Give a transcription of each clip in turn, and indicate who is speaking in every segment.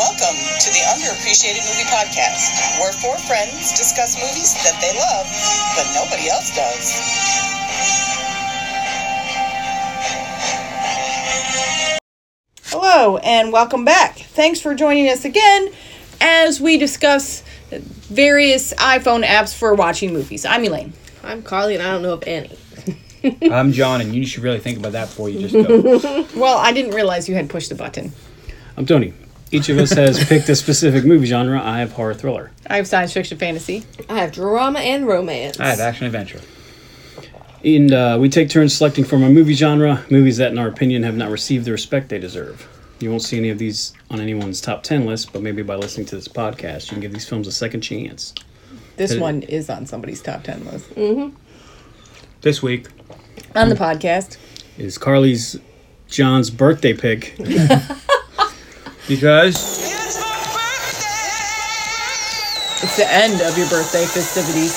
Speaker 1: to the Underappreciated Movie Podcast, where four friends discuss movies that they love, but nobody else does.
Speaker 2: Hello and welcome back. Thanks for joining us again as we discuss various iPhone apps for watching movies. I'm Elaine.
Speaker 3: I'm Carly, and I don't know if Annie.
Speaker 4: I'm John, and you should really think about that before you just go.
Speaker 2: Well, I didn't realize you had pushed the button.
Speaker 4: I'm Tony. Each of us has picked a specific movie genre. I have horror thriller.
Speaker 2: I have science fiction fantasy.
Speaker 3: I have drama and romance.
Speaker 4: I have action adventure. And uh, we take turns selecting from a movie genre, movies that, in our opinion, have not received the respect they deserve. You won't see any of these on anyone's top 10 list, but maybe by listening to this podcast, you can give these films a second chance.
Speaker 2: This
Speaker 4: Did it-
Speaker 2: one is on somebody's top 10 list.
Speaker 4: This week
Speaker 2: On the podcast.
Speaker 4: is Carly's John's birthday pick. because
Speaker 2: It's the end of your birthday festivities.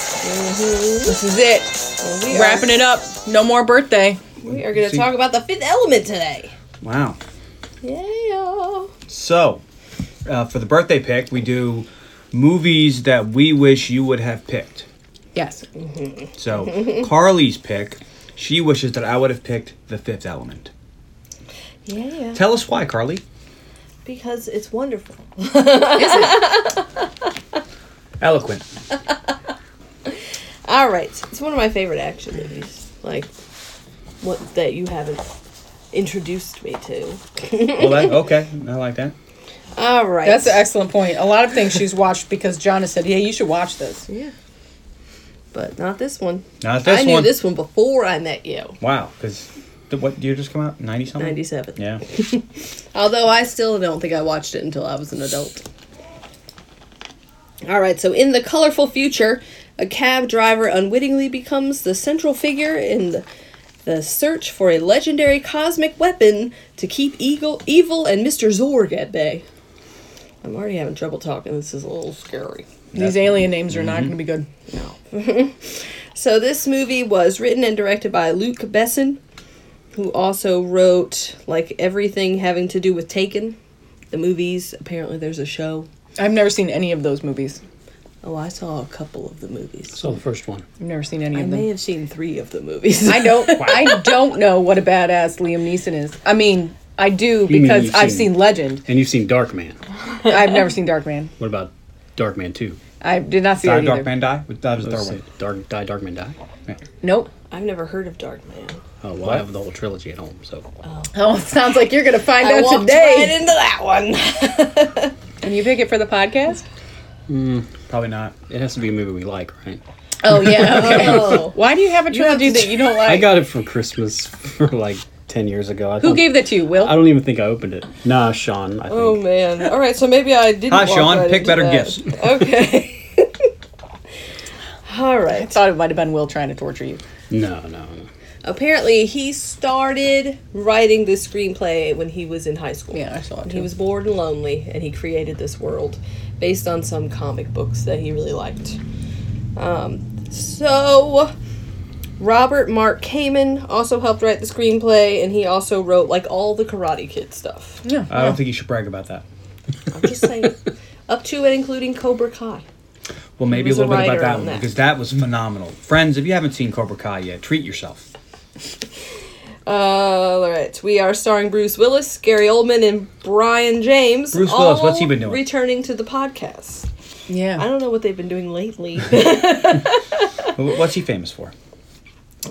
Speaker 2: This is it.
Speaker 3: We are-
Speaker 2: Wrapping it up. No more birthday.
Speaker 3: We are going to
Speaker 4: See-
Speaker 3: talk about the fifth element today.
Speaker 4: wow.
Speaker 3: Yeah.
Speaker 4: So, uh, for the birthday pick, we do movies that we wish you would have picked.
Speaker 2: Yes.
Speaker 4: So, Carly's pick, she wishes that I would have picked The Fifth Element.
Speaker 3: Yeah.
Speaker 4: Tell us why, Carly.
Speaker 3: Because it's wonderful.
Speaker 4: Eloquent.
Speaker 3: All right. It's one of my favorite action movies. Like, what that you haven't introduced me to.
Speaker 4: Well, that, okay, I like that.
Speaker 3: All right.
Speaker 2: That's an excellent point. A lot of things she's watched because John has said, hey, you should watch this.
Speaker 3: yeah. But not this one.
Speaker 4: Not this
Speaker 3: I knew
Speaker 4: one.
Speaker 3: this one before I met you.
Speaker 4: Wow, because what year just come out? Ninety something.
Speaker 3: 97.
Speaker 4: Yeah.
Speaker 3: Although I still don't think I watched it until I was an adult. All right, so in the colorful future, a cab driver unwittingly becomes the central figure in the, the search for a legendary cosmic weapon to keep evil, evil and Mr. Zorg at bay. I'm already having trouble talking. This is a little scary.
Speaker 2: These alien names are not going to be good.
Speaker 3: So this movie was written and directed by Luke Besson, who also wrote like everything having to do with Taken, the movies. Apparently, there's a show.
Speaker 2: I've never seen any of those movies.
Speaker 3: Oh, I saw a couple of the movies.
Speaker 4: So the first one.
Speaker 2: I've never seen any
Speaker 3: I
Speaker 2: of them.
Speaker 3: may have seen three of the movies.
Speaker 2: I don't. I don't know what a badass Liam Neeson is. I mean, I do
Speaker 4: mean
Speaker 2: because
Speaker 4: you've
Speaker 2: I've
Speaker 4: seen-
Speaker 2: seen Legend.
Speaker 4: And you've seen Dark Man.
Speaker 2: I've never seen Dark Man.
Speaker 4: What about Dark Man Two?
Speaker 2: I did not see
Speaker 5: Die
Speaker 2: that
Speaker 5: Dark
Speaker 2: either.
Speaker 5: Man Die? That was the third
Speaker 4: Dark,
Speaker 5: one.
Speaker 4: Dark Die. Dark Man Die.
Speaker 2: Nope.
Speaker 3: I've never heard of Dark Man.
Speaker 4: Oh, well, I have the whole trilogy at home. So
Speaker 2: Oh, it sounds like you're gonna find
Speaker 3: I
Speaker 2: out
Speaker 3: walked right
Speaker 2: today.
Speaker 3: into that one.
Speaker 2: Can you pick it for the podcast?
Speaker 5: Probably not.
Speaker 4: it has to be a movie we like, right?
Speaker 2: Oh yeah. Okay.
Speaker 3: Oh.
Speaker 2: Why do you have a trilogy that you don't like?
Speaker 4: I got it for Christmas for like ten years ago. I
Speaker 2: Who
Speaker 4: don't-
Speaker 2: gave that to you, Will?
Speaker 4: I don't even think I opened it. Nah, Sean. I think.
Speaker 3: Oh man. All right, so maybe I didn't.
Speaker 5: Hi,
Speaker 3: walk
Speaker 5: Sean.
Speaker 3: right into
Speaker 5: Pick better
Speaker 3: that.
Speaker 5: gifts.
Speaker 3: Okay. All
Speaker 2: I
Speaker 3: right.
Speaker 2: thought it might have been Will trying to torture you.
Speaker 4: No, no, no.
Speaker 3: Apparently, he started writing the screenplay when he was in high school.
Speaker 2: Yeah, I saw it
Speaker 3: He
Speaker 2: too.
Speaker 3: was bored and lonely, and he created this world based on some comic books that he really liked. Um, so, Robert Mark Kamen also helped write the screenplay, and he also wrote like all the Karate Kid stuff.
Speaker 2: Yeah.
Speaker 5: I don't think you should brag about that.
Speaker 3: I'm just saying, up to and including Cobra Kai.
Speaker 5: Well, maybe a
Speaker 3: was a
Speaker 5: little bit
Speaker 3: writer
Speaker 5: about that
Speaker 3: on
Speaker 5: one
Speaker 3: that.
Speaker 5: because that was phenomenal. Friends, if you haven't seen Cobra Kai yet, treat yourself.
Speaker 3: Uh, all right, we are starring Bruce Willis, Gary Oldman, and Brian James.
Speaker 5: Bruce Willis, what's he
Speaker 3: all
Speaker 5: been doing?
Speaker 3: Returning to the podcast. I
Speaker 2: yeah.
Speaker 3: don't know what they've been doing lately.
Speaker 5: Wh- What's he famous for?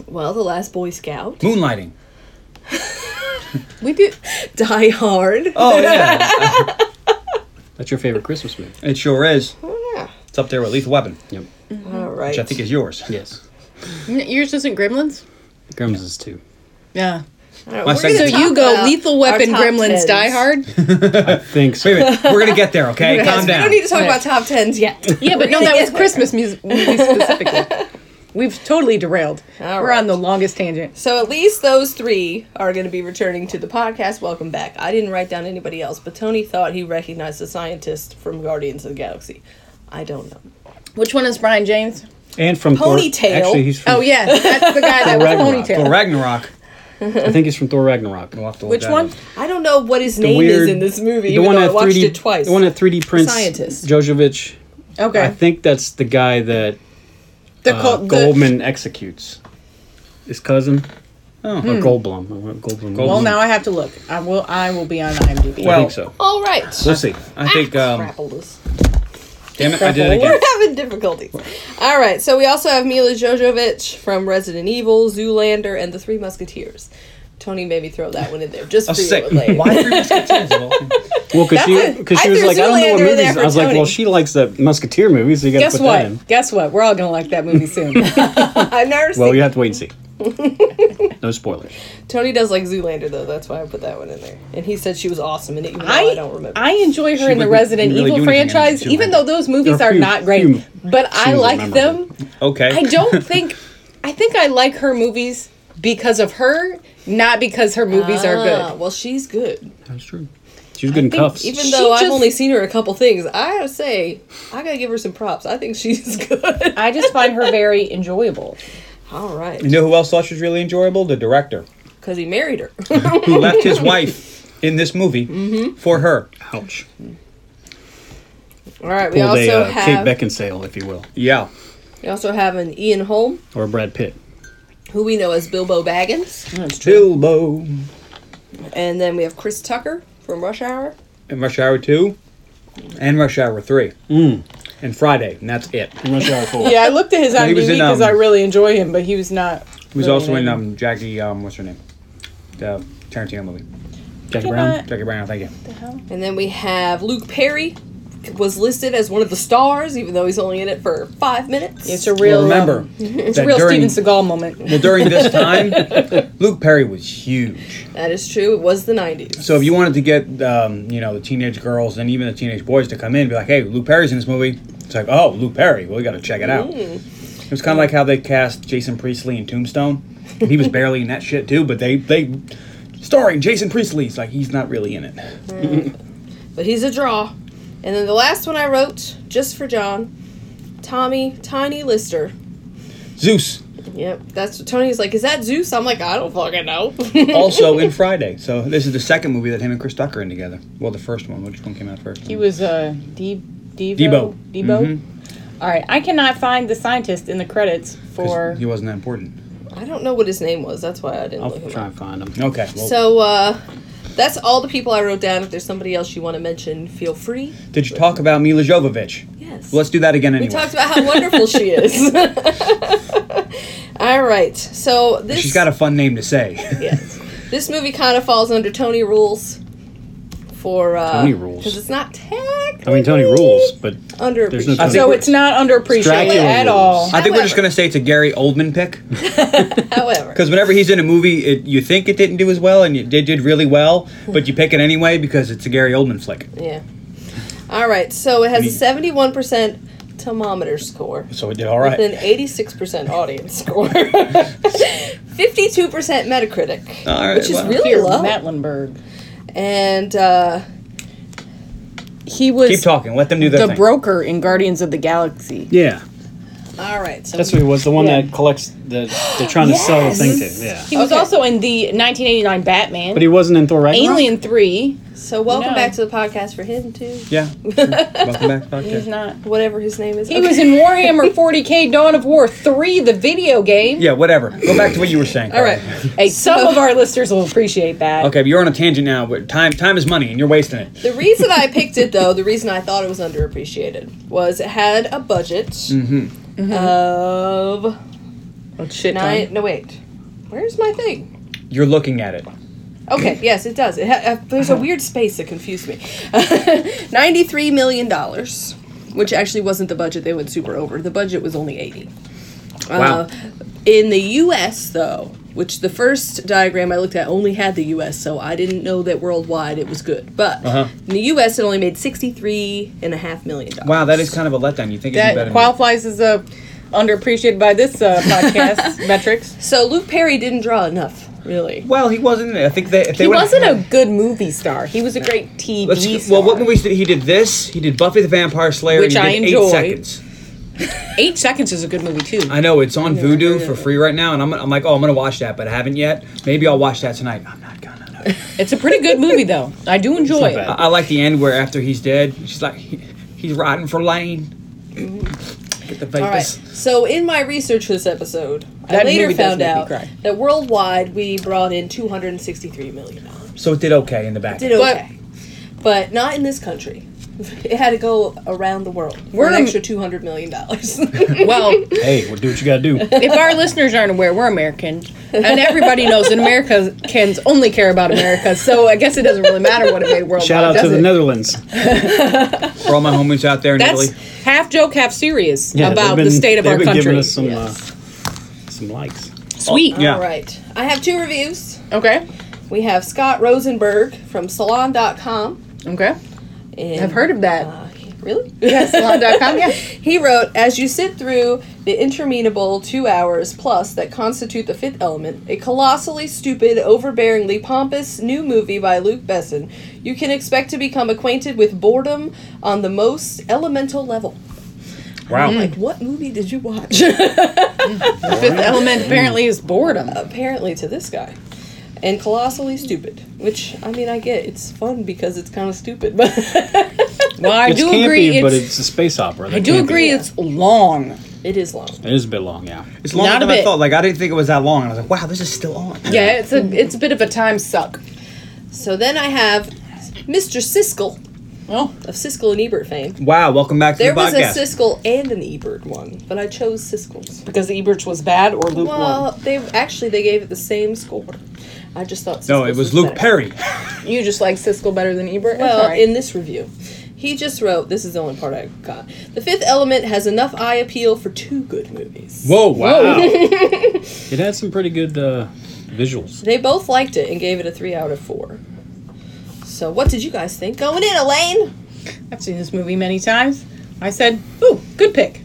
Speaker 3: well, The Last Boy Scout,
Speaker 5: Moonlighting.
Speaker 2: We did.
Speaker 3: Die Hard.
Speaker 5: Oh yeah,
Speaker 4: That's your favorite Christmas movie.
Speaker 5: it sure is.
Speaker 3: Oh, Yeah. Hmm.
Speaker 5: It's up there with Lethal Weapon,
Speaker 4: Yep.
Speaker 3: All right.
Speaker 5: which I think is yours.
Speaker 4: Yes.
Speaker 2: Yours isn't Gremlins.
Speaker 4: Gremlins is two.
Speaker 2: Yeah.
Speaker 3: All right,
Speaker 5: My
Speaker 3: we're gonna
Speaker 2: So
Speaker 5: second-
Speaker 3: talk
Speaker 2: you go
Speaker 3: about
Speaker 2: Lethal
Speaker 3: our
Speaker 2: Weapon,
Speaker 3: top
Speaker 2: Gremlins,
Speaker 3: tens.
Speaker 2: Die Hard.
Speaker 4: Thanks.
Speaker 5: Wait a minute, we're gonna get there. Okay,
Speaker 3: Yes,
Speaker 5: calm
Speaker 3: We
Speaker 5: down.
Speaker 3: don't need to talk about top tens yet.
Speaker 2: Yeah, but no, that was Christmas music movies specifically. We've totally derailed.
Speaker 3: All
Speaker 2: We're
Speaker 3: right.
Speaker 2: on the longest tangent.
Speaker 3: So at least those three are going to be returning to the podcast. Welcome back. I didn't write down anybody else, but Tony thought he recognized the scientist from Guardians of the Galaxy. I don't know.
Speaker 2: Which one is Brian James?
Speaker 4: And from Thor-
Speaker 3: Ponytail.
Speaker 4: Actually, he's from
Speaker 2: Oh yeah, that's the guy that was
Speaker 4: Ragnarok.
Speaker 2: ponytail.
Speaker 5: For Ragnarok,
Speaker 4: I think he's from Thor Ragnarok.
Speaker 5: We'll have to look
Speaker 2: Which
Speaker 5: that
Speaker 2: one?
Speaker 5: up.
Speaker 3: I don't know what his
Speaker 4: The
Speaker 3: name
Speaker 4: weird-
Speaker 3: is in this movie,
Speaker 4: the
Speaker 3: even
Speaker 4: one
Speaker 3: though I
Speaker 4: that
Speaker 3: watched
Speaker 4: 3D
Speaker 3: it twice.
Speaker 4: The one that 3D prints
Speaker 3: Scientist.
Speaker 4: Jojovic.
Speaker 2: Okay.
Speaker 4: I think that's the guy that
Speaker 2: the,
Speaker 4: uh,
Speaker 2: co- the-
Speaker 4: Goldman executes. His cousin? Oh. Or
Speaker 3: Hmm.
Speaker 4: Goldblum. Goldblum.
Speaker 2: Well, now I have to look. I will. I will be on IMDb.
Speaker 4: I
Speaker 5: Well-
Speaker 4: think so.
Speaker 3: All right. Ah,
Speaker 4: We'll see.
Speaker 5: I think. Um,
Speaker 3: Crapolas.
Speaker 5: damn it! I did it
Speaker 3: We're
Speaker 5: again.
Speaker 3: having difficulties. All right, so we also have Mila Jojovic from Resident Evil, Zoolander, and The Three Musketeers. Tony made me throw that one in there just
Speaker 5: A
Speaker 3: for
Speaker 5: sick.
Speaker 3: you. Lane.
Speaker 5: Why three musketeers? of all things?
Speaker 4: Well, because she,
Speaker 3: That's it.
Speaker 4: cause she
Speaker 3: I
Speaker 4: was
Speaker 3: threw
Speaker 4: like, I don't know
Speaker 3: Zoolander
Speaker 4: what
Speaker 3: in there
Speaker 4: movies.
Speaker 3: for
Speaker 4: I was like, well,
Speaker 3: Tony.
Speaker 4: she likes the Musketeer movies, so you got to
Speaker 2: Guess
Speaker 4: put
Speaker 2: what?
Speaker 4: that in.
Speaker 2: Guess what? We're all gonna like that movie soon.
Speaker 3: I've never
Speaker 4: Well,
Speaker 3: seen.
Speaker 4: you have to wait and see. no spoilers.
Speaker 3: Tony does like Zoolander though. That's why I put that one in there. And he said she was awesome in it, even though I,
Speaker 2: I
Speaker 3: don't remember.
Speaker 2: I enjoy her
Speaker 5: She
Speaker 2: in the
Speaker 5: wouldn't
Speaker 2: Resident
Speaker 5: really
Speaker 2: Evil
Speaker 5: do anything in
Speaker 2: franchise,
Speaker 5: Zoolander.
Speaker 2: even though those movies
Speaker 4: There are
Speaker 2: are
Speaker 4: few-
Speaker 2: not great.
Speaker 4: few
Speaker 2: But I
Speaker 4: scenes
Speaker 2: like
Speaker 4: memorable.
Speaker 2: them.
Speaker 5: Okay.
Speaker 2: I don't think. I think I like her movies because of her, not because her movies are
Speaker 3: Ah,
Speaker 2: good.
Speaker 3: well, she's good.
Speaker 4: That's true. She was good in
Speaker 3: I think
Speaker 4: cuffs.
Speaker 3: Even
Speaker 2: She
Speaker 3: though I've
Speaker 2: just-
Speaker 3: only seen her a couple things, I gotta say, I gotta give her some props. I think she's good.
Speaker 2: I just find her very enjoyable.
Speaker 3: All right,
Speaker 5: You know who else thought she was really enjoyable? The director,
Speaker 3: because he married her.
Speaker 5: who left his wife in this movie
Speaker 3: Mm-hmm.
Speaker 5: for her.
Speaker 4: Ouch.
Speaker 3: All right, we
Speaker 4: Pulled a
Speaker 3: also
Speaker 4: uh, Kate
Speaker 3: have
Speaker 4: Beckinsale, if you will,
Speaker 5: Yeah.
Speaker 3: we also have an Ian Holm,
Speaker 4: or Brad Pitt.
Speaker 3: who we know as Bilbo Baggins,
Speaker 5: Bilbo.
Speaker 3: and then we have Chris Tucker from Rush Hour.
Speaker 5: And Rush Hour 2 and Rush Hour 3. And Friday, and that's it. He
Speaker 4: In Rush Hour 4.
Speaker 2: Yeah, I looked at his
Speaker 5: he
Speaker 2: IMDb
Speaker 5: was in,
Speaker 2: because
Speaker 5: um,
Speaker 2: I really enjoy him, but he was not.
Speaker 5: was
Speaker 2: really
Speaker 5: also in um, Jackie, um, what's her name? The Tarantino movie.
Speaker 4: Jackie Brown.
Speaker 5: Jackie Brown, thank you.
Speaker 3: And then we have Luke Perry, was listed as one of the stars, even though he's only in it for five minutes.
Speaker 2: It's a real.
Speaker 5: Remember, uh,
Speaker 2: um, it's
Speaker 5: it's
Speaker 2: a real Steven Seagal moment.
Speaker 5: Well, during this time, Luke Perry was huge.
Speaker 3: That is true. It was the 90s.
Speaker 5: So if you wanted to get, um, you know, the teenage girls and even the teenage boys to come in and be like, hey, Luke Perry's in this movie, it's like, oh, Luke Perry, well, we got to check it out.
Speaker 3: Mm.
Speaker 5: It was kind of like how they cast Jason Priestley in Tombstone. And he was barely in that shit, too, but they, they, starring Jason Priestley, it's like, he's not really in it.
Speaker 3: But he's a draw. And then the last one I wrote, just for John, Tommy Tiny Lister.
Speaker 5: Zeus,
Speaker 3: Yep, that's what Tony's like. Is that Zeus? I'm like, I don't fucking know.
Speaker 5: also in Friday. So this is the second movie that him and Chris Tucker are in together. Well, the first one. Which one came out first?
Speaker 2: He was uh, D- Devo.
Speaker 5: Debo.
Speaker 2: Debo.
Speaker 5: Mm-hmm.
Speaker 2: All right, I cannot find the scientist in the credits for.
Speaker 5: He wasn't that important.
Speaker 3: I don't know what his name was. That's why I didn't
Speaker 4: I'll
Speaker 3: look him
Speaker 4: try
Speaker 3: up.
Speaker 4: and find him.
Speaker 5: Okay. Well,
Speaker 3: So, uh, that's all the people I wrote down. If there's somebody else you want to mention, feel free.
Speaker 5: did you talk about Mila Jovovich?
Speaker 3: Yes.
Speaker 5: Let's do that again anyway.
Speaker 3: We talked about how wonderful she is. all right. So this
Speaker 5: She's got a fun name to say.
Speaker 3: yes. This movie kind of falls under Tony rules for uh,
Speaker 4: Tony rules.
Speaker 3: because it's not tech.
Speaker 4: I mean, Tony rules, but
Speaker 3: under
Speaker 4: there's no Tony.
Speaker 5: think
Speaker 2: So
Speaker 5: we're-
Speaker 2: it's not underappreciated
Speaker 4: Dracula
Speaker 2: at
Speaker 4: rules.
Speaker 2: all.
Speaker 5: I think we're just
Speaker 3: However.
Speaker 5: gonna say it's a Gary Oldman pick
Speaker 3: however.
Speaker 5: because whenever he's in a movie, it, you think it didn't do as well, and it did, did really well, but you pick it anyway because it's a Gary Oldman flick.
Speaker 3: Yeah. All right. So it has a seventy-one percent thermometer score.
Speaker 5: So it did all right.
Speaker 3: With an 86% audience score. 52% Metacritic,
Speaker 5: All right,
Speaker 3: which is
Speaker 5: wow.
Speaker 3: really
Speaker 2: Here,
Speaker 3: low.
Speaker 2: Matlinberg.
Speaker 3: and uh,
Speaker 2: He was
Speaker 5: Keep talking. Let them do their
Speaker 2: the
Speaker 5: thing.
Speaker 2: broker in Guardians of the Galaxy.
Speaker 4: yeah,
Speaker 3: all right, so
Speaker 4: that's what he was. The one
Speaker 2: Yeah.
Speaker 4: that collects the they're trying to sell the thing to. Yeah,
Speaker 2: He was
Speaker 3: Okay.
Speaker 2: also in the 1989 Batman,
Speaker 4: but he wasn't in Thor Ragnarok.
Speaker 2: Alien 3.
Speaker 3: so welcome
Speaker 2: No.
Speaker 3: back to the podcast for him too.
Speaker 5: yeah. Welcome back.
Speaker 2: He's
Speaker 5: Podcast.
Speaker 2: not.
Speaker 3: Whatever his name is.
Speaker 2: He was in Warhammer 40k Dawn of War 3, the video game.
Speaker 5: Yeah. Whatever. Go back to what you were saying.
Speaker 3: All right.
Speaker 2: Hey, some of our listeners will appreciate that.
Speaker 5: Okay, but you're on a tangent now. But time time is money, and you're wasting it.
Speaker 3: The reason I picked it though, the reason I thought it was underappreciated was it had a budget
Speaker 2: Mm-hmm.
Speaker 3: of
Speaker 2: Oh, shit,
Speaker 3: nine.
Speaker 2: Tom.
Speaker 3: No wait, where's my thing?
Speaker 5: You're looking at it.
Speaker 3: Okay, yes, it does. It ha- uh, there's a weird space that confused me. Ninety-three million dollars, which actually wasn't the budget. They went super over. The budget was only eighty. Uh,
Speaker 5: Wow.
Speaker 3: in the U.S., though, which the first diagram I looked at only had the U.S., so I didn't know that worldwide it was good. But
Speaker 5: Uh-huh.
Speaker 3: in the U.S., it only made sixty-three and a half million dollars.
Speaker 5: Wow, that is kind of a letdown. You think it'd be better?
Speaker 2: That
Speaker 5: than
Speaker 2: qualifies as a underappreciated by this uh, podcast metrics.
Speaker 3: So Luke Perry didn't draw enough, really.
Speaker 5: that. well, he wasn't. in it. I think they. If they
Speaker 2: He
Speaker 5: would've-
Speaker 2: wasn't a good movie star. He was a great TV
Speaker 5: Let's,
Speaker 2: star.
Speaker 5: well, what movies did he did? This he did Buffy the Vampire Slayer,
Speaker 2: Which
Speaker 5: and
Speaker 2: I
Speaker 5: he did
Speaker 2: enjoyed.
Speaker 5: Eight seconds.
Speaker 2: Eight Seconds is a good movie, too.
Speaker 5: I know it's on Voodoo for free right now, and I'm, I'm like, oh, I'm gonna watch that, but I haven't yet. Maybe I'll watch that tonight. I'm not gonna. No.
Speaker 2: It's a pretty good movie, though. I do enjoy
Speaker 4: not
Speaker 2: it.
Speaker 4: bad.
Speaker 5: I, I like the end where after he's dead, she's like, he, he's riding for Lane. Get the
Speaker 3: All right.
Speaker 5: vapors.
Speaker 3: So in my research for this episode, I
Speaker 2: That
Speaker 3: later
Speaker 2: movie does
Speaker 3: found
Speaker 2: make me
Speaker 3: out
Speaker 2: cry.
Speaker 3: that worldwide we brought in two hundred and sixty-three million dollars.
Speaker 5: So it did okay in the back.
Speaker 3: Did okay, but, not in this country. It had to go around the world for
Speaker 2: We're
Speaker 3: an
Speaker 2: a-
Speaker 3: extra two hundred million dollars.
Speaker 2: Well,
Speaker 5: Hey, well, do what you gotta do.
Speaker 2: if our listeners aren't aware, we're American, and everybody knows that Americans only care about America. So I guess it doesn't really matter what it made worldwide.
Speaker 4: Shout out
Speaker 2: does
Speaker 4: to the
Speaker 2: it?
Speaker 4: Netherlands.
Speaker 5: for all my homies out there in
Speaker 2: That's
Speaker 5: Italy.
Speaker 2: half joke, half serious
Speaker 4: Yeah,
Speaker 2: about
Speaker 4: they've
Speaker 2: the
Speaker 4: been-
Speaker 2: state of
Speaker 4: they've
Speaker 2: our
Speaker 4: been
Speaker 2: country.
Speaker 4: Giving us some
Speaker 3: Yes.
Speaker 4: uh, some likes.
Speaker 2: Sweet.
Speaker 5: Yeah.
Speaker 3: All right. I have two reviews.
Speaker 2: Okay.
Speaker 3: We have Scott Rosenberg from Salon.com.
Speaker 2: Okay.
Speaker 3: And,
Speaker 2: I've heard of that.
Speaker 3: Uh, really?
Speaker 2: Yes, salon.com, yeah.
Speaker 3: He wrote, as you sit through the interminable two hours plus that constitute the fifth element, a colossally stupid, overbearingly pompous new movie by Luke Besson, you can expect to become acquainted with boredom on the most elemental level.
Speaker 5: Wow.
Speaker 3: Like, what movie did you watch?
Speaker 2: The fifth element apparently is boredom.
Speaker 3: Apparently to this guy. And colossally stupid. Which, I mean, I get it's fun because it's kind of stupid, but.
Speaker 2: Well, I
Speaker 4: It's
Speaker 2: do
Speaker 4: campy,
Speaker 2: agree.
Speaker 4: but
Speaker 2: it's,
Speaker 4: it's a space opera.
Speaker 2: I do agree. It's long.
Speaker 3: It is long.
Speaker 4: It is a bit long, yeah.
Speaker 5: It's longer
Speaker 2: Not a
Speaker 5: than I
Speaker 2: bit.
Speaker 5: thought. Like I didn't think it was that long. I was like, wow, this is still on.
Speaker 2: Yeah, it's a it's a bit of a time suck.
Speaker 3: So then I have Mr. Siskel
Speaker 2: Oh,
Speaker 3: of Siskel and Ebert fame.
Speaker 5: Wow, welcome back to
Speaker 3: There
Speaker 5: the
Speaker 3: was a
Speaker 5: podcast.
Speaker 3: Siskel and an Ebert one, but I chose Siskel's.
Speaker 2: because the Eberts was bad or lukewarm.
Speaker 3: Well, they actually they gave it the same score. I just thought. Siskel's
Speaker 5: no, it was Luke
Speaker 3: better.
Speaker 5: Perry.
Speaker 2: you just like Siskel better than Ebert.
Speaker 3: Well,
Speaker 2: Sorry.
Speaker 3: in this review, he just wrote. This is the only part I got. The Fifth Element has enough eye appeal for two good movies.
Speaker 5: Whoa, wow.
Speaker 4: it had some pretty good uh, visuals.
Speaker 3: They both liked it and gave it a three out of four. So, what did you guys think going in, Elaine?
Speaker 2: I've seen this movie many times. I said, "Ooh, good pick."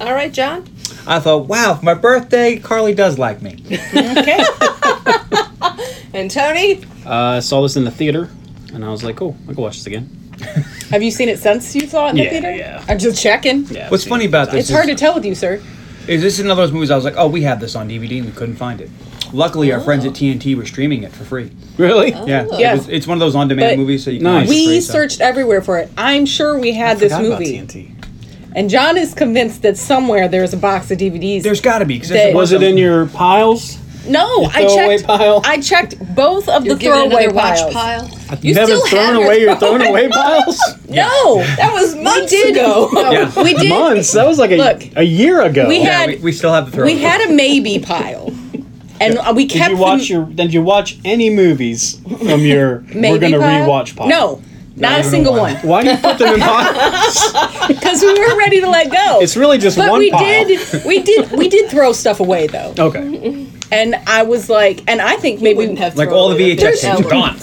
Speaker 3: All right, John.
Speaker 5: I thought, wow, for my birthday, Carly does like me.
Speaker 2: Okay.
Speaker 3: And Tony,
Speaker 4: Uh, I saw this in the theater, and I was like, oh, I can watch this again.
Speaker 2: Have you seen it since you saw it in
Speaker 4: Yeah,
Speaker 2: the theater?
Speaker 4: yeah.
Speaker 2: I'm just checking.
Speaker 4: Yeah, I've
Speaker 5: What's
Speaker 4: seen
Speaker 5: funny
Speaker 4: it.
Speaker 5: about this
Speaker 2: It's hard to
Speaker 5: is,
Speaker 2: tell with you, sir.
Speaker 5: is this is another one of those movies I was like, oh, we have this on DVD and we couldn't find it. Luckily, our friends at TNT were streaming it for free.
Speaker 4: Really?
Speaker 5: Yeah,
Speaker 3: Oh.
Speaker 5: it
Speaker 2: Yes.
Speaker 5: was- it's one of those on-demand
Speaker 2: But
Speaker 5: movies, so you can
Speaker 4: Nice.
Speaker 5: watch it
Speaker 2: We
Speaker 4: It's
Speaker 5: free, so-
Speaker 2: searched everywhere for it. I'm sure we had this
Speaker 4: Forgot about
Speaker 2: movie,
Speaker 4: TNT.
Speaker 2: and John is convinced that somewhere there is a box of DVDs.
Speaker 5: There's got to be. 'cause
Speaker 2: They-
Speaker 5: it's-
Speaker 4: Was it in your piles?
Speaker 2: no. I
Speaker 4: throwaway
Speaker 2: checked.
Speaker 4: pile?
Speaker 2: I checked both of the throwaway piles.
Speaker 3: pile.
Speaker 4: You,
Speaker 3: still
Speaker 4: haven't
Speaker 3: have
Speaker 4: thrown
Speaker 3: your
Speaker 4: away your thrown away piles?
Speaker 2: No, that
Speaker 3: was months ago.
Speaker 2: No,
Speaker 5: Yeah.
Speaker 2: We did.
Speaker 4: Months. That was like a,
Speaker 2: Look,
Speaker 4: a year ago.
Speaker 2: we
Speaker 5: Yeah,
Speaker 2: had-
Speaker 5: we, we still have the throw.
Speaker 2: We had a maybe pile, and uh, we
Speaker 4: Did
Speaker 2: kept.
Speaker 4: you watch
Speaker 2: the
Speaker 4: your? Did you watch any movies from your? we're
Speaker 2: maybe
Speaker 4: gonna
Speaker 2: pile?
Speaker 4: rewatch pile.
Speaker 2: No, not a single one,
Speaker 4: Why do you put them in piles?
Speaker 2: because we were ready to let go.
Speaker 4: It's really just
Speaker 2: but
Speaker 4: one
Speaker 2: we
Speaker 4: pile.
Speaker 2: did, we did, we did throw stuff away though,
Speaker 4: Okay.
Speaker 2: and I was like, and I think maybe
Speaker 3: Wouldn't have
Speaker 5: like
Speaker 3: thrown
Speaker 5: all the
Speaker 3: away a
Speaker 5: VHS
Speaker 3: fifth
Speaker 5: tapes are
Speaker 3: element.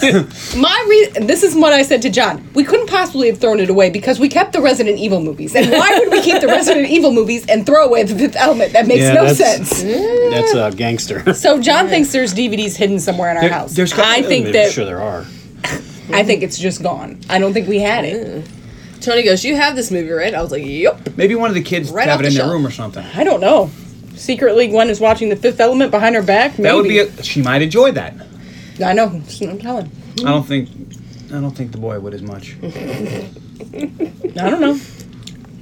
Speaker 5: gone.
Speaker 2: my re- this is what I said to John. We couldn't possibly have thrown it away because we kept the Resident Evil movies, and why would we keep the Resident Evil movies and throw away the Fifth Element? That makes
Speaker 4: Yeah,
Speaker 2: no
Speaker 4: that's-
Speaker 2: sense.
Speaker 3: Mm-hmm.
Speaker 4: That's a gangster.
Speaker 2: So John thinks there's DVDs hidden somewhere in our
Speaker 5: There-
Speaker 2: house.
Speaker 5: there's got-
Speaker 2: I think
Speaker 4: I'm
Speaker 2: that
Speaker 4: sure there are.
Speaker 2: I think it's just gone. I don't think we had
Speaker 3: Mm.
Speaker 2: it.
Speaker 3: Tony goes, "You have this movie, right?" I was like, "Yep."
Speaker 5: Maybe one of the kids
Speaker 3: Right
Speaker 5: have
Speaker 3: off
Speaker 5: it
Speaker 3: the
Speaker 5: in their
Speaker 3: shelf.
Speaker 5: room or something.
Speaker 2: I don't know. Secretly, Gwen is watching The Fifth Element behind her back. Maybe.
Speaker 5: That would be. A, she might enjoy that.
Speaker 2: I know. That's what I'm telling.
Speaker 5: I
Speaker 2: Mm-hmm.
Speaker 5: don't think. I don't think the boy would as much.
Speaker 2: I don't know.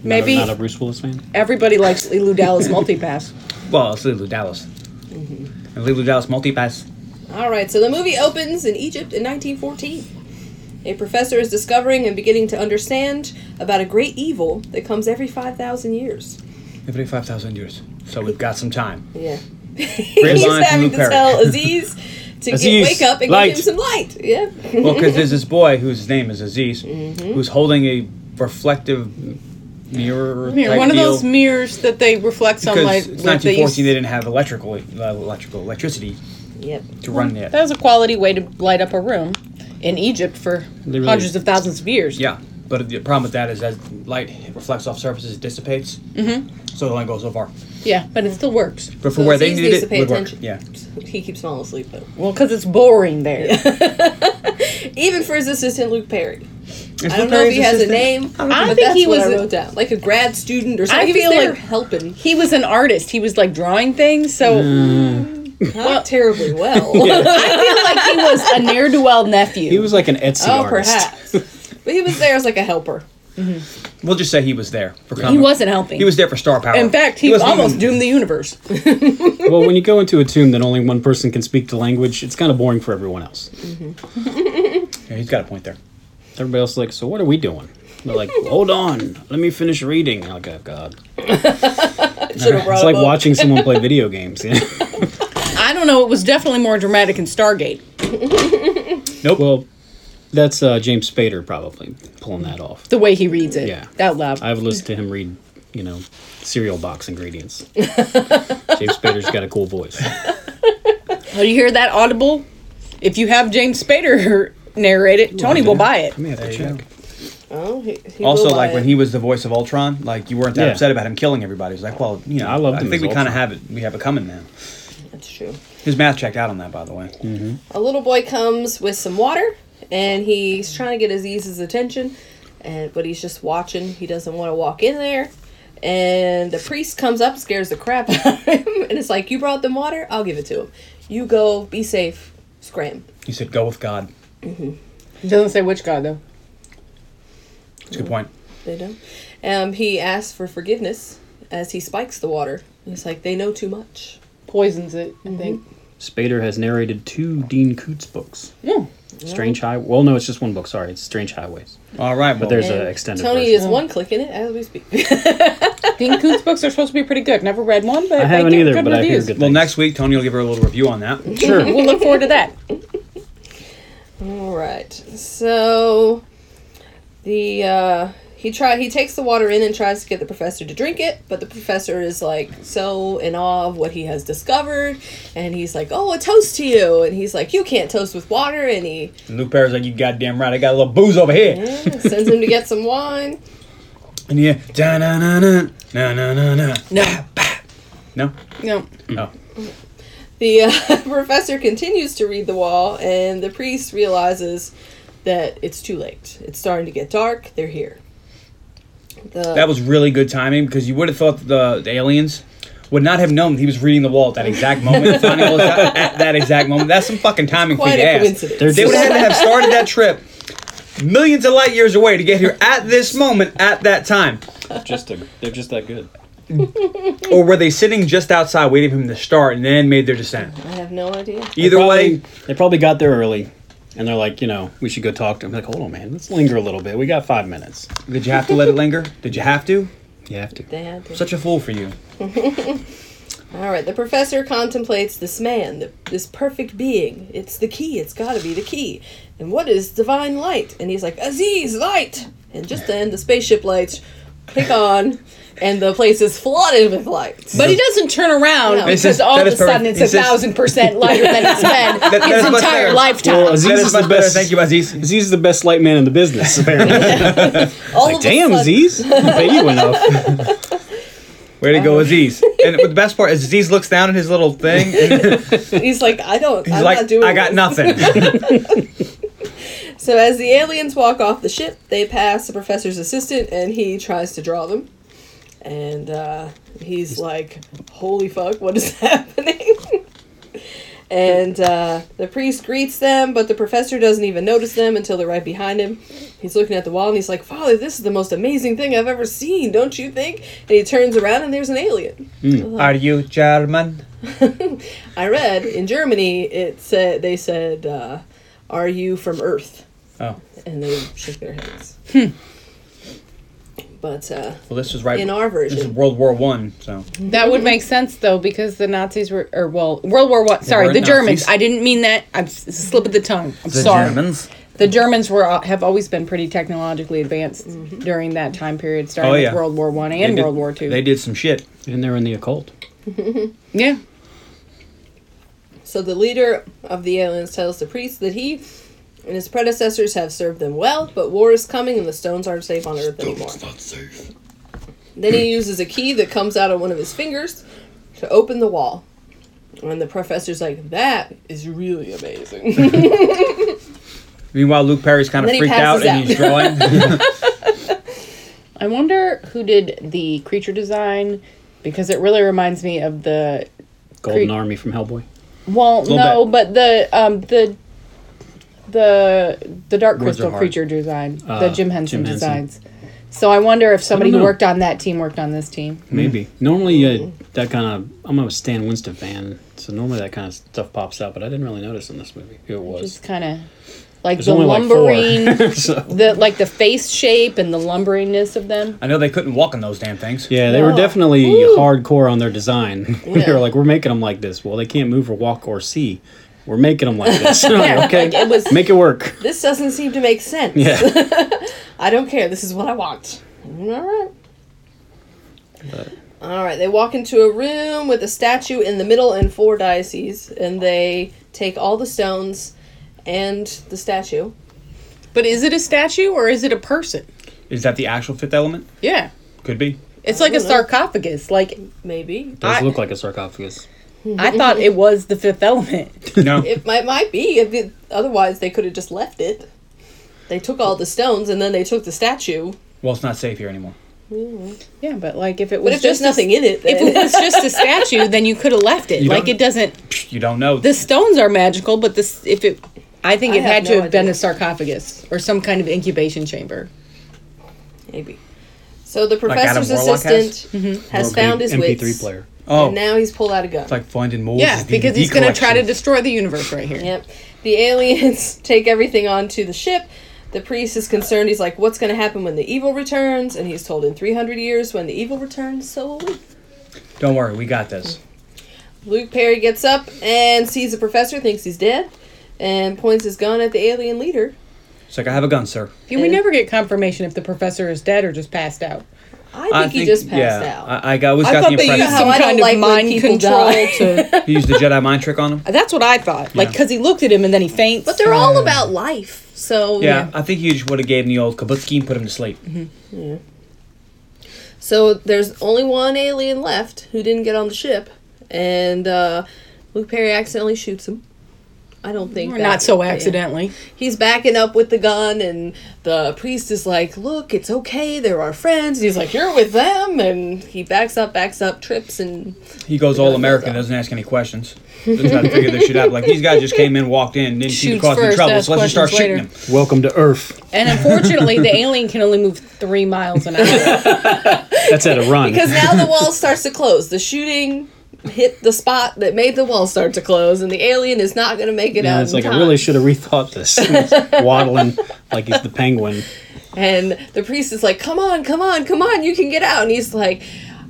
Speaker 2: Maybe
Speaker 4: Not a, not a Bruce Willis fan.
Speaker 2: everybody likes Lou Dallas multipass.
Speaker 5: Well, it's Lulu Dallas.
Speaker 2: Mm-hmm.
Speaker 5: And Lulu Dallas multipass.
Speaker 3: All right. So the movie opens in Egypt in 1914. A professor is discovering and beginning to understand about a great evil that comes every 5,000 years.
Speaker 5: Every five thousand years. So we've got some time.
Speaker 3: Yeah.
Speaker 5: Great
Speaker 3: He's
Speaker 5: line from
Speaker 3: having
Speaker 5: Luke
Speaker 3: to
Speaker 5: Perry.
Speaker 3: tell Aziz to get,
Speaker 4: Aziz,
Speaker 3: wake up and
Speaker 4: light.
Speaker 3: give him some light. Yeah.
Speaker 5: Well, because there's this boy whose name is Aziz,
Speaker 2: Mm-hmm.
Speaker 5: who's holding a reflective mirror.
Speaker 2: Mirror,
Speaker 5: type
Speaker 2: one of
Speaker 5: deal.
Speaker 2: those mirrors that they reflect on,
Speaker 5: Because
Speaker 2: like
Speaker 5: it's
Speaker 2: like they
Speaker 5: 1914,
Speaker 2: used-
Speaker 5: they didn't have electrical, uh, electrical electricity
Speaker 3: Yep.
Speaker 5: to run yet.
Speaker 2: That was a quality way to light up a room in Egypt for
Speaker 4: really-
Speaker 2: hundreds of thousands of years.
Speaker 5: Yeah, but the problem with that is as light reflects off surfaces, it dissipates. Mm-hmm. So it only goes so far.
Speaker 2: Yeah, but it still works.
Speaker 5: But for
Speaker 3: So
Speaker 5: where they
Speaker 3: Aziz
Speaker 5: needed
Speaker 3: needs
Speaker 5: it,
Speaker 3: to pay
Speaker 5: would work.
Speaker 3: attention.
Speaker 5: Yeah.
Speaker 3: He keeps falling asleep though.
Speaker 2: Well, because it's boring there.
Speaker 3: Even for his assistant Luke Perry.
Speaker 5: Is
Speaker 3: I don't
Speaker 5: Luke
Speaker 3: know if
Speaker 5: Perry's
Speaker 3: he has a
Speaker 5: assistant?
Speaker 3: name.
Speaker 2: know. I
Speaker 3: but
Speaker 2: think
Speaker 3: that's
Speaker 2: he
Speaker 3: what
Speaker 2: was
Speaker 3: I
Speaker 2: a-
Speaker 3: wrote down, like a grad student or something.
Speaker 2: I
Speaker 3: he was
Speaker 2: feel
Speaker 3: there
Speaker 2: like-
Speaker 3: helping,
Speaker 2: He was an artist. He was like drawing things. So
Speaker 5: Mm.
Speaker 3: not terribly well.
Speaker 2: I feel like he was a ne'er do well nephew.
Speaker 4: He was like an Etsy
Speaker 3: Oh,
Speaker 4: artist.
Speaker 3: perhaps. but he was there as like a helper.
Speaker 5: We'll just say he was there for. Comic.
Speaker 2: he wasn't helping.
Speaker 5: He was there for star power.
Speaker 2: In fact, he,
Speaker 5: wasn't
Speaker 2: almost
Speaker 5: even-
Speaker 2: doomed the universe.
Speaker 4: Well, when you go into a tomb that only one person can speak the language, it's kind of boring for everyone else.
Speaker 5: Yeah, he's got a point there.
Speaker 4: Everybody else is like, so what are we doing? They're like, hold on, let me finish reading. I'm like, oh god,
Speaker 3: Should've brought
Speaker 4: it's
Speaker 3: him
Speaker 4: like
Speaker 3: up.
Speaker 4: watching someone play video games. You know?
Speaker 2: I don't know. It was definitely more dramatic in Stargate.
Speaker 4: nope. Well, that's uh, James Spader probably pulling that off.
Speaker 2: The way he reads it.
Speaker 4: Yeah.
Speaker 2: Out loud.
Speaker 4: I've listened to him read, you know, cereal box ingredients. James Spader's got a cool voice.
Speaker 2: Oh, you hear that audible? If you have James Spader narrate it, Tony will buy it.
Speaker 4: I may have to check.
Speaker 3: Oh, he, he
Speaker 5: Also,
Speaker 3: will
Speaker 5: like
Speaker 3: buy
Speaker 5: when
Speaker 3: it.
Speaker 5: he was the voice of Ultron, like you weren't that
Speaker 4: Yeah.
Speaker 5: upset about him killing everybody. It's like, well, you know,
Speaker 4: I loved
Speaker 5: I
Speaker 4: him as
Speaker 5: think we
Speaker 4: Ultron.
Speaker 5: kind of have it. We have it coming now.
Speaker 3: That's true.
Speaker 5: His math checked out on that, by the way.
Speaker 3: A little boy comes with some water, and he's trying to get Aziz's attention, and but he's just watching. He doesn't want to walk in there. And the priest comes up, scares the crap out of him, and it's like, "You brought them water? I'll give it to him. You go, be safe, scram."
Speaker 5: He said, "Go with God."
Speaker 2: Doesn't say which god, though.
Speaker 5: It's a
Speaker 3: Mm.
Speaker 5: good point.
Speaker 3: They don't. Um, he asks for forgiveness as he spikes the water. He's like, "They know too much."
Speaker 2: Poisons it, I think.
Speaker 4: Spader has narrated two Dean Koontz books. Strange High. Well, no, it's just one book. Sorry, it's Strange Highways.
Speaker 5: All right, well,
Speaker 4: there's a-
Speaker 3: And
Speaker 4: extended
Speaker 3: Tony
Speaker 4: version.
Speaker 3: is one clicking it as we speak.
Speaker 2: Dean Koontz books are supposed to be pretty good. Never read one, but
Speaker 4: I haven't either, but I hear good.
Speaker 5: well
Speaker 4: things.
Speaker 5: next week Tony will give her a little review on that.
Speaker 4: sure.
Speaker 2: We'll look forward to that.
Speaker 3: All right. So the uh, he try he takes the water in and tries to get the professor to drink it, but the professor is like so in awe of what he has discovered, and he's like, "Oh, a toast to you!" And he's like, "You can't toast with water," and he
Speaker 5: And Luke Perry's like, "You goddamn right, I got a little booze over here."
Speaker 3: sends him to get some wine.
Speaker 5: And yeah, da na na na na na na na.
Speaker 2: No.
Speaker 5: No,
Speaker 2: No.
Speaker 5: no.
Speaker 3: The uh, professor continues to read the wall, and the priest realizes that it's too late. It's starting to get dark. They're here. The,
Speaker 5: That was really good timing because you would have thought the, the aliens would not have known he was reading the wall at that exact moment. and finding all this out at that exact moment, that's some fucking timing for you
Speaker 3: quite
Speaker 5: to
Speaker 3: a
Speaker 5: ask.
Speaker 3: coincidence.
Speaker 4: They're
Speaker 5: They would
Speaker 4: just-
Speaker 5: have had to have started that trip millions of light years away to get here at this moment at that time.
Speaker 4: just a, they're just that good.
Speaker 5: Or were they sitting just outside waiting for him to start and then made their descent?
Speaker 3: I have no idea.
Speaker 5: Either
Speaker 4: probably,
Speaker 5: way,
Speaker 4: they probably got there early, and they're like, you know, we should go talk to him. Like, hold on, man, let's linger a little bit. We got five minutes.
Speaker 5: did you have to let it linger? Did you have to?
Speaker 4: You have to.
Speaker 3: They had to.
Speaker 5: Such a fool for you.
Speaker 3: All right, the professor contemplates this man, th- this perfect being. It's the key, it's gotta be the key. And what is divine light? And he's like, Aziz, light! And just then, the spaceship lights pick on, and the place is flooded with lights.
Speaker 2: But he doesn't turn around
Speaker 3: No.
Speaker 2: because
Speaker 5: This is-
Speaker 2: all
Speaker 5: that
Speaker 2: of a
Speaker 5: is perfect.
Speaker 2: sudden it's
Speaker 5: He
Speaker 2: a
Speaker 5: says-
Speaker 2: thousand percent lighter than it's been
Speaker 5: that's
Speaker 2: his
Speaker 5: much
Speaker 2: entire
Speaker 5: better.
Speaker 2: lifetime.
Speaker 4: Well, Aziz
Speaker 5: That
Speaker 4: is,
Speaker 5: is
Speaker 4: the
Speaker 5: much better.
Speaker 4: best.
Speaker 5: Thank you, Aziz.
Speaker 4: Aziz is the best light man in the business, apparently.
Speaker 3: all
Speaker 4: like,
Speaker 3: of a
Speaker 4: damn,
Speaker 3: sudden-
Speaker 4: Aziz, I pay you enough.
Speaker 5: Way to go, Aziz. And the best part is Aziz looks down at his little thing and
Speaker 3: He's like, I don't,
Speaker 5: he's
Speaker 3: I'm
Speaker 5: like,
Speaker 3: not doing
Speaker 5: I got
Speaker 3: this."
Speaker 5: nothing.
Speaker 3: So as the aliens walk off the ship, they pass the professor's assistant, and he tries to draw them. And uh, he's like, "Holy fuck, what is happening?" and uh, the priest greets them, but the professor doesn't even notice them until they're right behind him. He's looking at the wall, and he's like, "Father, this is the most amazing thing I've ever seen, don't you think?" And he turns around, and there's an alien.
Speaker 5: Are you German?
Speaker 3: I read in Germany, it said they said, uh, "Are you from Earth?"
Speaker 5: Oh.
Speaker 3: and they shook their heads. But uh,
Speaker 5: Well, this was right
Speaker 3: in our
Speaker 5: This is
Speaker 3: version,
Speaker 5: World War One, so
Speaker 2: That would make sense though, because the Nazis were, or well, World War One. Sorry,
Speaker 5: weren't
Speaker 2: the Germans.
Speaker 5: Nazis.
Speaker 2: I didn't mean that. I'm s- slip of the tongue. I'm sorry. The Germans were al- have always been pretty technologically advanced during that time period, starting
Speaker 5: Oh,
Speaker 2: with
Speaker 5: yeah.
Speaker 2: World War One
Speaker 5: They
Speaker 2: and
Speaker 5: did-
Speaker 2: World War Two.
Speaker 5: They did some shit.
Speaker 4: And they're in the occult.
Speaker 2: Yeah.
Speaker 3: so the leader of the aliens tells the priest that he and his predecessors have served them well, but war is coming and the stones aren't safe on Earth anymore. Then he uses a key that comes out of one of his fingers to open the wall. And the professor's like, that is really amazing.
Speaker 5: Meanwhile, Luke Perry's kind of
Speaker 3: Then he
Speaker 5: freaked out,
Speaker 3: passes
Speaker 5: and
Speaker 3: out.
Speaker 5: he's drawing.
Speaker 6: I wonder who did the creature design because it really reminds me of the
Speaker 4: Golden
Speaker 6: Cre-
Speaker 4: Army from Hellboy.
Speaker 6: well,
Speaker 5: Little
Speaker 6: no,
Speaker 5: bit.
Speaker 6: but the um the the the dark
Speaker 5: Words are
Speaker 6: crystal
Speaker 5: hard.
Speaker 6: creature design,
Speaker 4: Uh,
Speaker 6: the Jim Henson
Speaker 4: Jim Henson.
Speaker 6: designs. So I wonder if somebody who
Speaker 4: know.
Speaker 6: worked on that team worked on this team.
Speaker 4: Maybe normally uh, that kind of I'm a Stan Winston fan, so normally that kind of stuff pops out, but I didn't really notice in this movie who it was.
Speaker 6: Just kind of like
Speaker 4: There's
Speaker 6: the
Speaker 4: only
Speaker 6: lumbering,
Speaker 4: like four. so.
Speaker 6: the like the face shape and the lumberingness of them.
Speaker 5: I know they couldn't walk on those damn things.
Speaker 4: Yeah, they were definitely hardcore on their design. they
Speaker 3: Oh. Yeah.
Speaker 4: were like, "We're making them like this." Well, they can't move or walk or see. We're making them like this. I'm like, okay,
Speaker 3: Like, it was-
Speaker 4: make it work.
Speaker 3: This doesn't seem to make sense.
Speaker 4: Yeah,
Speaker 3: I don't care. This is what I want. All right. All right. They walk into a room with a statue in the middle and four diocese, and they take all the stones and the statue.
Speaker 2: But is it a statue or is it a person?
Speaker 5: Is that the actual fifth element?
Speaker 2: Yeah.
Speaker 5: Could be.
Speaker 2: It's like a sarcophagus. Like
Speaker 3: Maybe
Speaker 4: does
Speaker 2: I-
Speaker 4: look like a sarcophagus.
Speaker 2: I thought it was the fifth element.
Speaker 5: No.
Speaker 3: it might might be. If it, otherwise, they could have just left it. They took all the stones and then they took the statue.
Speaker 5: well, it's not safe here anymore.
Speaker 2: Yeah, but like if it was
Speaker 3: But
Speaker 2: just
Speaker 3: if there's nothing
Speaker 2: a,
Speaker 3: in it,
Speaker 2: if it
Speaker 3: then
Speaker 2: was just a statue, then you could have left it.
Speaker 5: You
Speaker 2: like
Speaker 5: don't-
Speaker 2: it doesn't.
Speaker 5: You don't know.
Speaker 2: The stones are magical, but this if it, I think
Speaker 3: I
Speaker 2: it
Speaker 3: have
Speaker 2: had to
Speaker 3: no
Speaker 2: have been
Speaker 3: idea.
Speaker 2: a sarcophagus or some kind of incubation chamber.
Speaker 3: maybe. So the
Speaker 5: Adam
Speaker 3: professor's
Speaker 5: Warlock has?
Speaker 3: assistant
Speaker 2: Mm-hmm.
Speaker 3: has,
Speaker 4: Or
Speaker 3: found his
Speaker 4: MP3
Speaker 3: wits,
Speaker 4: player.
Speaker 5: oh,
Speaker 3: and now he's pulled out a gun.
Speaker 5: it's like finding moles.
Speaker 2: Yeah, because he's going to try to destroy the universe right here.
Speaker 3: Yep. The aliens take everything onto the ship. The priest is concerned. He's like, "What's going to happen when the evil returns?" And he's told, "In three hundred years, when the evil returns, so will we."
Speaker 5: Don't worry, we got this.
Speaker 3: Luke Perry gets up and sees the professor, thinks he's dead, and points his gun at the alien leader.
Speaker 5: It's like I have a gun, sir.
Speaker 2: And we never get confirmation if the professor is dead or just passed out.
Speaker 3: I think, he just passed out.
Speaker 5: I, I always
Speaker 2: I
Speaker 5: got
Speaker 2: thought
Speaker 5: the
Speaker 2: they
Speaker 5: impression
Speaker 2: used
Speaker 3: Somehow
Speaker 2: some
Speaker 3: I don't
Speaker 2: kind of
Speaker 3: like when
Speaker 2: mind
Speaker 3: people
Speaker 2: control
Speaker 3: die.
Speaker 2: to.
Speaker 5: he used the Jedi mind trick on him.
Speaker 2: That's what I thought. Like because he looked at him and then he faints.
Speaker 3: but they're all about life, so
Speaker 5: Yeah, I think you just would have gave him the old kabutski and put him to sleep.
Speaker 2: Mm-hmm.
Speaker 3: So there's only one alien left who didn't get on the ship, and uh, Luke Perry accidentally shoots him. I don't think
Speaker 2: Or
Speaker 3: that-
Speaker 2: not so
Speaker 3: yeah.
Speaker 2: accidentally.
Speaker 3: He's backing up with the gun, and the priest is like, "Look, it's okay. They're our friends." And he's like, "You're with them," and he backs up, backs up, trips, and
Speaker 5: He goes all American, doesn't ask any questions. Doesn't try to figure this shit out. Like these guys just came in, walked in, didn't see the
Speaker 2: Shoots
Speaker 5: cause of
Speaker 2: first,
Speaker 5: trouble,
Speaker 2: ask
Speaker 5: so let's just start
Speaker 2: questions
Speaker 5: shooting
Speaker 2: later.
Speaker 5: them.
Speaker 4: Welcome to Earth.
Speaker 2: And unfortunately, the alien can only move three miles an hour.
Speaker 4: That's at a run.
Speaker 3: because now the wall starts to close. The shooting hit the spot that made the wall start to close, and the alien is not going to make it
Speaker 4: Yeah,
Speaker 3: out.
Speaker 4: it's
Speaker 3: in
Speaker 4: like
Speaker 3: time.
Speaker 4: I really should have rethought this. Waddling like he's the penguin.
Speaker 3: And the priest is like, "Come on, come on, come on! You can get out!" And he's like,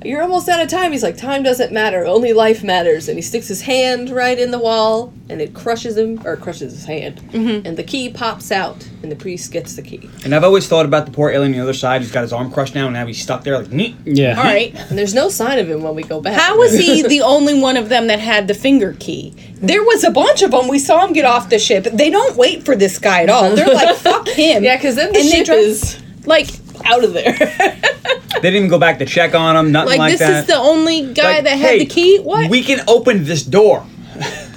Speaker 3: "You're almost out of time." He's like, "Time doesn't matter. Only life matters." And he sticks his hand right in the wall, and it crushes him or crushes his hand.
Speaker 2: Mm-hmm.
Speaker 3: And the key pops out, and the priest gets the key.
Speaker 5: And I've always thought about the poor alien on the other side who's got his arm crushed now and now he's stuck there like neat.
Speaker 4: Yeah.
Speaker 2: All right.
Speaker 3: And there's no sign of him when we go back.
Speaker 2: How was he the only one of them that had the finger key? There was a bunch of them. We saw him get off the ship. They don't wait for this guy at all. They're like, fuck him.
Speaker 3: Yeah, because then the
Speaker 2: And they
Speaker 3: ship
Speaker 2: drive-
Speaker 3: is
Speaker 2: Like,
Speaker 3: out of there.
Speaker 5: They didn't even go back to check on him, nothing
Speaker 2: like,
Speaker 5: like,
Speaker 2: this
Speaker 5: that.
Speaker 2: is the only guy
Speaker 5: Like,
Speaker 2: that had
Speaker 5: hey,
Speaker 2: the key? What?
Speaker 5: We can open this door.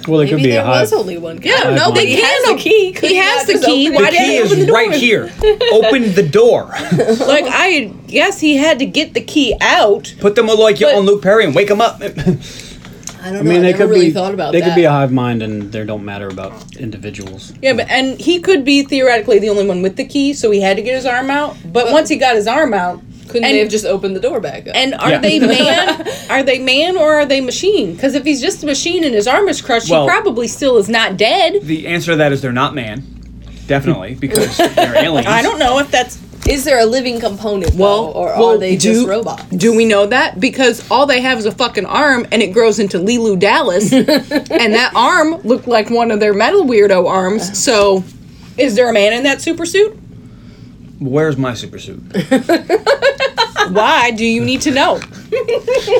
Speaker 4: Well, it could
Speaker 3: Maybe
Speaker 4: be a
Speaker 3: there
Speaker 4: hive.
Speaker 3: was only one guy.
Speaker 2: yeah,
Speaker 4: I
Speaker 2: no,
Speaker 4: don't
Speaker 2: they
Speaker 4: know.
Speaker 2: can.
Speaker 3: He has the key. Could
Speaker 2: He
Speaker 3: he
Speaker 2: has
Speaker 3: not
Speaker 2: the
Speaker 3: just
Speaker 2: key.
Speaker 3: open it?
Speaker 2: Why
Speaker 5: The
Speaker 2: did
Speaker 5: key
Speaker 2: he
Speaker 5: is
Speaker 2: open the door?
Speaker 5: right here. open the door.
Speaker 2: Like, I guess he had to get the key out.
Speaker 5: Put the Maloika
Speaker 2: But-
Speaker 5: on Luke Perry and wake him up.
Speaker 3: I don't know. I
Speaker 4: I mean, they
Speaker 3: never
Speaker 4: could
Speaker 3: really
Speaker 4: be.
Speaker 3: thought about
Speaker 4: they
Speaker 3: that.
Speaker 4: could be a hive mind, and they don't matter about individuals.
Speaker 2: Yeah, but and he could be theoretically the only one with the key, so he had to get his arm out. But once he got his arm out,
Speaker 3: Couldn't
Speaker 2: and-
Speaker 3: they have just opened the door back up?
Speaker 2: And are
Speaker 5: Yeah.
Speaker 2: they man? Are they man or are they machine? Because if he's just a machine and his arm is crushed,
Speaker 5: Well-
Speaker 2: he probably still is not dead.
Speaker 5: the answer to that is they're not man. Definitely, because they're aliens.
Speaker 2: I don't know if that's
Speaker 3: Is there a living component?
Speaker 2: well,
Speaker 3: though, or are
Speaker 2: well,
Speaker 3: they
Speaker 2: do,
Speaker 3: just robots?
Speaker 2: Do we know that? Because all they have is a fucking arm, and it grows into Lilu Dallas, and that arm looked like one of their metal weirdo arms. So, is there a man in that super suit?
Speaker 5: Where's my super suit?
Speaker 2: Why do you need to know?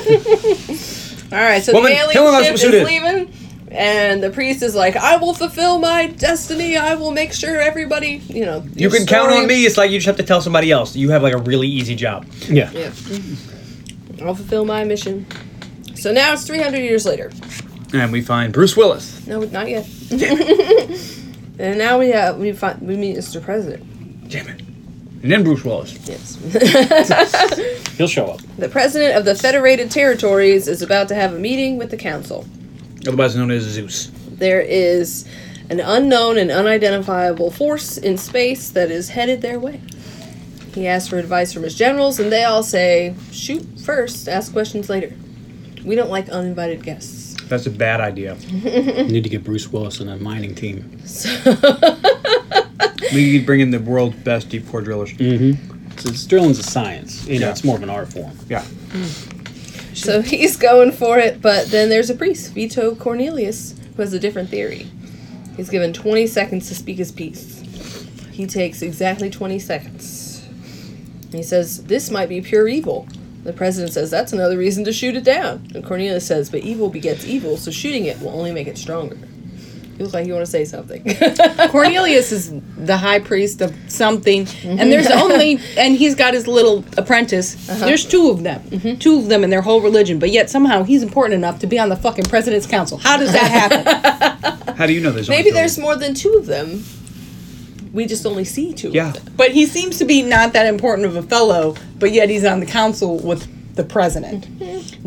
Speaker 3: All right, so
Speaker 5: Woman,
Speaker 3: the
Speaker 5: tell him how
Speaker 3: alien ship is
Speaker 5: special it is.
Speaker 3: leaving, and the priest is like, "I will fulfill my destiny. I will make sure everybody, you know,
Speaker 5: You
Speaker 3: your
Speaker 5: can count
Speaker 3: story-
Speaker 5: on me. It's like you just have to tell somebody else. You have like a really easy job.
Speaker 4: Yeah.
Speaker 3: Yeah. I'll fulfill my mission." So now it's 300 years later.
Speaker 5: And we find Bruce Willis.
Speaker 3: No, not yet. And now we have we find we meet Mr. President.
Speaker 5: Damn it. And then Bruce Willis.
Speaker 3: Yes.
Speaker 4: He'll show up.
Speaker 3: the president of the Federated Territories is about to have a meeting with the council.
Speaker 5: Otherwise known as Zeus.
Speaker 3: There is an unknown and unidentifiable force in space that is headed their way. He asks for advice from his generals, and they all say, "Shoot first, ask questions later." We don't like uninvited guests.
Speaker 5: That's a bad idea.
Speaker 2: Mm-hmm.
Speaker 3: Mm-hmm.
Speaker 4: You need to get Bruce Willis on a mining team.
Speaker 5: We could bring in the world's best deep core drillers.
Speaker 4: It's, it's drilling's a science. You know,
Speaker 5: Yeah.
Speaker 4: it's more of an art form.
Speaker 5: Yeah.
Speaker 3: So he's going for it, but then there's a priest, Vito Cornelius, who has a different theory. He's given 20 seconds to speak his piece. He takes exactly 20 seconds. He says, This might be pure evil. The president says, That's another reason to shoot it down. And Cornelius says, But evil begets evil, so shooting it will only make it stronger. You look like you want to say something.
Speaker 2: Cornelius is the high priest of something, and there's only, and he's got his little apprentice. There's two of them, two of them in their whole religion, but yet somehow he's important enough to be on the fucking president's council. How does that happen?
Speaker 5: How do you know there's only
Speaker 3: Maybe
Speaker 5: two?
Speaker 3: there's more than two of them. We just only see two.
Speaker 5: Yeah.
Speaker 3: Of them.
Speaker 2: but he seems to be not that important of a fellow, but yet he's on the council with the president.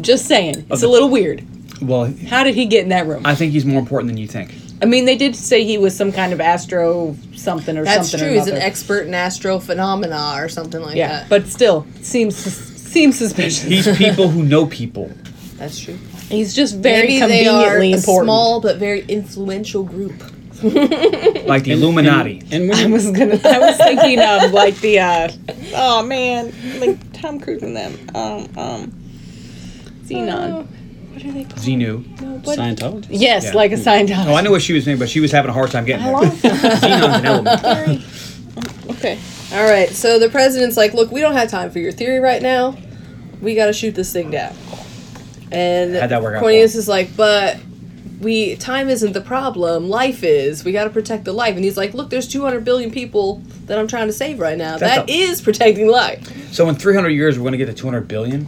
Speaker 2: Just saying, it's a little weird.
Speaker 5: Well,
Speaker 2: How did he get in that room? I,
Speaker 5: I think he's more important than you think.
Speaker 2: mean, they did say he was some kind of astro something or
Speaker 3: That's
Speaker 2: something.
Speaker 3: true.
Speaker 2: Or
Speaker 3: He's an
Speaker 2: another.
Speaker 3: expert in astrophenomena or something like
Speaker 2: Yeah,
Speaker 3: that.
Speaker 2: but still seems seems suspicious.
Speaker 5: He's people who know people.
Speaker 3: That's true.
Speaker 2: He's just very
Speaker 3: Maybe they are
Speaker 2: conveniently
Speaker 3: a
Speaker 2: important.
Speaker 3: small but very influential group.
Speaker 5: Like the Illuminati.
Speaker 4: And
Speaker 2: I
Speaker 4: when,
Speaker 2: was gonna. I was thinking of like the. uh Oh man, like Tom Cruise and them. Um, um, Xenon.
Speaker 5: Xenu.
Speaker 4: Scientology.
Speaker 2: Yes,
Speaker 5: Yeah.
Speaker 2: like a Scientology.
Speaker 5: Oh, I knew what she was saying, but she was having a hard time getting there. Xenon's an element.
Speaker 2: okay.
Speaker 3: All right, so the president's like, "Look, we don't have time for your theory right now. We got to shoot this thing down." And
Speaker 5: How'd that work out
Speaker 3: Cornelius
Speaker 5: for
Speaker 3: is like, "But we time isn't the problem. Life is. We got to protect the life." And he's like, "Look, there's 200 billion people that I'm trying to save right now.
Speaker 5: That's
Speaker 3: That
Speaker 5: a-
Speaker 3: is protecting life."
Speaker 5: So in 300 years, we're going to get to 200 billion.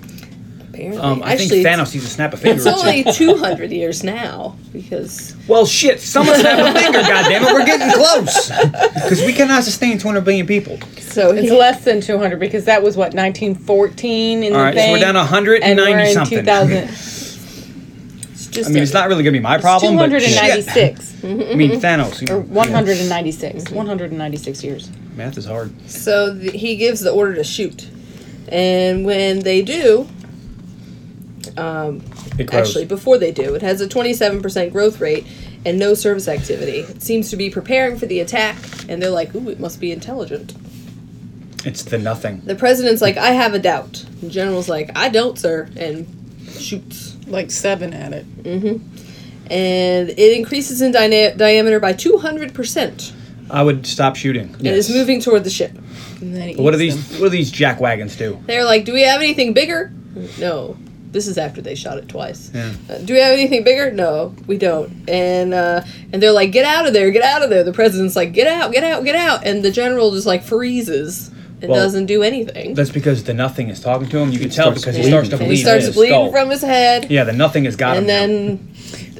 Speaker 3: Apparently,
Speaker 5: Um, I
Speaker 3: Actually,
Speaker 5: think
Speaker 3: it's-
Speaker 5: Thanos needs to snap a finger
Speaker 3: It's
Speaker 5: or two.
Speaker 3: only 200 years now because
Speaker 5: Well, shit, someone snap a finger, goddammit. We're getting close. Because we cannot sustain 200 billion people.
Speaker 3: so
Speaker 2: It's
Speaker 3: he,
Speaker 2: less than 200 because that was what 1914 in
Speaker 5: All
Speaker 2: the
Speaker 5: right,
Speaker 2: thing.
Speaker 5: so we're down 190
Speaker 2: and we're in
Speaker 5: something.
Speaker 2: 2000.
Speaker 3: it's just
Speaker 5: I mean, it's not really going to be my problem, but shit.
Speaker 2: 296
Speaker 5: I mean, Thanos.
Speaker 2: or
Speaker 5: you-
Speaker 2: 196. 196 years.
Speaker 5: Math is hard.
Speaker 3: So th he gives the order to shoot, and when they do,
Speaker 5: It grows.
Speaker 3: actually before they do, it has a 27% growth rate and no service activity. It seems to be preparing for the attack, and they're like, "Ooh, it must be intelligent."
Speaker 5: It's the nothing.
Speaker 3: The president's like, "I have a doubt." The general's like, "I don't, sir," and shoots.
Speaker 2: Like seven at it.
Speaker 3: And it increases in dyna- diameter by 200%
Speaker 5: I would stop shooting.
Speaker 3: and is moving toward the ship.
Speaker 2: And then it
Speaker 5: What do
Speaker 2: eats
Speaker 5: these?
Speaker 2: them.
Speaker 5: What do these jack wagons do?
Speaker 3: They're like, "Do we have anything bigger?" No. This is after they shot it twice.
Speaker 5: Yeah.
Speaker 3: Uh, do we have anything bigger? No, we don't. And uh, and they're like, "Get out of there! Get out of there!" The president's like, "Get out! Get out! Get out!" And the general just like freezes and
Speaker 5: Well,
Speaker 3: doesn't do anything.
Speaker 5: That's because the nothing is talking to him. You can tell
Speaker 4: starts
Speaker 5: because he starts to
Speaker 4: bleeding.
Speaker 5: bleed.
Speaker 3: he starts
Speaker 5: his
Speaker 3: bleeding
Speaker 5: skull.
Speaker 3: from his head,
Speaker 5: Yeah, the nothing has got
Speaker 3: and
Speaker 5: him. now.
Speaker 3: then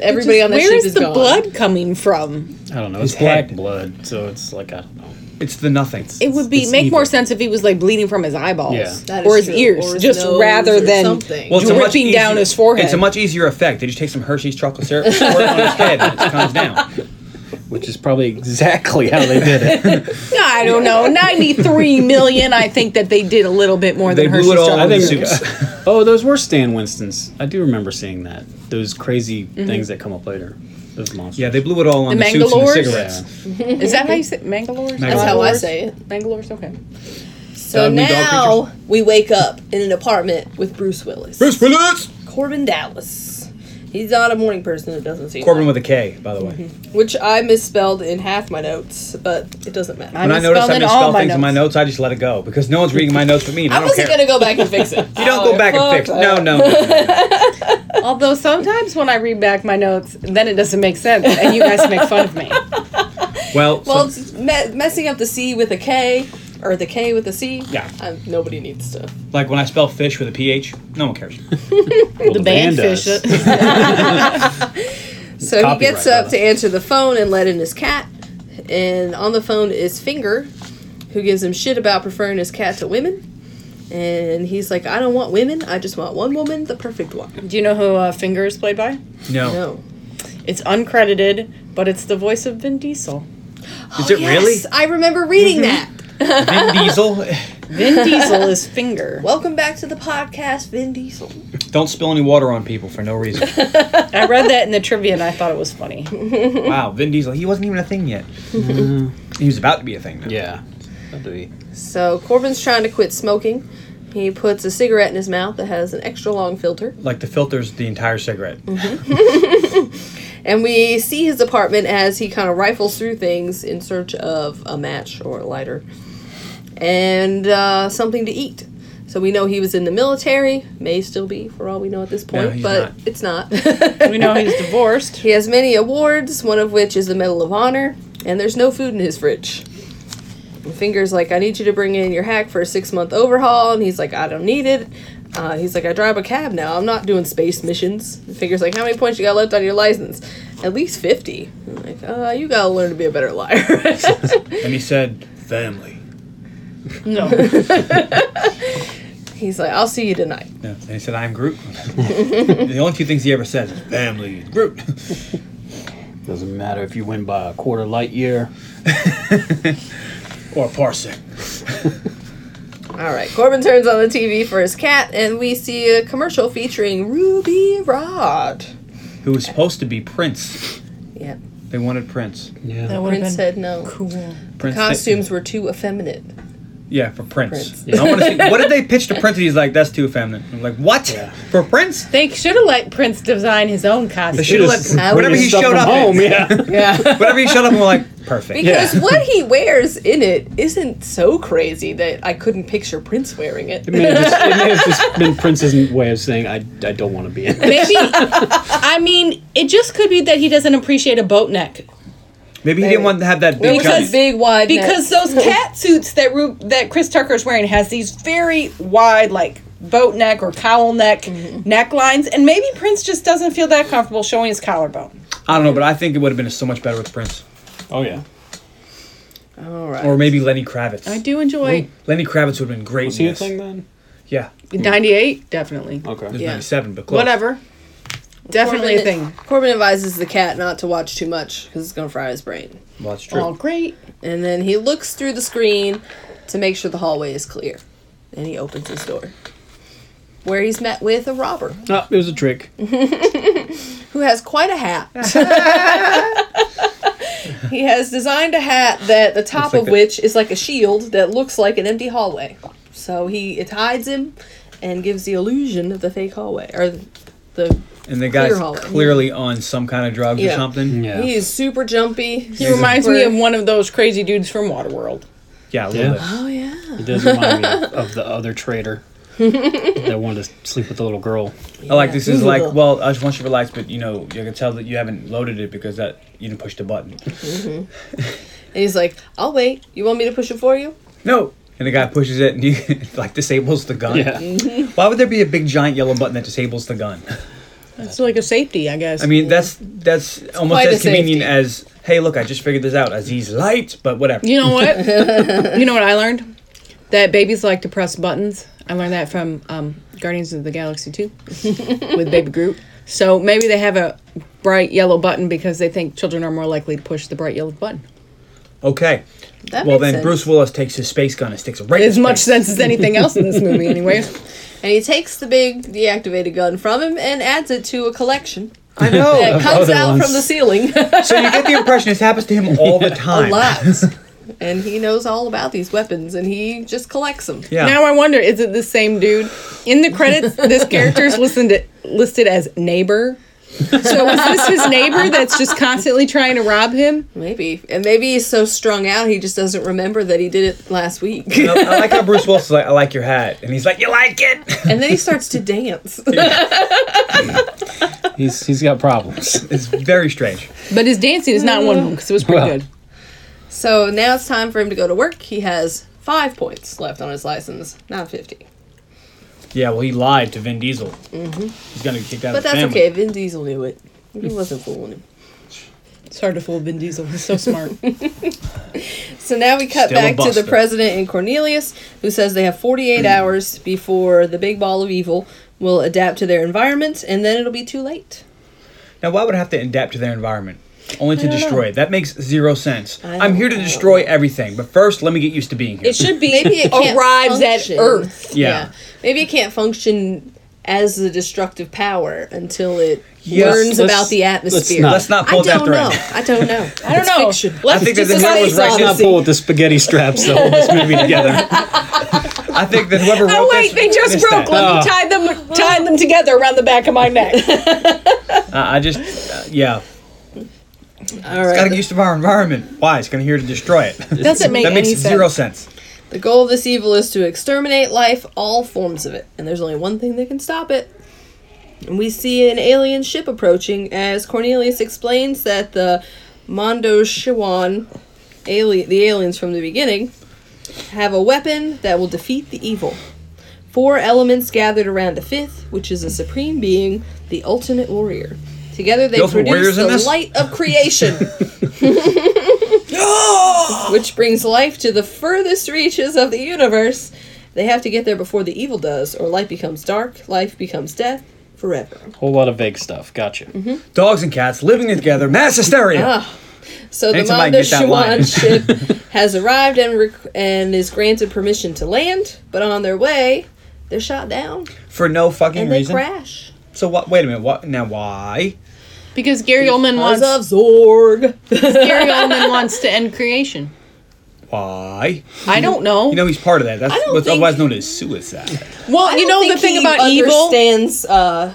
Speaker 3: everybody
Speaker 2: Just
Speaker 3: on the
Speaker 2: where
Speaker 3: ship
Speaker 2: is,
Speaker 3: is
Speaker 2: the
Speaker 3: gone.
Speaker 2: blood coming from?
Speaker 4: I don't know. It's
Speaker 5: His
Speaker 4: black
Speaker 5: head.
Speaker 4: blood, so it's like I don't know.
Speaker 5: it's the nothing.
Speaker 2: It would be
Speaker 4: it's
Speaker 2: make more
Speaker 4: evil.
Speaker 2: sense if he was like bleeding from his eyeballs
Speaker 4: Yeah.
Speaker 3: That
Speaker 2: or
Speaker 3: is
Speaker 2: his
Speaker 3: true.
Speaker 2: ears,
Speaker 3: Or his
Speaker 2: just
Speaker 3: nose
Speaker 2: rather
Speaker 3: or
Speaker 2: than
Speaker 3: something.
Speaker 5: Well, it's a much
Speaker 2: dripping down
Speaker 5: easier-
Speaker 2: his forehead.
Speaker 5: It's a much easier effect. They just take some Hershey's chocolate syrup, squirt it on his head, and it just comes down.
Speaker 4: Which is probably exactly how they did it.
Speaker 2: I don't know, ninety-three million. I think that they did a little bit more
Speaker 5: They
Speaker 2: than
Speaker 5: blew
Speaker 2: Hershey's
Speaker 5: it all.
Speaker 2: chocolate
Speaker 5: I think
Speaker 2: syrup.
Speaker 5: soups.
Speaker 4: oh, those were Stan Winston's. I do remember seeing that. Those crazy
Speaker 3: Mm-hmm.
Speaker 4: things that come up later. Those monsters.
Speaker 5: Yeah, they blew it all on
Speaker 2: The
Speaker 5: the, suits and the
Speaker 2: Mangalores?
Speaker 5: cigarettes.
Speaker 2: Is that how you say Mangalores?
Speaker 3: That's how I
Speaker 2: Mangalores?
Speaker 3: say it.
Speaker 2: Mangalores. Okay.
Speaker 3: So
Speaker 5: Dog meat, dog
Speaker 3: now we wake up in an apartment with Bruce Willis,
Speaker 5: Bruce Willis.
Speaker 3: Corbin Dallas. He's not a morning person. It doesn't seem.
Speaker 5: Corbin
Speaker 3: like.
Speaker 5: with a K, by the way.
Speaker 3: which I misspelled in half my notes, but it doesn't matter.
Speaker 2: I
Speaker 5: When I notice I
Speaker 2: misspelled in
Speaker 5: misspell
Speaker 2: all my
Speaker 5: things in my
Speaker 2: notes.
Speaker 5: notes, I just let it go because no one's reading my notes but me. And I,
Speaker 3: I,
Speaker 5: don't
Speaker 3: wasn't
Speaker 5: care.
Speaker 3: gonna go back and fix it.
Speaker 5: you don't go back and fix. No, no, no.
Speaker 2: Although sometimes when I read back my notes, then it doesn't make sense, and you guys make fun of me.
Speaker 5: Well,
Speaker 3: Well,
Speaker 5: so,
Speaker 3: it's me- messing up the C with a K or the K with a C.
Speaker 5: Yeah.
Speaker 3: Um, nobody needs to.
Speaker 5: like when I spell fish with a PH, no one cares.
Speaker 4: Well,
Speaker 2: The band
Speaker 4: does.
Speaker 2: fish.
Speaker 3: So he
Speaker 5: Copyright,
Speaker 3: gets up
Speaker 5: brother.
Speaker 3: to answer the phone and let in his cat. And on the phone is Finger, who gives him shit about preferring his cat to women. And he's like, I don't want women. I just want one woman, the perfect one.
Speaker 6: Do you know who uh, Finger is played by?
Speaker 4: No.
Speaker 3: No.
Speaker 6: It's uncredited, but it's the voice of Vin Diesel.
Speaker 4: Is it really?
Speaker 3: Oh, Yes, I remember
Speaker 5: Mm-hmm.
Speaker 3: reading that.
Speaker 5: Vin Diesel.
Speaker 6: Vin Diesel is Finger.
Speaker 3: Welcome back to the podcast, Vin Diesel.
Speaker 5: Don't spill any water on people for no reason.
Speaker 6: I read that in the trivia and I thought it was funny.
Speaker 5: wow, Vin Diesel. He wasn't even a thing yet. he was about to be a thing. Now.
Speaker 4: Yeah.
Speaker 5: About to be.
Speaker 3: So Corbin's trying to quit smoking. He puts a cigarette in his mouth that has an extra long filter.
Speaker 5: Like the filters the entire cigarette.
Speaker 3: Mm-hmm. And we see his apartment as he kind of rifles through things in search of a match or a lighter and uh, something to eat. So we know he was in the military, may still be for all we know at this point,
Speaker 5: he's
Speaker 3: but
Speaker 5: not.
Speaker 3: it's not.
Speaker 6: We know he's divorced.
Speaker 3: he has many awards, one of which is the Medal of Honor, and there's no food in his fridge. And Finger's like, I need you to bring in your hack for a six month overhaul, and he's like, I don't need it. Uh, he's like, I drive a cab now. I'm not doing space missions. And Finger's like, How many points you got left on your license? At least fifty. I'm like, uh, you gotta learn to be a better liar.
Speaker 5: And he said, "Family."
Speaker 6: No.
Speaker 3: he's like, I'll see you tonight.
Speaker 5: Yeah. And he said, "I'm Groot." the only two things he ever said is "Family and Groot."
Speaker 4: Doesn't matter if you win by a quarter light year.
Speaker 5: or parsec.
Speaker 3: All right, Corbin turns on the TV for his cat, and we see a commercial featuring Ruby Rod.
Speaker 5: Who was supposed to be Prince?
Speaker 3: Yeah,
Speaker 5: They wanted Prince.
Speaker 4: Yeah.
Speaker 6: would've
Speaker 3: Prince
Speaker 6: been
Speaker 3: said no.
Speaker 6: cool.
Speaker 5: Prince
Speaker 3: Costumes were too effeminate.
Speaker 5: yeah, for Prince.
Speaker 3: Prince.
Speaker 5: I wanna see, what did they pitch to Prince? And he's like, "That's too feminine." I'm like, "What? For Prince?"
Speaker 6: They should have let Prince design his own
Speaker 5: They
Speaker 6: costume.
Speaker 5: should have let
Speaker 3: Now
Speaker 5: whatever
Speaker 3: we
Speaker 5: he showed up. in-
Speaker 4: home. Yeah.
Speaker 3: Yeah.
Speaker 5: Whatever he showed up, and we're like, "Perfect."
Speaker 3: Because what he wears in it isn't so crazy that I couldn't picture Prince wearing it.
Speaker 4: It may, have just, it may have just been Prince's way of saying I, I don't want to be in. it."
Speaker 6: Maybe, I mean, it just could be that he doesn't appreciate a boat neck.
Speaker 5: Maybe he didn't want to have that big.
Speaker 3: Because
Speaker 5: Because
Speaker 3: big wide neck.
Speaker 6: Because those cat suits that Ru- that Chris Tucker's wearing has these very wide, like boat neck or cowl neck
Speaker 2: Mm-hmm.
Speaker 6: necklines, and maybe Prince just doesn't feel that comfortable showing his collarbone.
Speaker 5: I don't know, but I think it would have been so much better with Prince,
Speaker 4: Oh yeah.
Speaker 3: All right.
Speaker 5: or maybe Lenny Kravitz.
Speaker 2: I do enjoy
Speaker 5: Lenny Kravitz would have been great.
Speaker 4: Was he
Speaker 5: in
Speaker 4: a
Speaker 5: this.
Speaker 4: thing then?
Speaker 5: Yeah, it
Speaker 2: 98, definitely.
Speaker 4: Okay.
Speaker 5: was
Speaker 3: Yeah.
Speaker 5: '97, but close.
Speaker 2: Whatever. Definitely a thing.
Speaker 3: Corbin advises the cat not to watch too much because it's going to fry his brain.
Speaker 5: Well, that's true.
Speaker 2: Oh, great.
Speaker 3: And then he looks through the screen to make sure the hallway is clear. And he opens his door. Where he's met with a robber
Speaker 4: No, it was a trick.
Speaker 3: who has quite a hat. he has designed a hat that the top
Speaker 5: Looks like
Speaker 3: of
Speaker 5: a-
Speaker 3: which is like a shield that looks like an empty hallway. So he it hides him and gives the illusion of the fake hallway or the, the
Speaker 5: And the guy's
Speaker 3: hallway.
Speaker 5: clearly on some kind of drugs
Speaker 3: Yeah.
Speaker 5: or something.
Speaker 4: Yeah.
Speaker 3: He is super jumpy.
Speaker 6: He reminds me of one of those crazy dudes from Waterworld.
Speaker 5: Yeah, a little
Speaker 4: Yeah.
Speaker 5: bit.
Speaker 3: Oh yeah.
Speaker 4: It does remind me of, of the other traitor that wanted to sleep with the little girl.
Speaker 5: I like this is
Speaker 3: Ooh.
Speaker 5: like well, I just want you to relax, but you know you can tell that you haven't loaded it because that you didn't push the button.
Speaker 3: And he's like, "I'll wait. You want me to push it for you?"
Speaker 5: no. And the guy pushes it and he like disables the gun.
Speaker 4: Yeah.
Speaker 3: Mm-hmm.
Speaker 5: Why would there be a big giant yellow button that disables the gun?
Speaker 2: It's like a safety, I guess.
Speaker 5: I mean that's that's almost
Speaker 3: quite a
Speaker 5: as convenient
Speaker 3: safety.
Speaker 5: as hey look I just figured this out as he's light but whatever.
Speaker 2: you know what? you know what I learned? That babies like to press buttons. I learned that from um, Guardians of the Galaxy 2 with Baby Groot. So maybe they have a bright yellow button because they think children are more likely to push the bright yellow button.
Speaker 5: Okay.
Speaker 3: That
Speaker 5: well
Speaker 3: makes
Speaker 5: then
Speaker 3: sense.
Speaker 5: Bruce Willis takes his space gun and sticks it right. in
Speaker 2: As
Speaker 5: his
Speaker 2: much
Speaker 5: face.
Speaker 2: sense as anything else in this movie, anyways.
Speaker 3: And he takes the big deactivated gun from him and adds it to a collection
Speaker 5: I know.
Speaker 3: that comes
Speaker 4: other
Speaker 3: out
Speaker 4: ones.
Speaker 3: from the ceiling
Speaker 5: so you get the impression this happens to him all the
Speaker 3: a
Speaker 5: time.
Speaker 3: lot. and he knows all about these weapons and he just collects them.
Speaker 5: Yeah.
Speaker 2: Now I wonder, is it the same dude? In the credits, this character is listed listed as neighbor. So is this his neighbor that's just constantly trying to rob him?
Speaker 3: Maybe. And maybe he's so strung out he just doesn't remember that he did it last week.
Speaker 5: I, I like how Bruce Willis is like, I like your hat. And he's like, You like it?
Speaker 3: and then he starts to dance.
Speaker 4: He's he's got problems.
Speaker 5: It's very strange.
Speaker 2: But his dancing is not one of them because it was pretty
Speaker 4: Well.
Speaker 2: good.
Speaker 3: so now it's time for him to go to work. He has five points left on his license, not 50.
Speaker 5: Yeah, well, he lied to Vin Diesel. He's going to get kicked out
Speaker 3: But
Speaker 5: of the
Speaker 3: that's
Speaker 5: family.
Speaker 3: okay. Vin Diesel knew it. He wasn't fooling him.
Speaker 2: It's hard to fool Vin Diesel. He's so smart.
Speaker 3: So now we cut
Speaker 4: Still a
Speaker 3: back to the
Speaker 4: buster.
Speaker 3: president and Cornelius, who says they have 48 hours before the big ball of evil will adapt to their environments, and then it'll be too late.
Speaker 5: Now, why would I have to adapt to their environment? Only to destroy it. That makes zero sense.
Speaker 3: I
Speaker 5: I'm here to
Speaker 3: don't know.
Speaker 5: destroy everything, but first, let me get used to being here.
Speaker 6: It should be
Speaker 3: Maybe it can't
Speaker 6: arrives
Speaker 3: function.
Speaker 6: at Earth.
Speaker 5: Yeah.
Speaker 3: Maybe it can't function as a destructive power until it
Speaker 5: Yes,
Speaker 3: learns
Speaker 4: let's-
Speaker 3: about the atmosphere.
Speaker 4: not.
Speaker 5: Let's not
Speaker 3: I
Speaker 5: pull that
Speaker 3: don't know.
Speaker 5: thread.
Speaker 3: I don't know.
Speaker 6: I don't know.
Speaker 5: I think that the
Speaker 6: decide
Speaker 5: hero was
Speaker 4: Let's not
Speaker 5: right.
Speaker 4: pull with the spaghetti straps to hold this movie together.
Speaker 5: I think that whoever wrote
Speaker 6: Oh wait,
Speaker 5: this
Speaker 6: they just
Speaker 5: missed
Speaker 6: broke. Let
Speaker 5: that.
Speaker 6: me tie them, tie them together around the back of my neck.
Speaker 5: Uh, I just, uh, yeah.
Speaker 3: All
Speaker 5: Got to get
Speaker 3: right.
Speaker 5: used to our environment. Why? It's going to here to destroy it.
Speaker 2: Doesn't make
Speaker 5: that makes
Speaker 2: any sense.
Speaker 5: zero sense.
Speaker 3: The goal of this evil is to exterminate life, all forms of it, and there's only one thing that can stop it. And we see an alien ship approaching as Cornelius explains that the Mondo Shiwan alien the aliens from the beginning have a weapon that will defeat the evil. Four elements gathered around a fifth, which is a supreme being, the ultimate warrior. Together they
Speaker 5: The ultimate
Speaker 3: produce
Speaker 5: warrior's in
Speaker 3: the
Speaker 5: this?
Speaker 3: light of creation. which brings life to the furthest reaches of the universe. They have to get there before the evil does, or light becomes dark, life becomes death forever.
Speaker 4: Whole lot of vague stuff. Gotcha.
Speaker 5: Dogs and cats living together, mass hysteria.
Speaker 3: So the
Speaker 5: Ain't somebody
Speaker 3: Manda
Speaker 5: get that line.
Speaker 3: Shawan ship has arrived and rec- and is granted permission to land, but on their way, they're shot down
Speaker 5: for no fucking
Speaker 3: and they
Speaker 5: reason.
Speaker 3: crash.
Speaker 5: So what? Wait a minute. What? Now why?
Speaker 2: because Gary Oldman
Speaker 3: As
Speaker 2: wants
Speaker 3: of Zorg.
Speaker 2: Gary Oldman wants to end creation.
Speaker 5: Why?
Speaker 2: I don't know.
Speaker 5: You know he's part of that. That's
Speaker 3: don't
Speaker 5: what's
Speaker 3: think-
Speaker 5: otherwise known as suicide.
Speaker 2: well, you know the thing about evil.
Speaker 3: understands uh,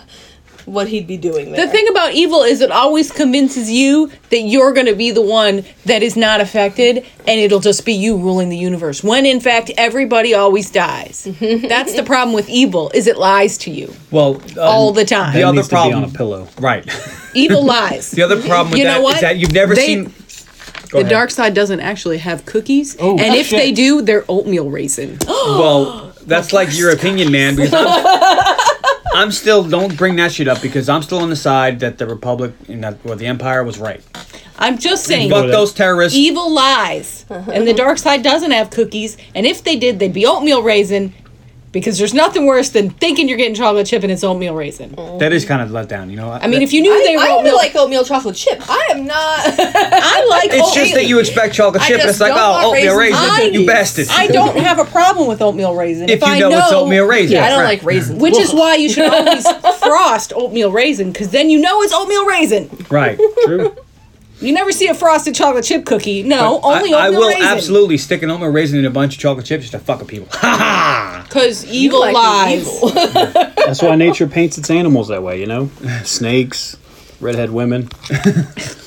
Speaker 3: what he'd be doing there.
Speaker 2: The thing about evil is it always convinces you that you're going to be the one that is not affected and it'll just be you ruling the universe. When in fact everybody always dies.
Speaker 6: Mm-hmm.
Speaker 2: That's the problem with evil is it lies to you.
Speaker 5: Well, um,
Speaker 2: All the time.
Speaker 5: The
Speaker 2: That
Speaker 5: other
Speaker 4: needs to be
Speaker 5: problem
Speaker 4: on a pillow.
Speaker 5: Right.
Speaker 2: Evil lies.
Speaker 5: The other problem with
Speaker 2: You know
Speaker 5: that is
Speaker 2: what?
Speaker 5: that you've never
Speaker 2: They-
Speaker 5: seen.
Speaker 2: the
Speaker 5: Go ahead. Oh,
Speaker 2: dark side doesn't actually have cookies, and if
Speaker 4: shit.
Speaker 2: they do, they're oatmeal raisin.
Speaker 5: Well, that's like your opinion, man. Because I'm, I'm still don't bring that shit up because I'm still on the side that the Republic and that or the Empire was right.
Speaker 2: I'm just saying.
Speaker 5: Fuck those terrorists.
Speaker 2: evil lies. and the dark side doesn't have cookies. And if they did, they'd be oatmeal raisin because there's nothing worse than thinking you're getting chocolate chip and it's oatmeal raisin.
Speaker 5: That is kind of let down. You know.
Speaker 2: I mean, if you knew they
Speaker 3: I,
Speaker 2: were
Speaker 3: I
Speaker 2: oatmeal,
Speaker 3: really like oatmeal chocolate chip. I am not.
Speaker 2: I like
Speaker 5: It's just that you expect chocolate
Speaker 3: I
Speaker 5: chip, and
Speaker 3: just
Speaker 5: it's like,
Speaker 3: don't
Speaker 5: oh,
Speaker 3: want
Speaker 5: oatmeal
Speaker 3: raisins
Speaker 5: raisin,
Speaker 3: on
Speaker 5: you
Speaker 3: these.
Speaker 5: bastard.
Speaker 2: I don't have a problem with oatmeal raisin if,
Speaker 5: If you
Speaker 2: I
Speaker 5: know
Speaker 2: know,
Speaker 5: it's oatmeal raisin,
Speaker 3: I
Speaker 5: that's
Speaker 3: don't
Speaker 5: right.
Speaker 3: like raisins.
Speaker 2: Which is why you should always frost oatmeal raisin because then you know it's oatmeal raisin.
Speaker 5: Right.
Speaker 4: True.
Speaker 2: You never see a frosted chocolate chip cookie. No,
Speaker 5: But
Speaker 2: only
Speaker 5: I, I
Speaker 2: oatmeal
Speaker 5: will
Speaker 2: raisin.
Speaker 5: absolutely stick an oatmeal raisin in a bunch of chocolate chips just to fuck with people.
Speaker 2: Because evil
Speaker 3: like the
Speaker 2: lies.
Speaker 4: That's why nature paints its animals that way, you know? Snakes, redhead women.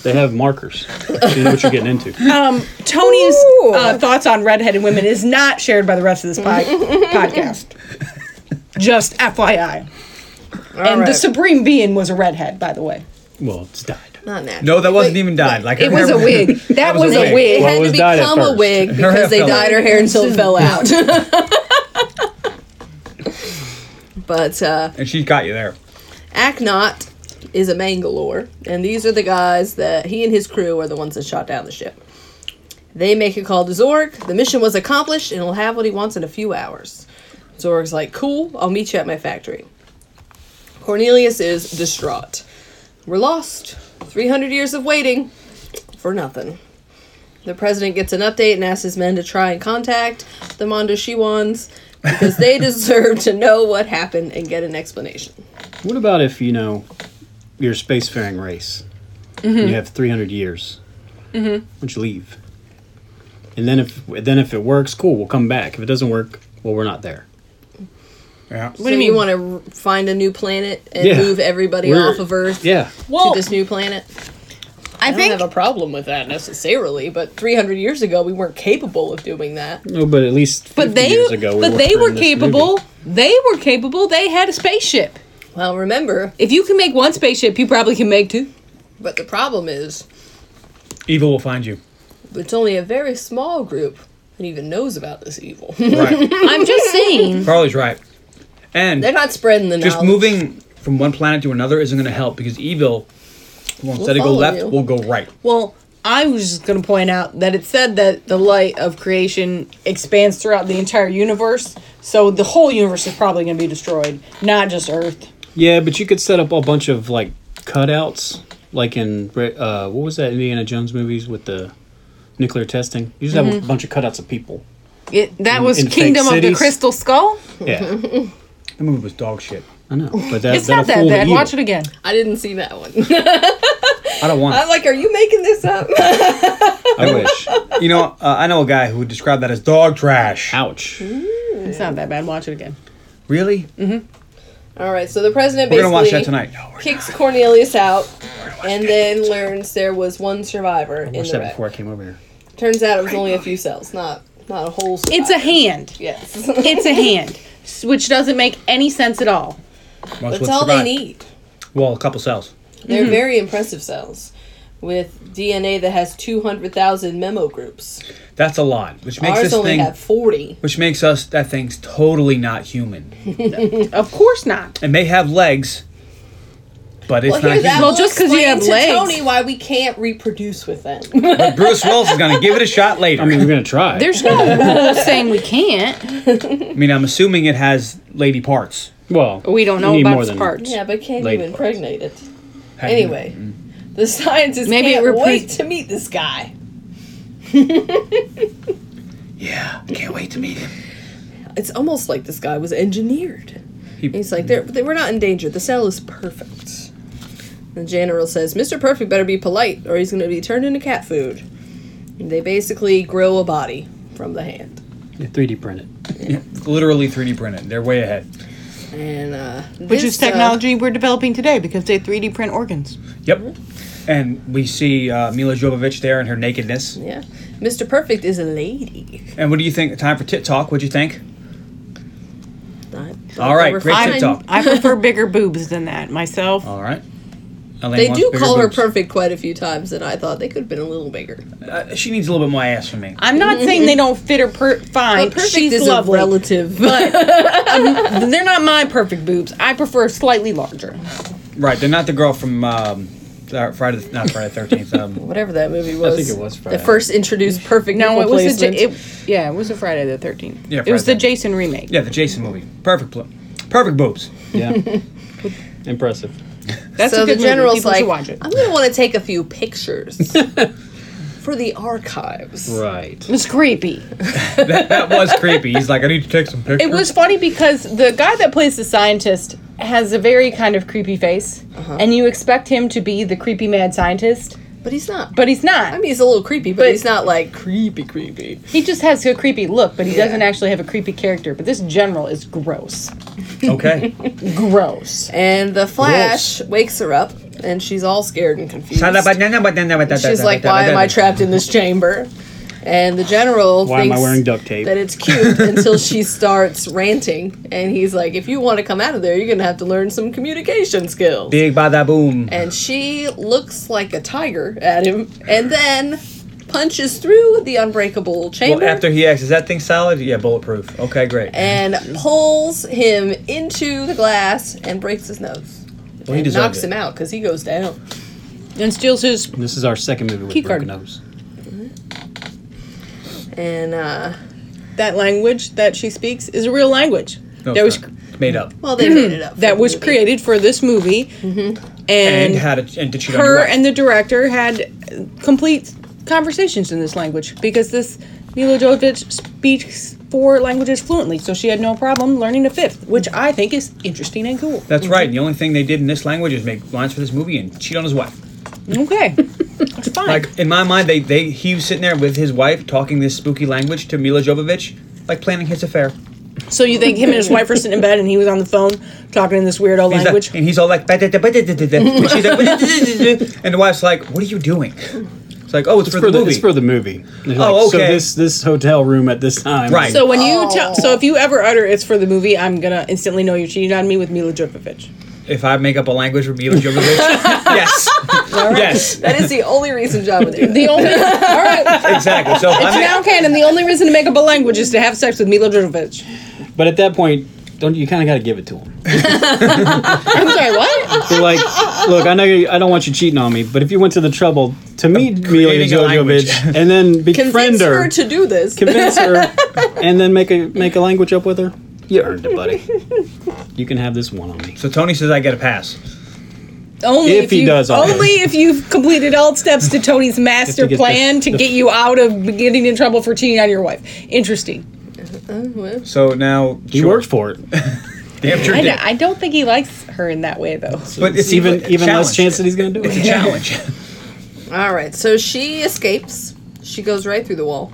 Speaker 4: they have markers. So you know what you're getting into.
Speaker 2: um, Tony's uh, thoughts on redheaded women is not shared by the rest of this pod- podcast. Just FYI. and the
Speaker 3: right.
Speaker 2: supreme being was a redhead, by the way.
Speaker 4: Well, it's died.
Speaker 3: Not natural.
Speaker 5: No, that wasn't
Speaker 3: Wait,
Speaker 5: even dyed. Like
Speaker 2: It was a wig. That was a
Speaker 3: It
Speaker 2: wig.
Speaker 4: Well, it
Speaker 3: had
Speaker 4: was
Speaker 3: to
Speaker 4: dyed at
Speaker 3: become a
Speaker 4: first.
Speaker 3: wig
Speaker 5: hair
Speaker 3: because they
Speaker 5: fell out.
Speaker 3: dyed her hair until it fell out. but uh,
Speaker 5: And she got you there.
Speaker 3: Aknot is a Mangalore, and these are the guys that he and his crew are the ones that shot down the ship. They make a call to Zorg. The mission was accomplished, and he'll have what he wants in a few hours. Zorg's like, "Cool, I'll meet you at my factory." Cornelius is distraught. We're lost. 300 years of waiting for nothing. The president gets an update and asks his men to try and contact the Mondo Shiwans because they deserve to know what happened and get an explanation.
Speaker 4: What about if, you know, you're a spacefaring race?
Speaker 2: Mm-hmm.
Speaker 4: and You have 300 years. Mm-hmm. Why don't you leave? And then if then if it works, cool, we'll come back. If it doesn't work, well, we're not there.
Speaker 5: Yeah.
Speaker 3: so you want to find a new planet and
Speaker 4: Yeah.
Speaker 3: move everybody
Speaker 4: We're-
Speaker 3: off of Earth
Speaker 4: Yeah.
Speaker 3: to
Speaker 2: Well,
Speaker 3: this new planet?
Speaker 2: I
Speaker 3: I,
Speaker 2: think
Speaker 3: don't have a problem with that necessarily, but 300 years ago we weren't capable of doing that.
Speaker 4: No, but at least 50
Speaker 2: but they
Speaker 4: years ago, we
Speaker 2: but they were
Speaker 4: in this
Speaker 2: capable.
Speaker 4: movie.
Speaker 2: They were capable. They had a spaceship.
Speaker 3: Well, remember,
Speaker 2: If you can make one spaceship, you probably can make two.
Speaker 3: but the problem is
Speaker 5: Evil will find you.
Speaker 3: it's only a very small group that even knows about this evil.
Speaker 5: Right.
Speaker 2: I'm just saying.
Speaker 5: Carly's right. And
Speaker 3: They're not spreading the
Speaker 5: just
Speaker 3: knowledge.
Speaker 5: moving from one planet to another isn't going to help because evil Well, instead of go
Speaker 3: follow
Speaker 5: left,
Speaker 3: you.
Speaker 5: we'll go right.
Speaker 2: Well, I was just going to point out that it said that the light of creation expands throughout the entire universe, so the whole universe is probably going to be destroyed, not just Earth.
Speaker 4: Yeah, but you could set up a bunch of like cutouts, like in uh, what was that Indiana Jones movies with the nuclear testing? You just
Speaker 2: Mm-hmm.
Speaker 4: have a bunch of cutouts of people.
Speaker 2: It, that was
Speaker 4: in fake
Speaker 2: Kingdom of the
Speaker 4: cities?
Speaker 2: Crystal Skull.
Speaker 4: Yeah,
Speaker 5: That movie was dog shit.
Speaker 4: I know, but that,
Speaker 2: It's not that
Speaker 4: fool the
Speaker 2: bad.
Speaker 4: evil.
Speaker 2: Watch it again.
Speaker 3: I didn't see that one.
Speaker 5: I don't want.
Speaker 3: I'm like, are you making this up?
Speaker 4: I wish.
Speaker 5: it. You know, uh, I know a guy who would describe that as dog trash.
Speaker 4: Ouch.
Speaker 2: It's not that bad. Watch it again.
Speaker 5: Really?
Speaker 3: All right, so the president
Speaker 5: We're
Speaker 3: basically
Speaker 5: gonna watch that tonight. No, we're
Speaker 3: kicks Cornelius out and then learns there was one survivor in
Speaker 4: Watched
Speaker 3: the
Speaker 4: that
Speaker 3: wreck.
Speaker 4: before I came over here.
Speaker 3: Turns out it was only a few cells, not not a whole survivor.
Speaker 2: It's a hand.
Speaker 3: Yes.
Speaker 2: It's a hand, s- which doesn't make any sense at all.
Speaker 5: Most
Speaker 3: That's
Speaker 5: would
Speaker 3: all
Speaker 5: survive.
Speaker 3: they need.
Speaker 5: Well, a couple cells.
Speaker 3: They're
Speaker 2: Mm-hmm.
Speaker 3: very impressive cells with DNA that has 200,000 memo groups.
Speaker 5: That's a lot, which makes
Speaker 3: Ours
Speaker 5: this
Speaker 3: only
Speaker 5: thing,
Speaker 3: have 40.
Speaker 5: which makes us that thing's totally not human.
Speaker 2: Of course not.
Speaker 5: It may have legs, but it's not
Speaker 3: here's
Speaker 5: human.
Speaker 3: that
Speaker 2: Well,
Speaker 3: will
Speaker 2: just 'cause you
Speaker 3: explain
Speaker 2: have
Speaker 3: to
Speaker 2: legs.
Speaker 3: Tony why we can't reproduce with them.
Speaker 5: But Bruce Willis is gonna give it a shot later.
Speaker 4: I mean, we're gonna try.
Speaker 2: There's no rule saying we can't.
Speaker 5: I mean, I'm assuming it has lady parts.
Speaker 4: well,
Speaker 2: We don't know
Speaker 4: need
Speaker 2: about
Speaker 4: more
Speaker 2: its
Speaker 4: than-
Speaker 2: parts.
Speaker 3: yeah, but can
Speaker 4: Lady
Speaker 3: you
Speaker 4: parts.
Speaker 3: impregnate it? Anyway,
Speaker 5: Mm.
Speaker 3: the scientists
Speaker 2: Maybe
Speaker 3: can't
Speaker 2: it repre-
Speaker 3: wait to meet this guy.
Speaker 5: Yeah, I can't wait to meet him.
Speaker 3: It's almost like this guy was engineered.
Speaker 5: He-
Speaker 3: He's like, They're, they, we're not in danger. The cell is perfect. The general says, Mr. Perfect better be polite or he's going to be turned into cat food. And they basically grow a body from the hand.
Speaker 4: Yeah, 3D printed.
Speaker 5: Literally 3D printed. They're way ahead.
Speaker 3: And, uh,
Speaker 2: Which
Speaker 3: this,
Speaker 2: is
Speaker 3: uh,
Speaker 2: technology we're developing today because they 3D print organs.
Speaker 5: Yep. And we see uh, Mila Jovovich there in her nakedness.
Speaker 3: yeah. Mr. Perfect is a lady.
Speaker 5: And what do you think? Time for tit talk. What'd you think?
Speaker 3: Not-
Speaker 5: All right,
Speaker 3: over
Speaker 5: great
Speaker 3: fine.
Speaker 5: tit talk.
Speaker 2: I prefer bigger boobs than that myself.
Speaker 5: All right. Elaine
Speaker 3: They
Speaker 5: wants
Speaker 3: do
Speaker 5: bigger
Speaker 3: call her
Speaker 5: boobs.
Speaker 3: perfect quite a few times, and I thought they could have been a little bigger.
Speaker 5: Uh, she needs a little bit more ass from me.
Speaker 2: I'm not saying they don't fit her per- fine.
Speaker 3: But perfect
Speaker 2: She's
Speaker 3: is
Speaker 2: lovely.
Speaker 3: a relative.
Speaker 2: Um, They're not my perfect boobs. I prefer slightly larger.
Speaker 5: Right, they're not the girl from um, uh, Friday, the, not Friday the Thirteenth. Um,
Speaker 3: whatever that movie was.
Speaker 4: think it was Friday.
Speaker 3: The first introduced perfect.
Speaker 2: No, it was the
Speaker 3: placement.
Speaker 2: J- it, yeah, it was a Friday the 13th.
Speaker 5: Yeah,
Speaker 2: it was the
Speaker 5: Friday.
Speaker 2: Jason remake.
Speaker 5: yeah, the Jason movie. Perfect, pl- perfect boobs.
Speaker 4: Yeah. Impressive.
Speaker 2: That's
Speaker 3: so
Speaker 2: a good
Speaker 3: the general's
Speaker 2: movie. People
Speaker 3: like,
Speaker 2: should watch it.
Speaker 3: I'm gonna want to take a few pictures for the archives.
Speaker 4: Right.
Speaker 2: It's creepy.
Speaker 5: That was creepy. He's like, I need to take some pictures.
Speaker 2: It was funny because the guy that plays the scientist has a very kind of creepy face, and you expect him to be the creepy mad scientist,
Speaker 3: But he's not.
Speaker 2: but he's not.
Speaker 3: I mean, he's a little creepy, but,
Speaker 2: But-
Speaker 3: he's not like creepy, creepy.
Speaker 2: he just has a creepy look, but he doesn't actually have a creepy character. But this general is gross.
Speaker 5: okay.
Speaker 2: Gross.
Speaker 3: And the Flash wakes her up, and she's all scared and confused. She's
Speaker 5: She's
Speaker 3: like, "Why am I trapped in this chamber?" And the general
Speaker 4: Why am I
Speaker 3: thinks
Speaker 4: wearing duct tape?
Speaker 3: that it's cute until she starts ranting, and he's like, "If you want to come out of there, you're gonna have to learn some communication skills."
Speaker 5: Big bada boom.
Speaker 3: and she looks like a tiger at him, and then punches through the unbreakable chamber
Speaker 5: Well, after he asks, is that thing solid? Yeah, bulletproof. Okay, great.
Speaker 3: and pulls him into the glass and breaks his nose.
Speaker 5: Well, he
Speaker 3: and
Speaker 5: deserved
Speaker 3: knocks
Speaker 5: it.
Speaker 3: him out because he goes down.
Speaker 2: And steals his.
Speaker 4: This is our second movie with
Speaker 2: Key card.
Speaker 4: broken nose.
Speaker 3: And uh,
Speaker 2: That language that she speaks is a real language.
Speaker 5: No,
Speaker 2: that was
Speaker 5: it's not. made up.
Speaker 3: well, they made it up. for
Speaker 2: that
Speaker 3: the
Speaker 2: was
Speaker 3: movie.
Speaker 2: created for this movie,
Speaker 5: And,
Speaker 2: and,
Speaker 5: had a, and did she
Speaker 2: her and the director had complete conversations in this language because this Mila Jovovich speaks four languages fluently, so she had no problem learning a fifth, which I think is interesting and cool.
Speaker 5: That's right. And the only thing they did in this language is make lines for this movie and cheat on his wife.
Speaker 2: Okay, it's fine.
Speaker 5: Like in my mind, they they he was sitting there with his wife talking this spooky language to Mila Jovovich, like planning his affair.
Speaker 2: so you think him and his wife were sitting in bed and he was on the phone talking in this weirdo
Speaker 5: He's like-
Speaker 2: language?
Speaker 5: and he's all like, "Ba-da-da, ba-da-da-da-da," and she's like, "Ba-da-da-da-da-da," and the wife's like, "What are you doing?" It's like, "Oh, it's, for,
Speaker 4: For
Speaker 5: the
Speaker 4: the,
Speaker 5: movie."
Speaker 4: it's for the movie. They're
Speaker 5: Oh,
Speaker 4: like, So
Speaker 5: okay.
Speaker 4: this this hotel room at this time.
Speaker 5: Right.
Speaker 2: so when you tell, so if you ever utter it's for the movie, I'm gonna instantly know you're cheating on me with Mila Jovovich.
Speaker 5: if I make up a language for Mila Jovovich, yes, yes,
Speaker 3: That is the only reason John would do that.
Speaker 2: The only all right,
Speaker 5: exactly. So if I make,
Speaker 2: now canon. The only reason to make up a language is to have sex with Mila Jovovich.
Speaker 4: But at that point, don't you kind of got to give it to them?
Speaker 2: I'm sorry, what?
Speaker 4: They're like, look, I know you, I don't want you cheating on me, but if you went to the trouble to meet Mila
Speaker 5: creating a
Speaker 4: Jojovic
Speaker 5: language.
Speaker 4: and then befriend
Speaker 3: Convince her
Speaker 4: her,
Speaker 3: to do this.
Speaker 4: convince her, and then make a make a language up with her, you earned it, buddy. You can have this one on me.
Speaker 5: So Tony says I get a pass.
Speaker 2: Only
Speaker 4: If he
Speaker 2: you,
Speaker 4: does all
Speaker 2: only if you've completed all steps to Tony's master
Speaker 4: get
Speaker 2: plan
Speaker 4: the-
Speaker 2: to get you out of getting in trouble for cheating on your wife. Interesting.
Speaker 5: So now
Speaker 4: He worked for it.
Speaker 5: Damn sure
Speaker 2: I,
Speaker 5: did.
Speaker 2: d- I don't think he likes her in that way though.
Speaker 5: But
Speaker 4: It's even even less
Speaker 5: challenge.
Speaker 4: chance that he's going to do
Speaker 5: It's a
Speaker 4: it.
Speaker 5: challenge.
Speaker 3: All right, so she escapes. She goes right through the wall,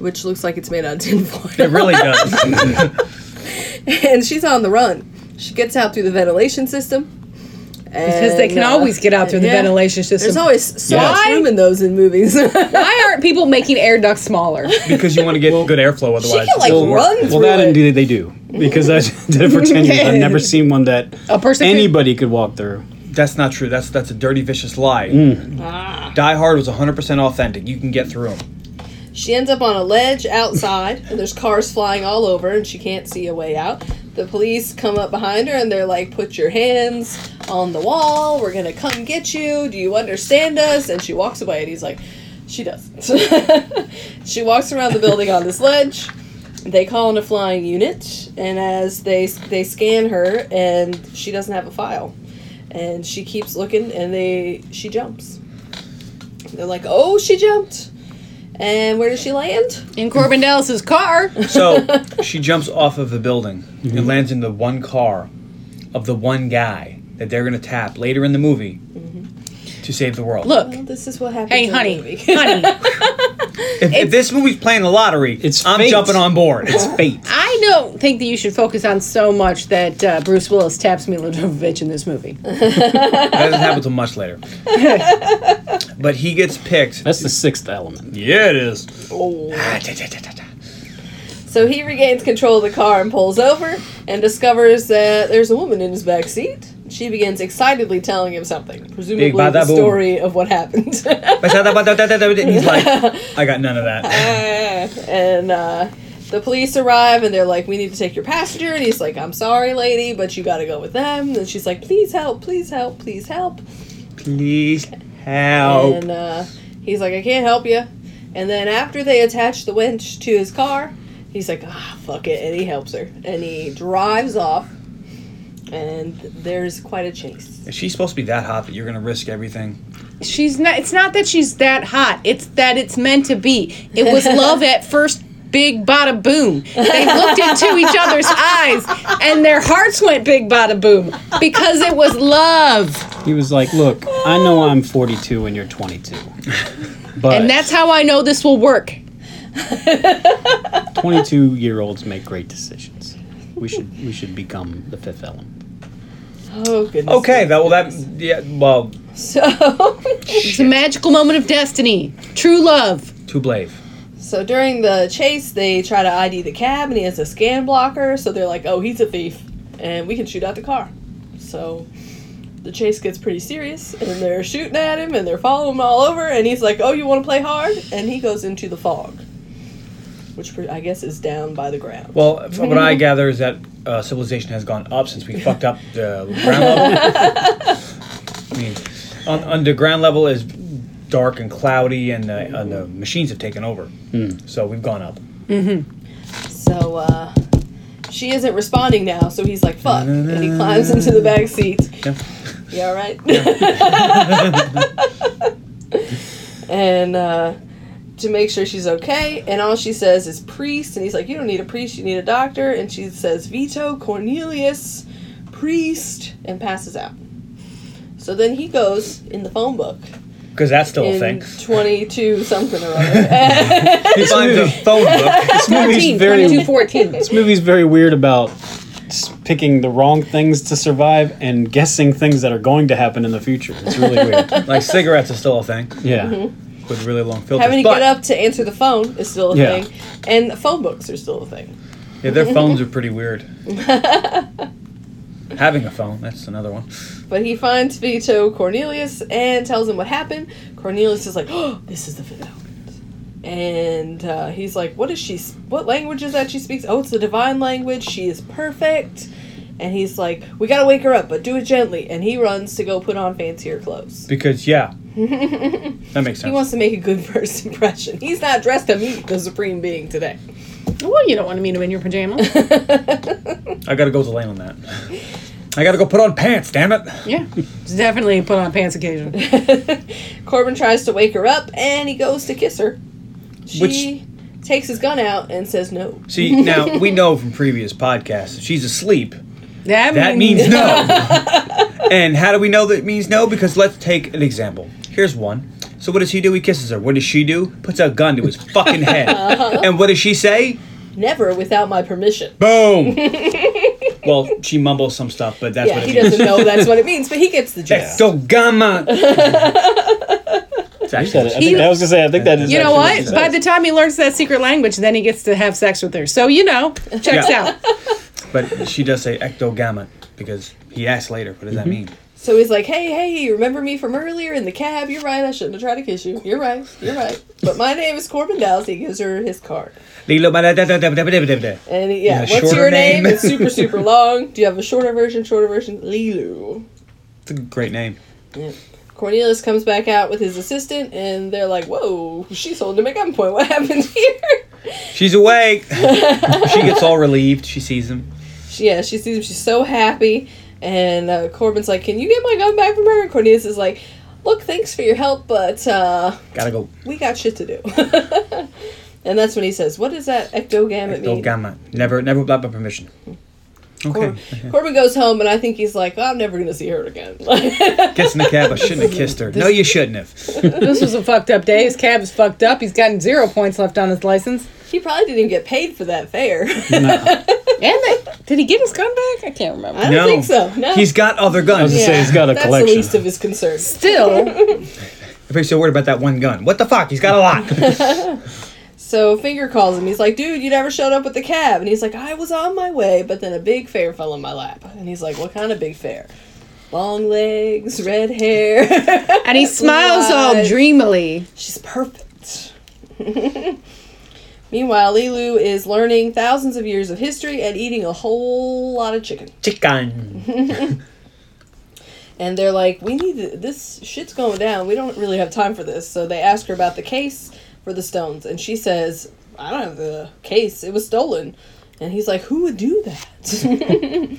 Speaker 3: which looks like it's made out of tin foil.
Speaker 5: it really does.
Speaker 3: and she's on the run. She gets out through the ventilation system. uh,
Speaker 2: Because they can always get out through the ventilation system.
Speaker 3: There's always so
Speaker 4: Yeah.
Speaker 3: much room in those in movies. she can
Speaker 2: Why aren't people making air ducts smaller?
Speaker 5: because you want to get good airflow otherwise.
Speaker 3: like
Speaker 4: Well,
Speaker 3: run
Speaker 4: well,
Speaker 3: through
Speaker 4: that
Speaker 3: it.
Speaker 4: indeed they do because I did it for ten years. I've never seen one that
Speaker 2: A person could-
Speaker 4: anybody could walk through.
Speaker 5: That's not true. That's that's a dirty, vicious lie. Die Hard was 100% authentic. You can get through them.
Speaker 3: She ends up on a ledge outside, and there's cars flying all over, and she can't see a way out. The police come up behind her, and they're like, "Put your hands on the wall. We're gonna come get you. Do you understand us?" And she walks away, and he's like, "She doesn't." she walks around the building on this ledge. They call in a flying unit, and as they they scan her, and she doesn't have a file, and she keeps looking, and they she jumps. They're like, "Oh, she jumped." And where does she land?
Speaker 2: In Corbin Dallas's car.
Speaker 5: So she jumps off of the building and lands in the one car of the one guy that they're going to tap later in the movie to save the world.
Speaker 2: Look,
Speaker 3: This is what happens.
Speaker 2: hey,
Speaker 3: in
Speaker 2: honey,
Speaker 3: the movie.
Speaker 2: honey.
Speaker 5: if, if this movie's playing the lottery,
Speaker 4: It's
Speaker 5: I'm
Speaker 4: fate.
Speaker 5: jumping on board. It's fate.
Speaker 2: I don't think that you should focus on so much that uh, Bruce Willis taps Mila Jovovich in this movie.
Speaker 5: That doesn't happen until much later. but he gets picked. Ah,
Speaker 4: That's the sixth element.
Speaker 5: Yeah, it is.
Speaker 3: So he regains control of the car and pulls over and discovers that there's a woman in his back seat. She begins excitedly telling him something, presumably
Speaker 5: Big bada
Speaker 3: the
Speaker 5: boom.
Speaker 3: story of what happened.
Speaker 5: And he's like, I got none of that.
Speaker 3: and uh, the police arrive and they're like, "We need to take your passenger." And he's like, "I'm sorry, lady, but you got to go with them." And she's like, "Please help! Please help! Please help!"
Speaker 5: Please help.
Speaker 3: And uh, he's like, I can't help you. And then after they attach the winch to his car, he's like, ah, fuck it. And he helps her. And he drives off. And there's quite a chase.
Speaker 5: Is she supposed to be that hot that you're gonna risk everything?
Speaker 2: She's not. It's not that she's that hot. It's that it's meant to be. It was love at first. Big bada boom. They looked into each other's eyes and their hearts went big bada boom because it was love.
Speaker 4: He was like, "Look, I know I'm 42 and you're 22, but
Speaker 2: And that's how I know this will work.
Speaker 4: 22 year olds make great decisions. We should we should become the fifth element.
Speaker 3: Oh, goodness.
Speaker 5: Okay, that well that yeah well
Speaker 3: So,
Speaker 2: It's a magical moment of destiny. True love.
Speaker 5: too blave.
Speaker 3: so during the chase, they try to ID the cab, and he has a scan blocker. So they're like, oh, he's a thief. And we can shoot out the car. So the chase gets pretty serious, and they're shooting at him, and they're following him all over. And he's like, oh, you want to play hard? And he goes into the fog. Which pre- I guess is down by the ground.
Speaker 5: Well, from what I gather is that uh, civilization has gone up since we fucked up the ground level. I mean, on, on the ground level is dark and cloudy, and the, and the machines have taken over. So we've gone up.
Speaker 3: So uh, she isn't responding now, so he's like, fuck. And he climbs into the back seat.
Speaker 5: Yeah.
Speaker 3: You alright? and uh, to make sure she's okay, and all she says is priest, and he's like, You don't need a priest, you need a doctor. And she says, Vito Cornelius, priest, and passes out. So then he goes in the phone book
Speaker 5: Because that's still a
Speaker 3: in
Speaker 5: thing.
Speaker 3: 22 something or other.
Speaker 5: He finds a phone book.
Speaker 4: This movie's
Speaker 2: 14,
Speaker 4: very
Speaker 2: 22, 14.
Speaker 4: this movie's very weird about s- picking the wrong things to survive and guessing things that are going to happen in the future. It's really weird.
Speaker 5: like cigarettes is still a thing
Speaker 4: Yeah.
Speaker 5: with really long filters.
Speaker 3: Having to
Speaker 5: but
Speaker 3: get up to answer the phone is still a
Speaker 4: Yeah.
Speaker 3: thing, and phone books are still a thing.
Speaker 5: yeah, their phones are pretty weird. Having a phone, that's another one.
Speaker 3: But he finds Vito Cornelius and tells him what happened. Cornelius is like, "Oh, this is the fifth element," and uh, he's like, "What is she? What language is that she speaks? Oh, it's the divine language. She is perfect." and he's like, "We gotta wake her up, but do it gently." And he runs to go put on fancier clothes.
Speaker 5: Because yeah, that makes
Speaker 3: He
Speaker 5: sense.
Speaker 3: wants to make a good first impression. He's not dressed to meet the supreme being today.
Speaker 2: Well, you don't want to meet him in your pajamas.
Speaker 5: I gotta go with Elaine on that. I gotta go put on pants. Damn it!
Speaker 2: yeah, it's definitely a put on pants occasion.
Speaker 3: Corbin tries to wake her up, and he goes to kiss her. She
Speaker 5: Which-
Speaker 3: takes his gun out and says no.
Speaker 5: See, now we know from previous podcasts if she's asleep.
Speaker 2: That,
Speaker 5: That means no. and how do we know that it means no? Because let's take an example. Here's one. So what does he do? He kisses her. What does she do? Puts a gun to his fucking head. And what does she say?
Speaker 3: Never without my permission.
Speaker 5: Boom. well, she mumbles some stuff, but that's
Speaker 3: yeah,
Speaker 5: what it
Speaker 3: he
Speaker 5: means.
Speaker 3: doesn't know that's what it means, but he gets the gist.
Speaker 5: So gamma. It's
Speaker 4: I think
Speaker 5: actually-
Speaker 4: that- I was gonna say. I think that is.
Speaker 2: You know
Speaker 4: actually she
Speaker 2: what?
Speaker 4: said.
Speaker 2: By the time he learns that secret language, then he gets to have sex with her. So you know, checks
Speaker 5: Yeah.
Speaker 2: out.
Speaker 5: but she does say ectogamma because he asks later. What does that mean?
Speaker 3: So he's like, hey, hey, you remember me from earlier in the cab? You're right, I shouldn't have tried to kiss you. You're right, you're right. But my name is Corbin Dallas. He gives her his card.
Speaker 5: Lilo-
Speaker 3: And he- yeah,
Speaker 5: Yeah,
Speaker 3: what's
Speaker 5: shorter
Speaker 3: your name?
Speaker 5: name.
Speaker 3: It's super, super long. Do you have a shorter version? Shorter version? Lilu.
Speaker 5: It's a great name.
Speaker 3: Cornelius comes back out with his assistant, and they're like, whoa, she's holding him at gunpoint. What happened here?
Speaker 5: She's awake. she gets all relieved. She sees him.
Speaker 3: She, yeah, she sees him. She's so happy. And uh, Corbin's like, can you get my gun back from her? And Cornelius is like, look, thanks for your help, but uh,
Speaker 5: Gotta go.
Speaker 3: we got shit to do. and that's when he says, what does that ectogamut mean?
Speaker 5: Ectogamma. Never, never without my permission. Okay.
Speaker 3: Corbin goes home, and I think he's like, I'm never going to see her again.
Speaker 5: Gets in the cab. I shouldn't have kissed her. No, you shouldn't have.
Speaker 2: This was a fucked up day. His cab is fucked up. He's gotten zero points left on his license.
Speaker 3: he probably didn't even get paid for that fare.
Speaker 2: And they, did he get his gun back? I can't remember.
Speaker 3: I don't think so. No.
Speaker 5: He's got other guns.
Speaker 4: Yeah. say he's got a
Speaker 3: that's
Speaker 4: collection.
Speaker 3: the least of his concerns.
Speaker 2: Still,
Speaker 5: If you're so worried about that one gun, what the fuck? He's got a lot.
Speaker 3: So Finger calls him. He's like, dude, you never showed up with the cab. And he's like, I was on my way, but then a big fare fell in my lap. And he's like, what kind of big fare? Long legs, red hair.
Speaker 2: and he smiles all
Speaker 3: Lies.
Speaker 2: dreamily.
Speaker 3: She's perfect. Meanwhile, Lilu is learning thousands of years of history and eating a whole lot of chicken.
Speaker 5: Chicken.
Speaker 3: and they're like, "We need to, this shit's going down. We don't really have time for this." So they ask her about the case for the stones, and she says, "I don't have the case. It was stolen." And he's like, "Who would do that?"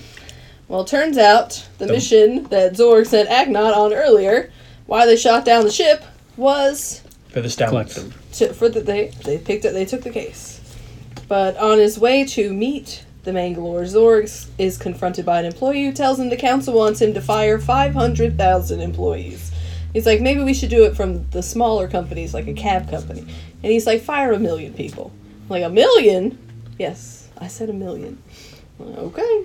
Speaker 3: well, it turns out the mission that Zorg sent Agnot on earlier, why they shot down the ship, was
Speaker 5: For the stout.
Speaker 4: Collective.
Speaker 3: to, for the, they they picked up they took the case, but on his way to meet the Mangalore Zorgs is confronted by an employee who tells him the council wants him to fire five hundred thousand employees. He's like, maybe we should do it from the smaller companies, like a cab company, and he's like, fire a million people. I'm like a million? Yes, I said a million. Okay.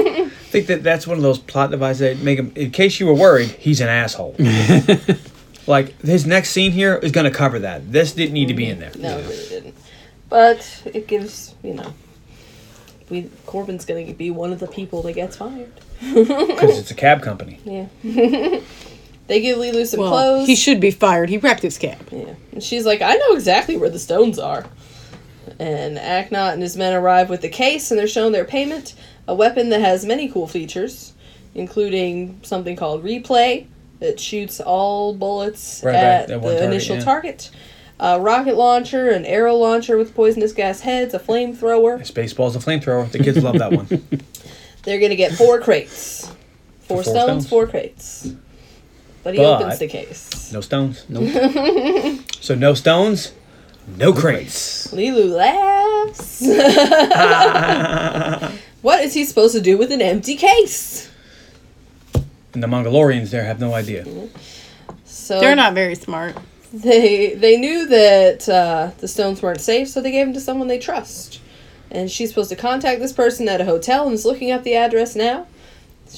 Speaker 5: I think that that's one of those plot devices that make him. In case you were worried, he's an asshole. like his next scene here is gonna cover that. This didn't need to be in there.
Speaker 3: No, it really didn't. But it gives you know. We Corbin's gonna be one of the people that gets fired.
Speaker 5: Because it's a cab company.
Speaker 3: Yeah. they give Lilu some
Speaker 2: Well,
Speaker 3: clothes.
Speaker 2: he should be fired. He wrecked his cab.
Speaker 3: yeah. And she's like, I know exactly where the stones are. And Aknot and his men arrive with the case and they're shown their payment, a weapon that has many cool features, including something called replay that shoots all bullets
Speaker 5: Right, right,
Speaker 3: at
Speaker 5: at
Speaker 3: the
Speaker 5: one target,
Speaker 3: initial
Speaker 5: yeah.
Speaker 3: target. A rocket launcher, an arrow launcher with poisonous gas heads, a flamethrower.
Speaker 5: Spaceball's a flamethrower. The kids love that one.
Speaker 3: They're gonna get four crates. Four,
Speaker 5: four
Speaker 3: stones,
Speaker 5: stones.
Speaker 3: four crates. But he
Speaker 5: But-
Speaker 3: opens the case.
Speaker 5: No stones. Nope. so no stones, no crates.
Speaker 3: Lilu laughs. what is he supposed to do with an empty case?
Speaker 5: And the Mongolorians there have no idea.
Speaker 3: So
Speaker 2: They're not very smart.
Speaker 3: They they knew that uh, the stones weren't safe, so they gave them to someone they trust. And she's supposed to contact this person at a hotel and is looking up the address now.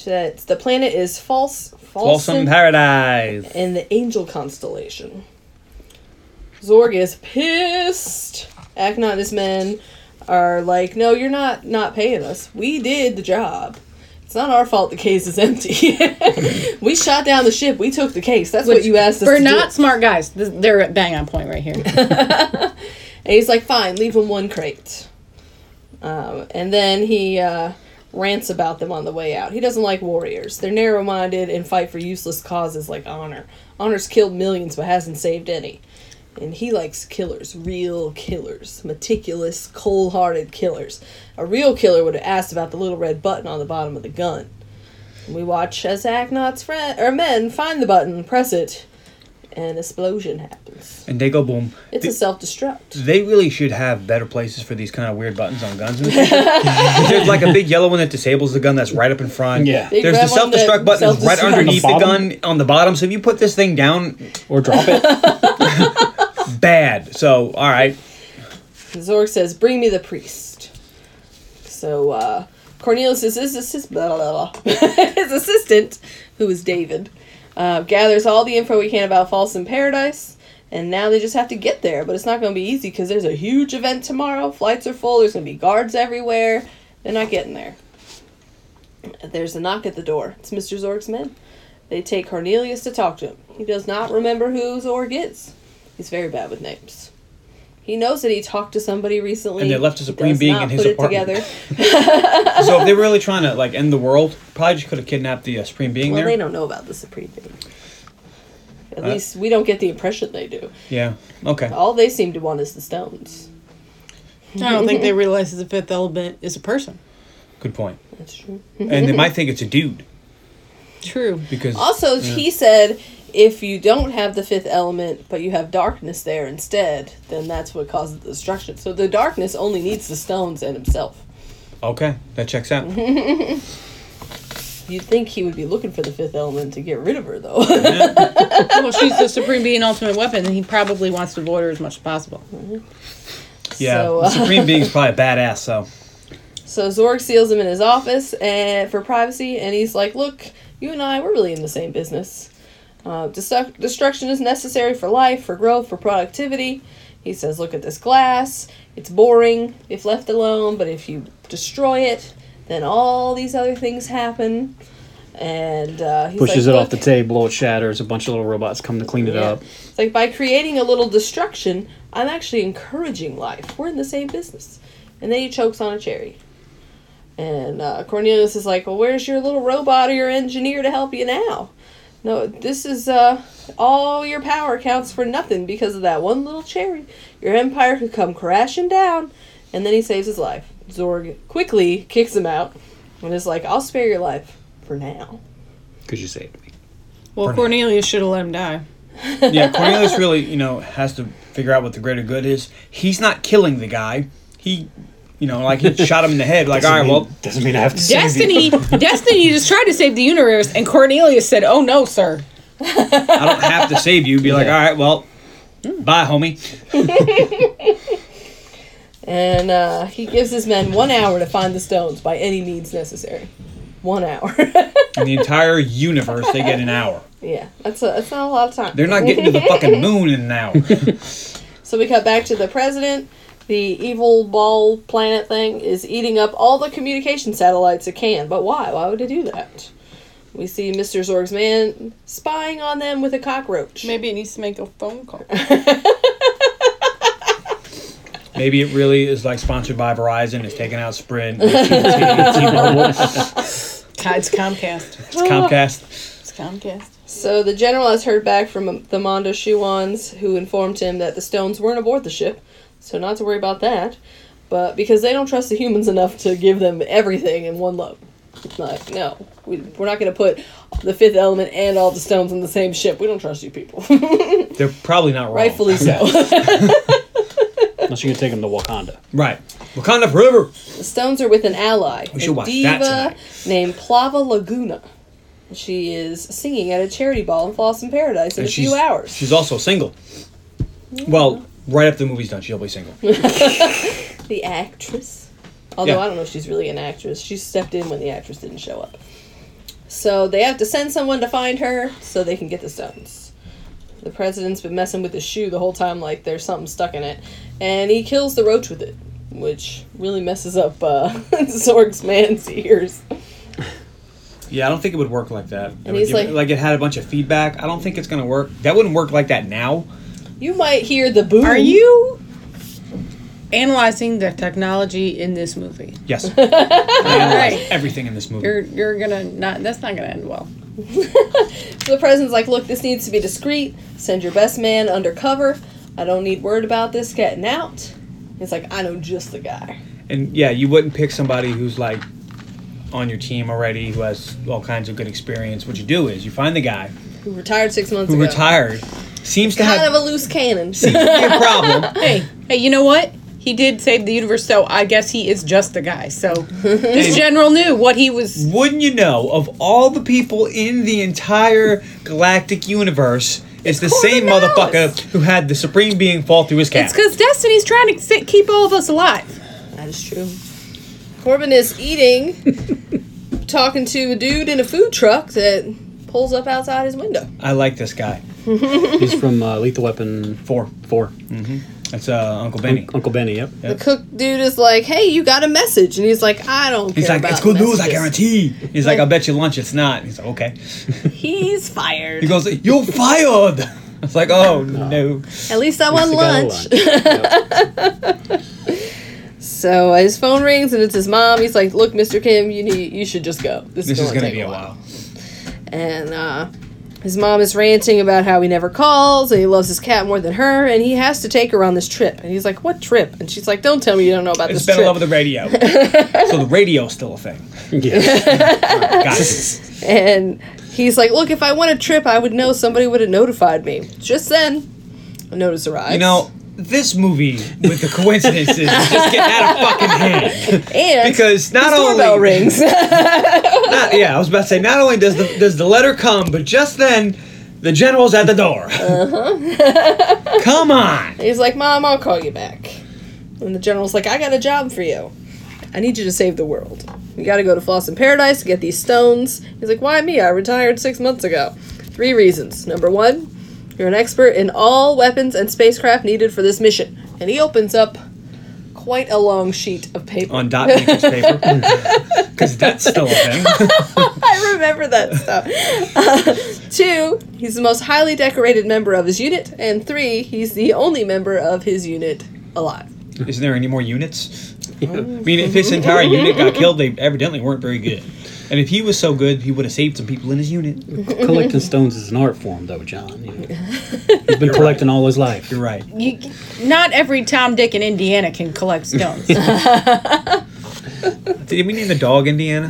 Speaker 3: That the planet is false, false,
Speaker 5: Balsam Paradise.
Speaker 3: in the angel constellation. Zorg is pissed. Aknon and his men are like, no, you're not not paying us. We did the job. It's not our fault the case is empty. we shot down the ship. We took the case. That's what you asked us
Speaker 2: We're
Speaker 3: to
Speaker 2: not
Speaker 3: do.
Speaker 2: smart guys. This- They're at bang on point right here.
Speaker 3: And he's like, fine, leave him one crate. Um, and then he uh, rants about them on the way out. He doesn't like warriors. They're narrow minded and fight for useless causes like honor. Honor's killed millions but hasn't saved any. And he likes killers, real killers, meticulous, cold hearted killers. A real killer would have asked about the little red button on the bottom of the gun. And we watch as Agnot's friend or men find the button, press it, and explosion happens.
Speaker 5: And they go boom.
Speaker 3: It's
Speaker 5: They-
Speaker 3: a self destruct.
Speaker 5: They really should have better places for these kind of weird buttons on guns. in the future. There's like a big yellow one that disables the gun that's right up in front.
Speaker 4: Yeah. Big
Speaker 5: There's the
Speaker 3: red one
Speaker 5: self
Speaker 3: that
Speaker 5: destruct button that's right
Speaker 3: self-destructs.
Speaker 5: underneath
Speaker 4: On
Speaker 5: the,
Speaker 4: the bottom?
Speaker 5: gun on the bottom. So if you put this thing down,
Speaker 4: or drop it.
Speaker 5: bad. So all right,
Speaker 3: Zorg says, "Bring me the priest." So uh, Cornelius is his assist- blah, blah, blah. his assistant, who is David, uh, gathers all the info we can about False in Paradise, and now they just have to get there. But it's not going to be easy because there's a huge event tomorrow. Flights are full. There's going to be guards everywhere. They're not getting there. There's a knock at the door. It's Mr. Zorg's men. They take Cornelius to talk to him. He does not remember who Zorg is. He's very bad with names. He knows that he talked to somebody recently.
Speaker 5: And they left a
Speaker 3: He
Speaker 5: supreme
Speaker 3: does
Speaker 5: being
Speaker 3: not
Speaker 5: in his
Speaker 3: put it
Speaker 5: apartment.
Speaker 3: together.
Speaker 5: so if they're really trying to like end the world, probably just could have kidnapped the uh, supreme being
Speaker 3: well,
Speaker 5: there.
Speaker 3: they don't know about the supreme being. At least we don't get the impression they do.
Speaker 5: Yeah. Okay.
Speaker 3: All they seem to want is the stones.
Speaker 2: I don't think they realize the fifth element is a person.
Speaker 5: Good point.
Speaker 3: That's true.
Speaker 5: And they might think it's a dude
Speaker 2: True.
Speaker 5: because
Speaker 3: Also, he said if you don't have the fifth element, but you have darkness there instead, then that's what causes the destruction. So the darkness only needs the stones and himself.
Speaker 5: okay, that checks out.
Speaker 3: You'd think he would be looking for the fifth element to get rid of her, though.
Speaker 2: well, she's the supreme being, ultimate weapon, and he probably wants to avoid her as much as possible.
Speaker 5: Yeah.
Speaker 3: So,
Speaker 5: the
Speaker 3: uh,
Speaker 5: supreme being's probably a badass. So
Speaker 3: So Zorg seals him in his office and for privacy, and he's like, "Look, you and I, we're really in the same business. Uh, destu- destruction is necessary for life, for growth, for productivity." He says, "Look at this glass. It's boring if left alone, but if you destroy it, then all these other things happen." And uh, he's
Speaker 4: Pushes
Speaker 3: like,
Speaker 4: it off the
Speaker 3: "Look,
Speaker 4: table, it shatters. A bunch of little robots come to clean it
Speaker 3: yeah.
Speaker 4: up.
Speaker 3: It's like by creating a little destruction, I'm actually encouraging life. We're in the same business. And then he chokes on a cherry. And uh, Cornelius is like, "Well, where's your little robot or your engineer to help you now?" No, this is uh, all your power counts for nothing because of that one little cherry. Your empire could come crashing down. And then he saves his life. Zorg quickly kicks him out and is like, "I'll spare your life for now."
Speaker 4: Because you saved me.
Speaker 2: Well, Cornelius should have let him die.
Speaker 5: yeah, Cornelius really, you know, has to figure out what the greater good is. He's not killing the guy. He, you know, like he shot him in the head. Like, all right, well,
Speaker 4: doesn't mean I have to
Speaker 2: Destiny, Destiny just tried to save the universe, and Cornelius said, "Oh no, sir."
Speaker 5: I don't have to save you. Be like, all
Speaker 4: Yeah.
Speaker 5: right, well, bye, homie.
Speaker 3: And uh, he gives his men one hour to find the stones by any means necessary. One hour.
Speaker 5: In the entire universe, they get an hour.
Speaker 3: yeah, that's a, that's not a lot of time.
Speaker 5: They're not getting to the fucking moon in an hour.
Speaker 3: So we cut back to the president. The evil ball planet thing is eating up all the communication satellites it can. But why? Why would it do that? We see Mr. Zorg's man spying on them with a cockroach.
Speaker 2: Maybe it needs to make a phone call.
Speaker 5: Maybe it really is like sponsored by Verizon. It's taking out Sprint,
Speaker 2: God, It's Comcast.
Speaker 5: it's Comcast.
Speaker 2: It's Comcast.
Speaker 3: So the general has heard back from the Mondo Shuans, who informed him that the stones weren't aboard the ship, so not to worry about that. But because they don't trust the humans enough to give them everything in one load, like no, we, we're not going to put the fifth element and all the stones on the same ship. We don't trust you people,
Speaker 5: They're probably not wrong.
Speaker 3: rightfully so.
Speaker 4: Unless you can take them to Wakanda.
Speaker 5: Right. Wakanda forever.
Speaker 3: the stones are with an ally, a
Speaker 5: should watch that
Speaker 3: diva
Speaker 5: tonight.
Speaker 3: named Plava Laguna. She is singing at a charity ball in Floss in Paradise in a few hours.
Speaker 5: She's also single. Well, right after the movie's done, she'll be single.
Speaker 3: the actress. Although
Speaker 5: Yeah.
Speaker 3: I don't know if she's really an actress. She stepped in when the actress didn't show up. So they have to send someone to find her so they can get the stones. The president's been messing with his shoe the whole time, like there's something stuck in it. And he kills the roach with it, which really messes up uh, Zorg's man's ears.
Speaker 5: Yeah, I don't think it would work like that. It would
Speaker 3: he's
Speaker 5: give it-
Speaker 3: like-
Speaker 5: like it had a bunch of feedback. I don't think it's gonna work. That wouldn't work like that now.
Speaker 3: You might hear the boom.
Speaker 2: Are you analyzing the technology in this movie.
Speaker 5: Yes. I analyzed
Speaker 2: Right.
Speaker 5: everything in this movie.
Speaker 2: You're you're gonna not. That's not gonna end well.
Speaker 3: So the president's like, look, this needs to be discreet. Send your best man undercover. I don't need word about this getting out. He's like, I know just the guy.
Speaker 5: and yeah, you wouldn't pick somebody who's like on your team already who has all kinds of good experience. What you do is you find the guy
Speaker 3: Who retired six months
Speaker 5: who
Speaker 3: ago.
Speaker 5: retired, seems to
Speaker 3: Kind
Speaker 5: have
Speaker 3: of a loose cannon.
Speaker 5: a problem.
Speaker 2: Hey, hey, you know what? He did save the universe, so I guess he is just a guy. So this general knew what he was.
Speaker 5: Wouldn't you know, of all the people in the entire galactic universe, it's the same
Speaker 2: knows.
Speaker 5: motherfucker who had the supreme being fall through his cap.
Speaker 2: It's because Destiny's trying to sit, keep all of us alive.
Speaker 3: That is true. Corbin is eating, talking to a dude in a food truck that pulls up outside his window.
Speaker 5: I like this guy.
Speaker 4: He's from uh, Lethal Weapon
Speaker 5: 4
Speaker 4: 4.
Speaker 5: Mm-hmm. That's uh, Uncle Benny.
Speaker 4: Uncle Benny, yep.
Speaker 3: The cook dude is like, "Hey, you got a message?" And he's like, "I don't
Speaker 5: He's
Speaker 3: care."
Speaker 5: like,
Speaker 3: about
Speaker 5: it's good news, I
Speaker 3: messages."
Speaker 5: guarantee. He's like, I'll bet you lunch it's not. He's like, okay.
Speaker 3: He's
Speaker 5: He
Speaker 3: fired.
Speaker 5: goes, you're fired. It's like, oh no.
Speaker 3: At least I won
Speaker 4: He's the guy
Speaker 3: lunch.
Speaker 4: with lunch. Yep.
Speaker 3: So his phone rings and it's his mom. He's like, "Look, Mr. Kim, you need, you should just go.
Speaker 5: This is
Speaker 3: gonna
Speaker 5: gonna
Speaker 3: take
Speaker 5: be a while.
Speaker 3: And uh, his mom is ranting about how he never calls and he loves his cat more than her, and he has to take her on this trip. And he's like, "What trip?" And she's like, "Don't tell me you don't know about
Speaker 5: It's
Speaker 3: this
Speaker 5: been
Speaker 3: trip."
Speaker 5: all over the radio. so the radio's still a thing.
Speaker 4: Yeah.
Speaker 5: Got it.
Speaker 3: And he's like, "Look, if I won a trip, I would know. Somebody would have notified me." Just then, a notice arrives.
Speaker 5: You know, this movie with the coincidences is just getting out of fucking hand.
Speaker 3: and
Speaker 5: Because not
Speaker 3: his doorbell
Speaker 5: only
Speaker 3: rings.
Speaker 5: not- yeah, I was about to say not only does the does the letter come, but just then the general's at the door. Come on.
Speaker 3: He's like, Mom, I'll call you back. And the general's like, I got a job for you. I need you to save the world. You gotta go to Floss in Paradise to get these stones. He's like, Why me? I retired six months ago. Three reasons. Number one, you're an expert in all weapons and spacecraft needed for this mission. And he opens up quite a long sheet of paper.
Speaker 5: On dot matrix paper. Because that's still a thing.
Speaker 3: I remember that stuff. Uh, two, he's the most highly decorated member of his unit. And three, he's the only member of his unit alive.
Speaker 5: Isn't there any more units? I mean, if his entire unit got killed, they evidently weren't very good. And if he was so good, he would have saved some people in his unit.
Speaker 4: collecting stones is an art form, though, John. You know. He's been collecting all his life.
Speaker 5: You're right.
Speaker 2: You, not every Tom, Dick, and Indiana can collect stones.
Speaker 5: Did we name the dog Indiana?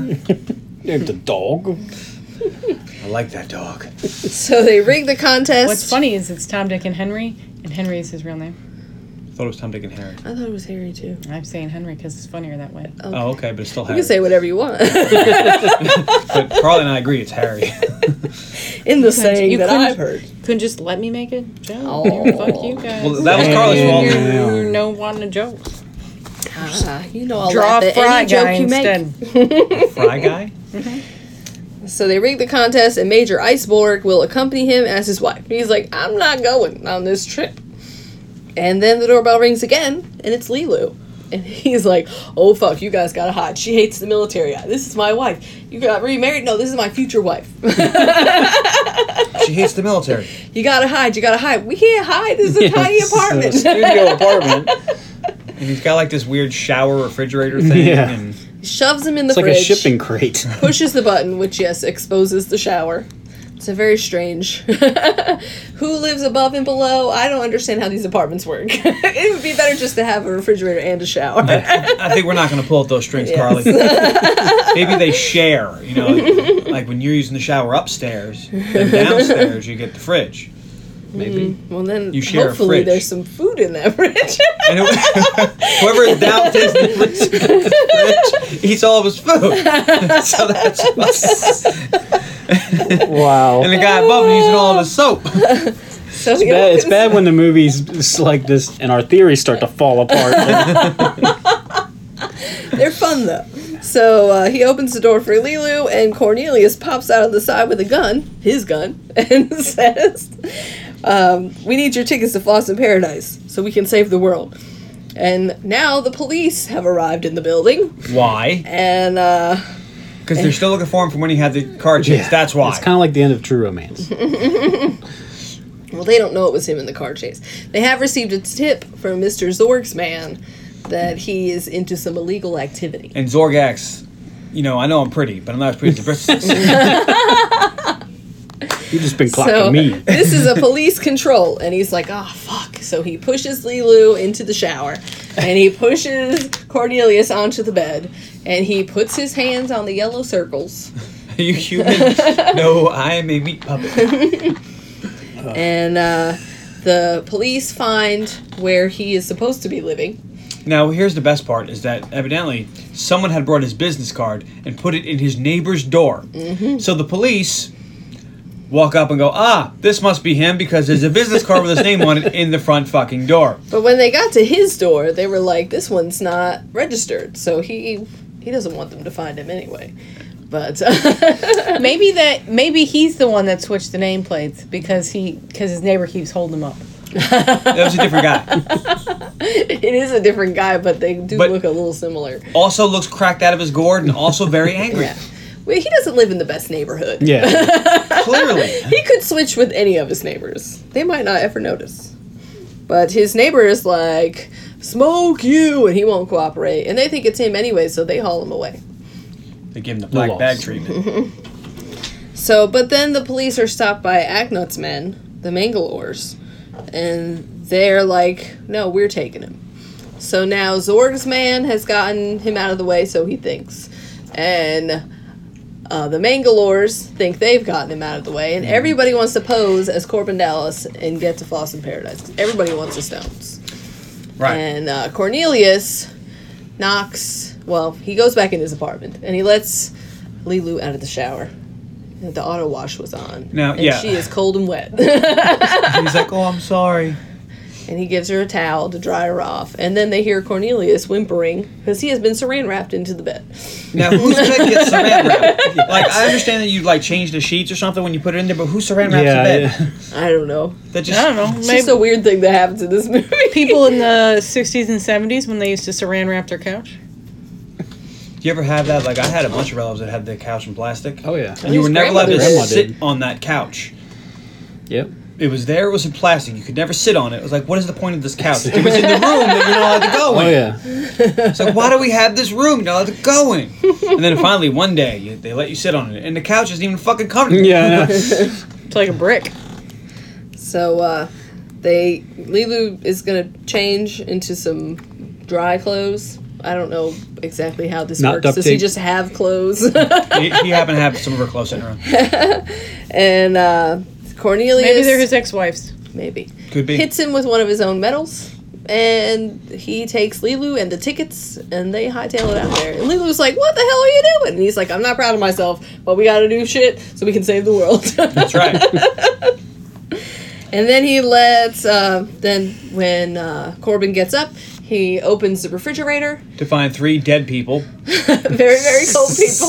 Speaker 4: Named the dog.
Speaker 5: I like that dog.
Speaker 3: So they rig the contest.
Speaker 2: What's funny is it's Tom, Dick, and Henry, and Henry is his real name.
Speaker 5: thought it was Tom, Dick, and Harry.
Speaker 3: I thought it was Harry too.
Speaker 2: I'm saying Henry because it's funnier that way.
Speaker 5: Oh, okay, but it's still
Speaker 3: You
Speaker 5: Harry.
Speaker 3: can say whatever you want.
Speaker 5: but Carl and I agree it's Harry.
Speaker 3: In the saying
Speaker 2: you
Speaker 3: that
Speaker 2: couldn't-
Speaker 3: I've heard.
Speaker 2: Couldn't just let me make it joke.
Speaker 3: Oh.
Speaker 2: Fuck you guys.
Speaker 5: Well, that was Carla's fault.
Speaker 2: You're, you're no one to joke.
Speaker 3: Ah, you know I'll
Speaker 2: Draw
Speaker 3: laugh
Speaker 2: a
Speaker 3: at
Speaker 2: fry
Speaker 3: any joke
Speaker 2: guy
Speaker 3: you make.
Speaker 2: instead.
Speaker 5: Fry guy?
Speaker 3: So they rig the contest, and Major Iceborg will accompany him as his wife. He's like, I'm not going on this trip. And then the doorbell rings again, and it's Lilu. And he's like, Oh fuck, you guys gotta hide. She hates the military. This is my wife. You got remarried? No, this is my future wife.
Speaker 5: She hates the military.
Speaker 3: you gotta hide. You gotta hide. We can't hide. This is a tiny apartment.
Speaker 5: studio apartment. And he's got like this weird shower refrigerator thing.
Speaker 4: Yeah.
Speaker 5: And
Speaker 3: Shoves him in the
Speaker 4: It's like
Speaker 3: fridge.
Speaker 4: a shipping crate.
Speaker 3: pushes the button, which yes exposes the shower. It's a very strange. Who lives above and below? I don't understand how these apartments work. it would be better just to have a refrigerator and a shower.
Speaker 5: I think we're not going to pull up those strings, Carly. Maybe they share, you know, like, like when you're using the shower upstairs, then downstairs you get the fridge.
Speaker 4: Maybe.
Speaker 5: Mm.
Speaker 3: well, then
Speaker 5: You share a
Speaker 3: hopefully
Speaker 5: fridge.
Speaker 3: there's some food in that fridge.
Speaker 5: And it- whoever is downstairs in the fridge- the fridge eats all of his food. so that's why-
Speaker 4: Wow.
Speaker 5: And the guy above him using all of his soap.
Speaker 3: so it's
Speaker 4: bad, it's bad when the movies s- like this and our theories start to fall apart.
Speaker 3: They're fun though. So uh, he opens the door for Lilu, and Cornelius pops out of the side with a gun, his gun, and says, um, "We need your tickets to Floss in Paradise so we can save the world." And now the police have arrived in the building,
Speaker 5: Why?
Speaker 3: and uh,
Speaker 5: Because they're still looking for him from when he had the car chase.
Speaker 4: Yeah.
Speaker 5: That's why.
Speaker 4: It's kind of like the end of True Romance.
Speaker 3: well, they don't know it was him in the car chase. They have received a tip from Mister Zorg's man that he is into some illegal activity.
Speaker 5: And Zorgax, you know, I know I'm pretty, but I'm not as pretty as the rest of us.
Speaker 4: You've just been clocking
Speaker 3: So
Speaker 4: me.
Speaker 3: this is a police control, and he's like, "Ah, fuck!" So he pushes Lilu into the shower, and he pushes Cornelius onto the bed, and he puts his hands on the yellow circles,
Speaker 5: Are you human? no, I am a meat puppet.
Speaker 3: and uh, the police find where he is supposed to be living.
Speaker 5: Now, here's the best part is that evidently someone had brought his business card and put it in his neighbor's door. So the police walk up and go, ah, this must be him because there's a business card with his name on it in the front fucking door.
Speaker 3: But when they got to his door, they were like, "This one's not registered," so he he doesn't want them to find him anyway. But
Speaker 2: Maybe that maybe he's the one that switched the nameplates because he because his neighbor keeps holding him up.
Speaker 5: That was a different guy.
Speaker 3: it is a different guy, but they do
Speaker 5: But-
Speaker 3: look a little similar.
Speaker 5: Also looks cracked out of his gourd and also very angry.
Speaker 3: Yeah. Well, he doesn't live in the best neighborhood.
Speaker 4: Yeah.
Speaker 5: Clearly.
Speaker 3: He could switch with any of his neighbors. They might not ever notice. But his neighbor is like, smoke you, and he won't cooperate. And they think it's him anyway, so they haul him away.
Speaker 5: They give him the black
Speaker 4: loss.
Speaker 5: bag treatment.
Speaker 3: So, but then the police are stopped by Agnut's men, the Mangalores, and they're like, no, we're taking him. So now Zorg's man has gotten him out of the way, so he thinks. And uh, the Mangalores think they've gotten him out of the way, and everybody wants to pose as Corbin Dallas and get to Floss in Paradise. 'cause Everybody wants the stones.
Speaker 5: Right.
Speaker 3: And uh, Cornelius knocks. Well, he goes back in his apartment and he lets Lilu out of the shower. The auto wash was on.
Speaker 5: Now,
Speaker 3: and
Speaker 5: yeah.
Speaker 3: she is cold and wet.
Speaker 5: He's like, oh, I'm sorry.
Speaker 3: and he gives her a towel to dry her off. And then they hear Cornelius whimpering because he has been saran wrapped into the bed.
Speaker 5: Now, who's gonna get saran wrap? Like, I understand that you like change the sheets or something when you put it in there, but who saran wraps
Speaker 4: Yeah,
Speaker 5: the bed?
Speaker 4: yeah.
Speaker 3: I don't know.
Speaker 5: That just
Speaker 2: I don't know.
Speaker 3: It's
Speaker 2: Maybe
Speaker 3: just a weird thing that happens in this movie.
Speaker 2: people in the 60s and 70s when they used to saran wrap their couch.
Speaker 5: Do you ever have that? Like, I had a bunch of relatives that had the couch in plastic.
Speaker 4: Oh, yeah.
Speaker 5: And you were
Speaker 3: least
Speaker 5: never allowed to
Speaker 4: grandma did.
Speaker 5: sit on that couch.
Speaker 4: Yep.
Speaker 5: It was there. It was in plastic. You could never sit on it. It was like, what is the point of this couch? It was in the room that you're not allowed to go in.
Speaker 4: Oh, yeah.
Speaker 5: It's like, why do we have this room? You're not allowed to go in. And then finally, one day, you, they let you sit on it, and the couch isn't even fucking comfortable.
Speaker 4: Yeah. I know.
Speaker 2: It's like a brick.
Speaker 3: So uh, they Lilu is gonna change into some dry clothes. I don't know exactly how this
Speaker 4: Not
Speaker 3: works.
Speaker 4: duct
Speaker 3: Does he
Speaker 4: tape.
Speaker 3: just have clothes?
Speaker 5: He, he happened to have some of her clothes in her room.
Speaker 3: and uh, Cornelius
Speaker 2: Maybe they're his ex-wives.
Speaker 3: maybe
Speaker 5: Could be.
Speaker 3: hits him with one of his own medals, and he takes Lilu and the tickets, and they hightail it out there. And Lilu's like, "What the hell are you doing?" And he's like, "I'm not proud of myself, but we gotta do shit so we can save the world."
Speaker 5: That's right.
Speaker 3: And then he lets. Uh, then when uh, Corbin gets up, he opens the refrigerator.
Speaker 5: to find three dead people.
Speaker 3: very very cold people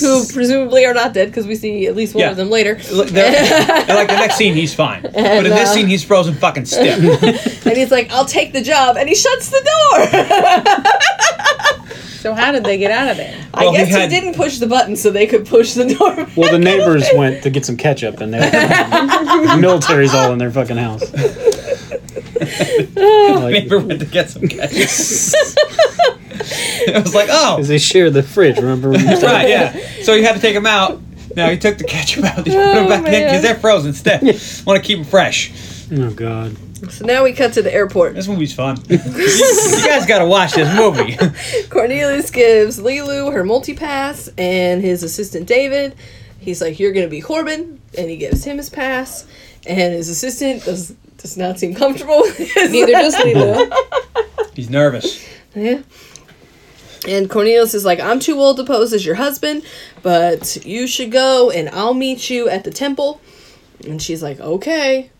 Speaker 3: who presumably are not dead because we see at least one
Speaker 5: Yeah.
Speaker 3: of them later.
Speaker 5: Look, they're- and, like the next scene, he's fine, but in this
Speaker 3: uh,
Speaker 5: scene, he's frozen fucking stiff.
Speaker 3: And he's like, "I'll take the job," and he shuts the door.
Speaker 2: So how did they get out of there?
Speaker 3: I
Speaker 5: Well, he
Speaker 3: guess he,
Speaker 5: had-
Speaker 3: didn't push the button so they could push the door.
Speaker 4: Well, the neighbors went to get some ketchup, and they the military's all in their fucking house. like,
Speaker 5: Neighbor went to get some cash. it was like, oh,
Speaker 4: 'cause they share the fridge. Remember? Oh, When you
Speaker 5: right, yeah. So you had to take them out. Now you took the ketchup out. You put them back in because they're frozen stiff. Want to keep them fresh.
Speaker 4: oh God.
Speaker 3: so now we cut to the airport.
Speaker 5: This movie's fun. you guys got to watch this movie.
Speaker 3: Cornelius gives Lilu her multi-pass and his assistant David. He's like, "You're gonna be Corbin," and he gives him his pass. And his assistant does does not seem comfortable. with his
Speaker 2: Neither does Lilo.
Speaker 5: He's nervous.
Speaker 3: Yeah. And Cornelius is like, I'm too old to pose as your husband, but you should go and I'll meet you at the temple. And she's like, okay.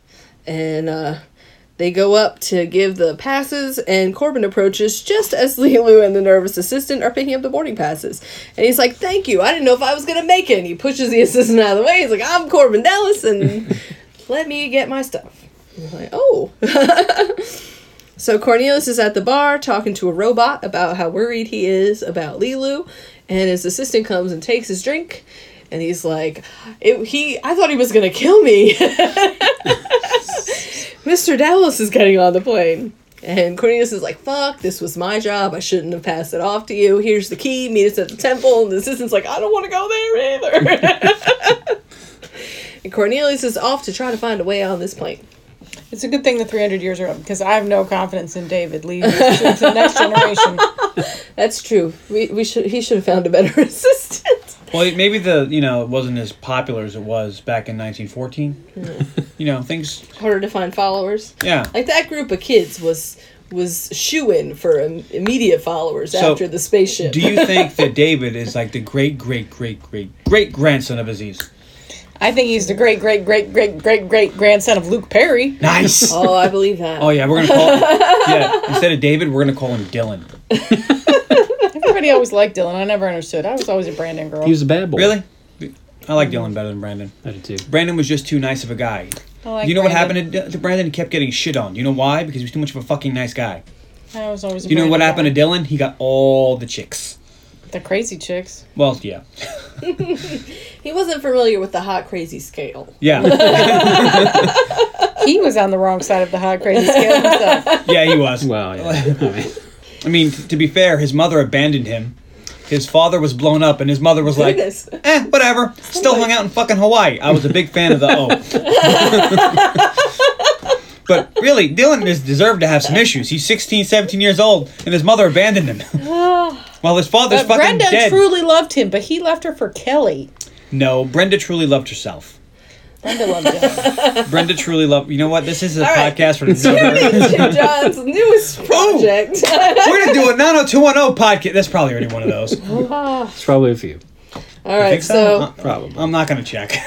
Speaker 3: And uh, they go up to give the passes, and Corbin approaches just as Lilu and the nervous assistant are picking up the boarding passes. And he's like, thank you. I didn't know if I was going to make it. And he pushes the assistant out of the way. He's like, I'm Corbin Dallas, and let me get my stuff. And I'm like, oh. So Cornelius is at the bar talking to a robot about how worried he is about Lilu, and his assistant comes and takes his drink, and he's like, it, "He, I thought he was gonna kill me." Mr. Dallas is getting on the plane, And Cornelius is like, fuck, this was my job. I shouldn't have passed it off to you. Here's the key. Meet us at the temple. And the assistant's like, I don't want to go there either. and Cornelius is off to try to find a way on this plane.
Speaker 6: It's a good thing the 300 years are up because I have no confidence in David leaving to the next generation.
Speaker 3: That's true. We, we should he should have found a better assistant.
Speaker 5: Well, it- maybe the you know it wasn't as popular as it was back in 1914. you know things.
Speaker 3: Harder to find followers.
Speaker 5: Yeah.
Speaker 3: Like that group of kids was was shoo in for im- immediate followers
Speaker 5: So,
Speaker 3: after the spaceship.
Speaker 5: Do you think that David is like the great great great great great grandson of Aziz?
Speaker 6: I think he's the great, great, great, great, great, great grandson of Luke Perry.
Speaker 5: Nice. oh
Speaker 3: oh, I believe that.
Speaker 5: yeah, we're gonna call. yeah, instead of David, we're gonna call him Dylan.
Speaker 6: Everybody always liked Dylan. I never understood. I was always a Brandon girl.
Speaker 4: He was a bad boy.
Speaker 5: Really? I like Dylan better than Brandon.
Speaker 4: I did too.
Speaker 5: Brandon was just too nice of a guy.
Speaker 6: I like
Speaker 5: you know what
Speaker 6: Brandon.
Speaker 5: happened to, to Brandon? He kept getting shit on. You know why? Because he was too much of a fucking nice guy.
Speaker 6: I was always. A
Speaker 5: You know what
Speaker 6: Brandon
Speaker 5: happened to Dylan? He got all the chicks.
Speaker 6: girl. The crazy chicks.
Speaker 5: Well, yeah,
Speaker 3: He wasn't familiar with the hot crazy scale.
Speaker 5: yeah,
Speaker 6: He was on the wrong side of the hot crazy scale himself.
Speaker 5: yeah. He was.
Speaker 4: Wow. Yeah. I mean,
Speaker 5: I mean, t- to be fair, his mother abandoned him. His father was blown up, and his mother was like,
Speaker 3: Goodness.
Speaker 5: "Eh, whatever." Still hung out in fucking Hawaii. I was a big fan of the oh. but really, Dylan is deserved to have some issues. He's 16, 17 years old, and his mother abandoned him. While his father's
Speaker 6: But
Speaker 5: fucking
Speaker 6: Brenda
Speaker 5: dead.
Speaker 6: truly loved him, but he left her for Kelly.
Speaker 5: no, Brenda truly loved herself.
Speaker 6: Brenda loved Dylan.
Speaker 5: Brenda truly loved. You know what? This is a
Speaker 3: right.
Speaker 5: podcast for another.
Speaker 3: Jim John's newest project.
Speaker 5: We're gonna do a 90210 podcast. That's probably already one of those.
Speaker 4: it's probably a few.
Speaker 3: All right,
Speaker 5: Think
Speaker 3: so
Speaker 5: Uh,
Speaker 4: Probably.
Speaker 5: I'm not gonna check.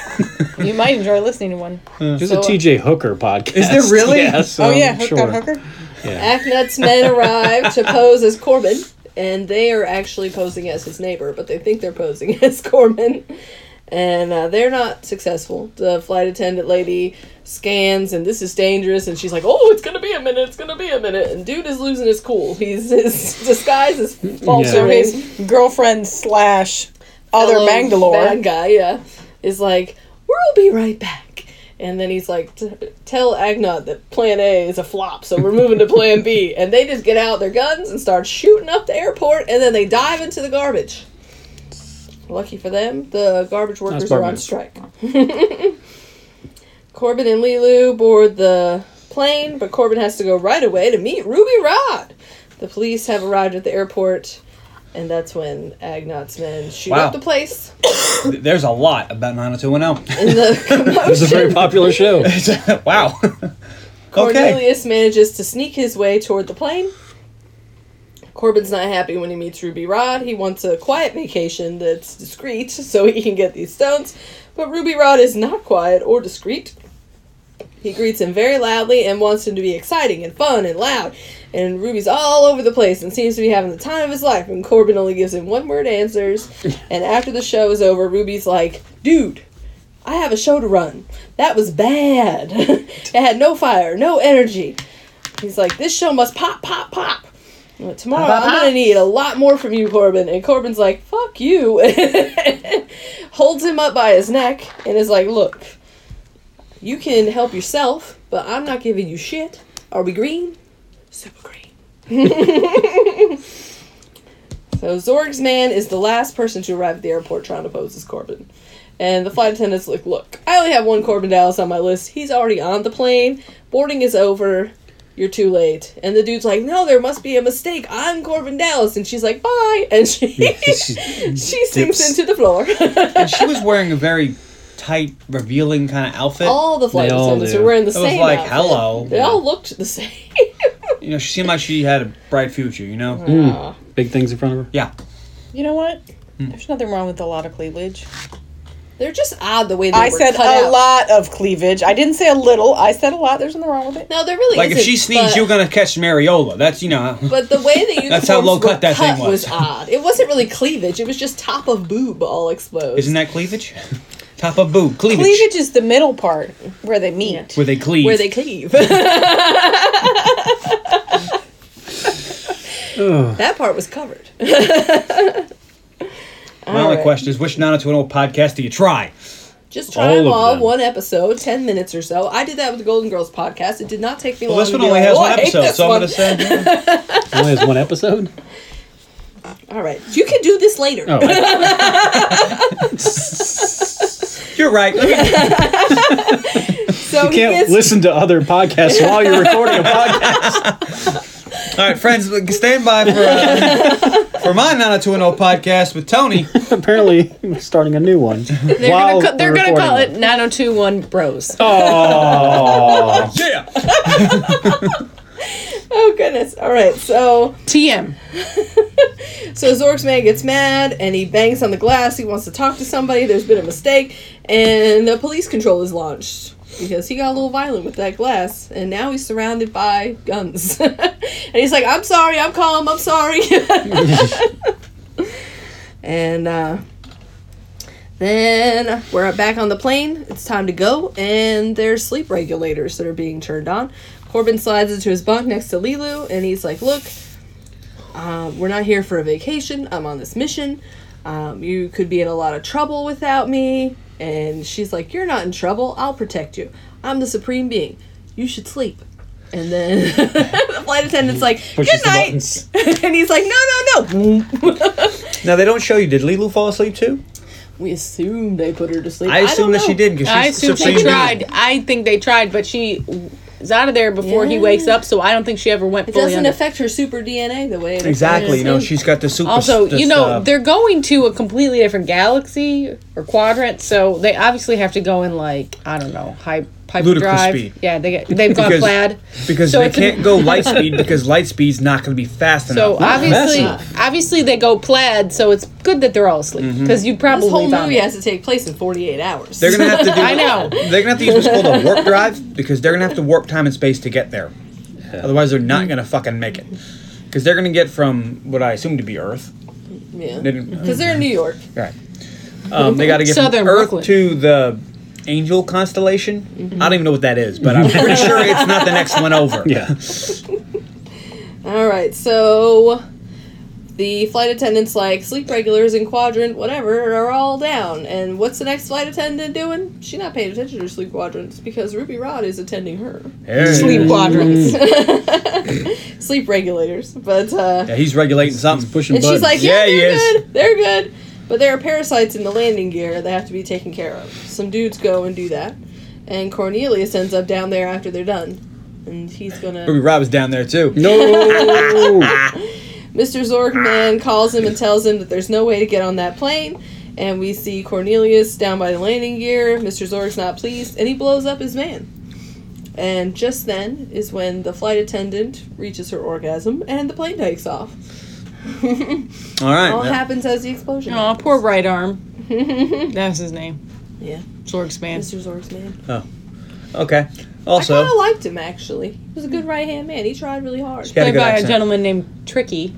Speaker 6: You might enjoy listening to one.
Speaker 4: There's
Speaker 3: So, uh,
Speaker 4: a TJ Hooker podcast.
Speaker 5: Is there really?
Speaker 4: Yes.
Speaker 6: Oh
Speaker 4: um,
Speaker 6: yeah, hooked
Speaker 4: sure.
Speaker 6: on hooker.
Speaker 3: Aknut's men arrive to pose as Corbin, and they are actually posing as his neighbor, but they think they're posing as Corbin. And uh, they're not successful. The flight attendant lady scans, and this is dangerous. And she's like, "Oh, it's gonna be a minute. It's gonna be a minute." And dude is losing his cool. He's his disguise is
Speaker 6: So
Speaker 3: faltering.
Speaker 6: his girlfriend slash other
Speaker 3: fellow
Speaker 6: Mangalore.
Speaker 3: bad guy, yeah, is like, "We'll be right back," and then he's like, "T- "Tell Agnot that Plan A is a flop, so we're moving to Plan B." And they just get out their guns and start shooting up the airport, and then they dive into the garbage. Lucky for them, the garbage workers are on
Speaker 4: Barbados.
Speaker 3: strike. Corbin and Lilu board the plane, but Corbin has to go right away to meet Ruby Rod. The police have arrived at the airport, and that's when Agnot's men shoot
Speaker 5: Wow.
Speaker 3: up the place
Speaker 5: Th- There's a lot about 90210.
Speaker 3: in the
Speaker 4: It's a
Speaker 3: commotion.
Speaker 4: very popular show.
Speaker 5: wow. okay.
Speaker 3: Cornelius manages to sneak his way toward the plane. Corbin's not happy when he meets Ruby Rod. He wants a quiet vacation that's discreet so he can get these stones. But Ruby Rod is not quiet or discreet. He greets him very loudly and wants him to be exciting and fun and loud. And Ruby's all over the place and seems to be having the time of his life. And Corbin only gives him one word answers. and after the show is over, Ruby's like, dude, I have a show to run. That was bad. it had no fire, no energy. He's like, this show must pop, pop, pop. Well, Tomorrow I'm gonna need a lot more from you, Corbin. And Corbin's like, fuck you. Holds him up by his neck and is like, look, you can help yourself, but I'm not giving you shit. Are we green? Super green. so Zorg's man is the last person to arrive at the airport trying to pose as Corbin. And the flight attendant's like, look, I only have one Corbin Dallas on my list. He's already on the plane. Boarding is over. You're too late. And the dude's like, no, there must be a mistake. I'm Corbin Dallas. And she's like, bye. And she, she sinks
Speaker 4: Dips.
Speaker 3: into the floor.
Speaker 5: And she was wearing a very tight, revealing kind of outfit.
Speaker 3: all the flight
Speaker 4: They all
Speaker 3: attendants
Speaker 4: do.
Speaker 3: were wearing the
Speaker 5: it
Speaker 3: Oh, same.
Speaker 5: was like,
Speaker 3: outfit.
Speaker 5: hello.
Speaker 3: They all looked the same.
Speaker 5: You know, she seemed like she had a bright future, you know?
Speaker 3: Mm-hmm.
Speaker 4: Big things in front of her.
Speaker 5: Yeah.
Speaker 6: You know what?
Speaker 5: Hmm.
Speaker 6: There's nothing wrong with a lot of cleavage.
Speaker 3: They're just odd the way they
Speaker 6: I
Speaker 3: were
Speaker 6: said a
Speaker 3: cut out.
Speaker 6: lot of cleavage. I didn't say a little. I said a lot. There's nothing wrong with it.
Speaker 3: No, there really
Speaker 5: Like, if
Speaker 3: isn't,
Speaker 5: she sneezed,
Speaker 3: but,
Speaker 5: you were going to catch Mariola. That's, you know.
Speaker 3: But the way the uniforms
Speaker 5: That's how low
Speaker 3: were
Speaker 5: cut that thing was.
Speaker 3: odd. It wasn't really cleavage. It was just top of boob all exposed.
Speaker 5: Isn't that cleavage? Top of boob. Cleavage.
Speaker 6: Cleavage is the middle part where they meet.
Speaker 5: Where they cleave.
Speaker 3: where they cleave? that part was covered.
Speaker 5: My only question is which 90210 podcast do you try?
Speaker 3: Just try
Speaker 4: All
Speaker 3: them
Speaker 4: of
Speaker 3: all,
Speaker 4: them.
Speaker 3: one episode, ten minutes or so. I did that with the Golden Girls podcast. It did not take me
Speaker 5: Well,
Speaker 3: long.
Speaker 5: this
Speaker 3: to
Speaker 5: one
Speaker 3: be
Speaker 5: only
Speaker 3: like,
Speaker 5: has
Speaker 3: "Oh, I
Speaker 5: one
Speaker 3: hate
Speaker 5: episode,
Speaker 3: this one."
Speaker 5: so I'm gonna say
Speaker 4: Only has one episode.
Speaker 3: All right, you can do this later.
Speaker 4: Oh, I-
Speaker 5: you're right.
Speaker 3: so
Speaker 4: you
Speaker 3: he
Speaker 4: can't
Speaker 3: gets-
Speaker 4: listen to other podcasts while you're recording a podcast.
Speaker 5: All right, friends, look, stand by for uh, for my 90210 podcast with Tony.
Speaker 4: Apparently, we're starting a new one.
Speaker 2: They're
Speaker 4: while
Speaker 2: gonna, ca- they're
Speaker 4: we're
Speaker 2: gonna
Speaker 4: recording
Speaker 2: call
Speaker 4: one.
Speaker 2: it 9021 Bros.
Speaker 4: Oh,
Speaker 5: Yeah.
Speaker 3: Oh goodness! All right, so
Speaker 2: TM.
Speaker 3: so Zorg's man gets mad and he bangs on the glass. He wants to talk to somebody. There's been a mistake, and the police control is launched because he got a little violent with that glass, and now he's surrounded by guns. and he's like, "I'm sorry. I'm calm. I'm sorry." and uh, then we're back on the plane. It's time to go, and there's sleep regulators that are being turned on. Corbin slides into his bunk next to Lilu, and he's like, "Look." Um, we're not here for a vacation. I'm on this mission. Um, you could be in a lot of trouble without me. And she's like, You're not in trouble. I'll protect you. I'm the supreme being. You should sleep. And then the flight attendant's like, Good
Speaker 4: Pushes the
Speaker 3: night.
Speaker 4: buttons.
Speaker 3: and he's like, No, no, no.
Speaker 5: Now they don't show you. Did Lilu fall asleep too?
Speaker 3: We assume they put her to sleep.
Speaker 5: I
Speaker 3: don't
Speaker 5: assume that she
Speaker 3: know.
Speaker 5: did because she's
Speaker 2: I assume
Speaker 5: supreme
Speaker 2: they
Speaker 5: being.
Speaker 2: tried. I think they tried, but she is out of there before he wakes up, so I don't think she ever went
Speaker 3: It
Speaker 2: fully
Speaker 3: doesn't
Speaker 2: under.
Speaker 3: affect her super DNA the way it
Speaker 5: Exactly. You know, she's got the super.
Speaker 2: also, you
Speaker 5: this,
Speaker 2: know,
Speaker 5: uh,
Speaker 2: they're going to a completely different galaxy or quadrant, so they obviously have to go in like I don't know, high
Speaker 5: Ludicrous
Speaker 2: hyperdrive.
Speaker 5: speed.
Speaker 2: Yeah, they get, they've gone
Speaker 5: Because-
Speaker 2: plaid.
Speaker 5: because
Speaker 2: so
Speaker 5: they
Speaker 2: it's an-
Speaker 5: can't go light speed because light speed's not going to be fast enough.
Speaker 2: So obviously,
Speaker 4: fast
Speaker 2: obviously they go plaid, so it's good that they're all asleep
Speaker 5: Mm-hmm.
Speaker 2: because you probably
Speaker 3: This whole
Speaker 2: found
Speaker 3: movie
Speaker 2: it.
Speaker 3: has to take place in 48 hours.
Speaker 5: They're gonna have to do.
Speaker 2: I know.
Speaker 5: They're gonna have to use what's called a warp drive because they're gonna have to warp time and space to get there. Otherwise, they're not gonna fucking make it. Because they're gonna get from what I assume to be Earth.
Speaker 3: yeah.
Speaker 5: They didn't-
Speaker 3: Because they're in New York.
Speaker 5: Right. Um, they got to get from
Speaker 2: Mm-hmm. Southern
Speaker 5: Earth
Speaker 2: Brooklyn. Mm-hmm.
Speaker 5: to the Angel constellation. I don't even know what that is, but I'm pretty sure it's not the next one over.
Speaker 4: yeah.
Speaker 3: All right, so the flight attendants, like sleep regulars in quadrant, whatever, are all down. And what's the next flight attendant doing? She not paying attention to her sleep quadrants because Ruby Rod is attending her
Speaker 5: Hey.
Speaker 2: Sleep quadrants.
Speaker 3: sleep regulators. But uh,
Speaker 5: Yeah, he's regulating something.
Speaker 4: Pushing
Speaker 3: and she's like,
Speaker 4: buttons.
Speaker 3: yeah,
Speaker 5: Yeah, he
Speaker 3: they're
Speaker 5: is.
Speaker 3: good, they're good. But there are parasites in the landing gear that have to be taken care of. Some dudes go and do that, and Cornelius ends up down there after they're done, and he's gonna.
Speaker 5: Ruby Rob is down there too.
Speaker 4: no.
Speaker 3: Mr. Zorgman calls him and tells him that there's no way to get on that plane. And we see Cornelius down by the landing gear. Mr. Zorg's not pleased, and he blows up his van. And just then is when the flight attendant reaches her orgasm and the plane takes off.
Speaker 5: All right.
Speaker 3: All
Speaker 5: now-
Speaker 3: happens as the explosion.
Speaker 2: Oh, poor right arm. That's his name.
Speaker 3: Yeah.
Speaker 2: Zorg's man.
Speaker 3: Mr. Zorg's man.
Speaker 5: okay.
Speaker 3: I
Speaker 5: Also,
Speaker 3: kind of liked him, actually. He was a good right hand man. He tried really hard.
Speaker 5: got a
Speaker 2: played
Speaker 5: good
Speaker 2: by
Speaker 5: accent.
Speaker 2: a gentleman named Tricky,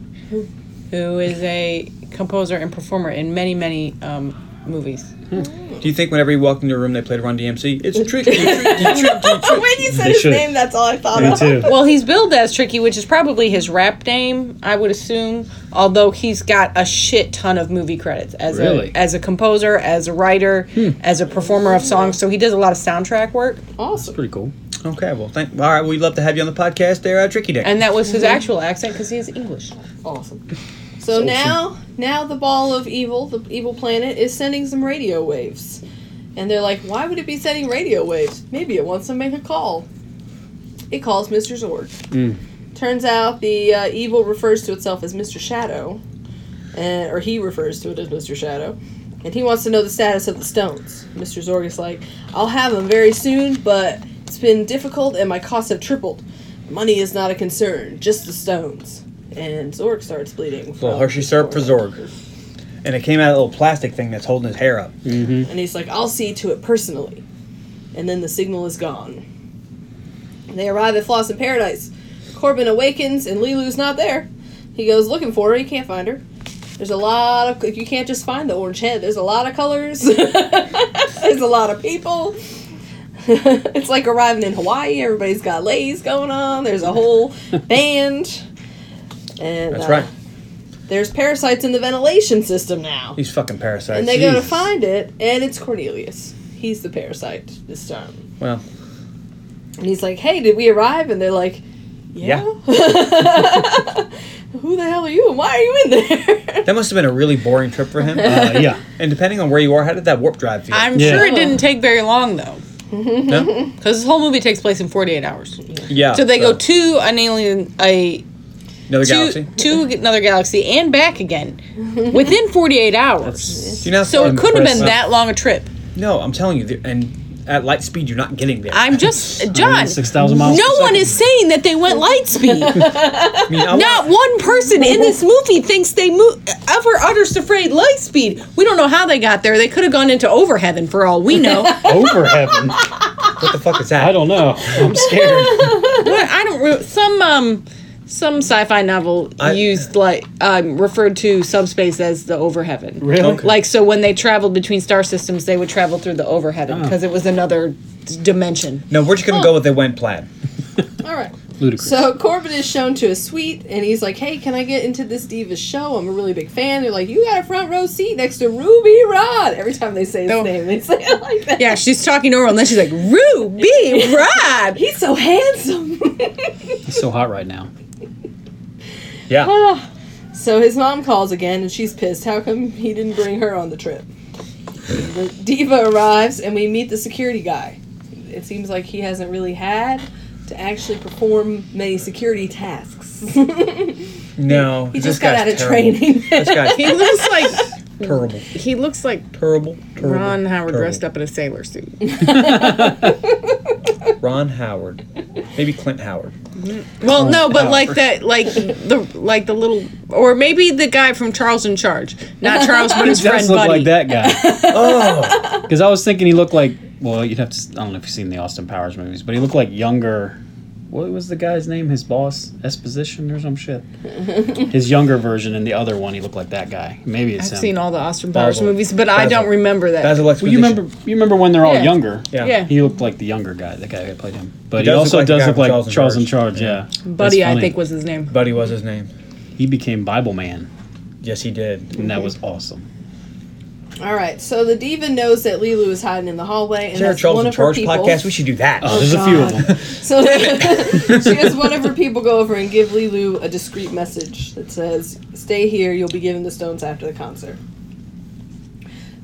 Speaker 2: who is a composer and performer in many many um, movies.
Speaker 5: do you think whenever he walked into a room, they played Run DMC? It's tricky, tricky, tricky,
Speaker 3: When
Speaker 5: tricky.
Speaker 3: you said
Speaker 4: They
Speaker 3: his
Speaker 4: should.
Speaker 3: name, that's all I thought
Speaker 4: Me
Speaker 3: of.
Speaker 4: too.
Speaker 2: Well, he's billed as Tricky, which is probably his rap name, I would assume. Although he's got a shit ton of movie credits as
Speaker 4: Really? Hmm.
Speaker 2: a as a composer, as a writer, as a performer of songs. So he does a lot of soundtrack work,
Speaker 3: Awesome.
Speaker 4: Pretty cool.
Speaker 5: Okay. Well, thank. All right. We'd love to have you on the podcast, there, uh, Tricky Dick.
Speaker 2: and that was his actual accent because he is English.
Speaker 3: Awesome. So now, now the ball of evil, the evil planet, is sending some radio waves, and they're like, "Why would it be sending radio waves? Maybe it wants to make a call." It calls Mr. Zorg.
Speaker 5: Mm.
Speaker 3: Turns out the uh, evil refers to itself as Mr. Shadow, and or he refers to it as Mr. Shadow, and he wants to know the status of the stones. Mr. Zorg is like, "I'll have them very soon, but it's been difficult, and my costs have tripled. Money is not a concern, just the stones." And Zorg starts bleeding.
Speaker 5: Well,
Speaker 3: from
Speaker 5: Hershey
Speaker 3: his
Speaker 5: syrup for
Speaker 3: forehead.
Speaker 5: Zorg. And it came out of a little plastic thing that's holding his hair up.
Speaker 3: And he's like, I'll see to it personally. And then the signal is gone. They arrive at Floss in Paradise. Corbin awakens and Lilu's not there. He goes looking for her, he can't find her. There's a lot of you can't just find the orange head. There's a lot of colors. There's a lot of people. it's like arriving in Hawaii. Everybody's got lays going on. There's a whole band. And
Speaker 5: That's
Speaker 3: uh,
Speaker 5: right.
Speaker 3: There's parasites in the ventilation system now.
Speaker 5: These fucking parasites.
Speaker 3: And they go to
Speaker 5: Jeez.
Speaker 3: find it, and it's Cornelius.
Speaker 6: He's the parasite this time.
Speaker 5: Well,
Speaker 6: And he's like, hey, did we arrive? And they're like,
Speaker 5: yeah.
Speaker 6: who the hell are you? And why are you in there?
Speaker 5: That must have been a really boring trip for him.
Speaker 4: Uh, yeah.
Speaker 5: and depending on where you are, how did that warp drive feel?
Speaker 2: I'm
Speaker 4: Yeah.
Speaker 2: sure it didn't take very long though,
Speaker 5: no?
Speaker 2: because this whole movie takes place in 48 hours.
Speaker 5: Yeah.
Speaker 2: So they go to an alien, a
Speaker 5: another
Speaker 2: to,
Speaker 5: galaxy.
Speaker 2: to another galaxy and back again within 48 hours.
Speaker 5: Do you know how
Speaker 2: So it couldn't have
Speaker 5: impressive-
Speaker 2: been that long a trip.
Speaker 5: No, I'm telling you, the- and at light speed, you're not getting there.
Speaker 2: I'm just John.
Speaker 4: 6,000 miles per
Speaker 2: No one
Speaker 4: second.
Speaker 2: is saying that they went light speed.
Speaker 5: I mean, I
Speaker 2: Not one person in this movie thinks they move ever utters the phrase light speed. We don't know how they got there. They could have gone into over heaven for all we know. Well,
Speaker 4: Over heaven.
Speaker 5: what the fuck is that?
Speaker 4: I don't know. I'm scared.
Speaker 2: I don't. Re- some um, some sci-fi novel
Speaker 5: I-
Speaker 2: used like um, referred to subspace as the over heaven.
Speaker 4: Really? Okay.
Speaker 2: Like so, when they traveled between star systems, they would travel through the over heaven because it was another d- dimension.
Speaker 5: No, we're just gonna
Speaker 3: Oh.
Speaker 5: go with they went plan.
Speaker 3: All right.
Speaker 4: Ludicrous.
Speaker 3: So Corbin is shown to a suite, and he's like, "Hey, can I get into this diva's show? I'm a really big fan." They're like, "You got a front row seat next to Ruby Rod." Every time they say his name, they say it like that.
Speaker 2: Yeah, she's talking over, and then she's like, "Ruby, Rod."
Speaker 3: He's so handsome.
Speaker 4: It's so hot right now.
Speaker 5: Yeah.
Speaker 3: so his mom calls again, and she's pissed. How come he didn't bring her on the trip? The diva arrives, and we meet the security guy. It seems like he hasn't really had to actually perform many security tasks.
Speaker 5: No.
Speaker 3: he
Speaker 5: this
Speaker 3: just got
Speaker 5: guy's
Speaker 3: out of
Speaker 5: terrible.
Speaker 3: training.
Speaker 5: This guy's
Speaker 2: He looks like
Speaker 5: terrible.
Speaker 2: he looks like
Speaker 5: Terrible. terrible
Speaker 2: Ron Howard
Speaker 5: terrible.
Speaker 2: dressed up in a sailor suit.
Speaker 5: Ron Howard. Maybe Clint Howard.
Speaker 2: Well, no, but like that, like the like the little, or maybe the guy from Charles in Charge, not Charles, but his
Speaker 4: He does
Speaker 2: friend
Speaker 4: look
Speaker 2: Buddy.
Speaker 4: like that guy.
Speaker 5: Oh,
Speaker 4: Because I was thinking he looked like, well, you'd have to, I don't know if you've seen the Austin Powers movies, but he looked like younger, what was the guy's name? His boss? Exposition or some shit? His younger version and the other one, he looked like that guy. Maybe it's
Speaker 2: I've
Speaker 4: him.
Speaker 2: seen all the Austin Powers
Speaker 4: Basil.
Speaker 2: movies, but I
Speaker 5: Basil.
Speaker 2: don't remember that.
Speaker 5: Basil Expedition.
Speaker 4: Well, you remember, you remember when they're all
Speaker 2: Yeah.
Speaker 4: younger?
Speaker 5: Yeah.
Speaker 2: Yeah.
Speaker 4: He looked like the younger guy, the guy who played him. But he,
Speaker 5: does look
Speaker 4: also
Speaker 5: like the
Speaker 4: does
Speaker 5: guy
Speaker 4: look
Speaker 5: from
Speaker 4: like
Speaker 5: Charles in
Speaker 4: Charles in
Speaker 5: Charge.
Speaker 4: Charge, yeah.
Speaker 2: Buddy,
Speaker 4: That's
Speaker 2: I
Speaker 4: funny.
Speaker 2: think was his name.
Speaker 5: Buddy was his name.
Speaker 4: He became Bible Man,
Speaker 5: Yes, he did.
Speaker 4: and that was awesome.
Speaker 3: All right, so the diva knows that Lilu is hiding in the hallway, and
Speaker 5: Sarah
Speaker 3: that's
Speaker 5: Charles
Speaker 3: one
Speaker 5: in
Speaker 3: of her
Speaker 5: Charge
Speaker 3: people.
Speaker 5: podcast. We should do that.
Speaker 4: Oh, there's a few of them.
Speaker 3: So she has one of her people go over and give Lilu a discreet message that says, "Stay here. You'll be given the stones after the concert."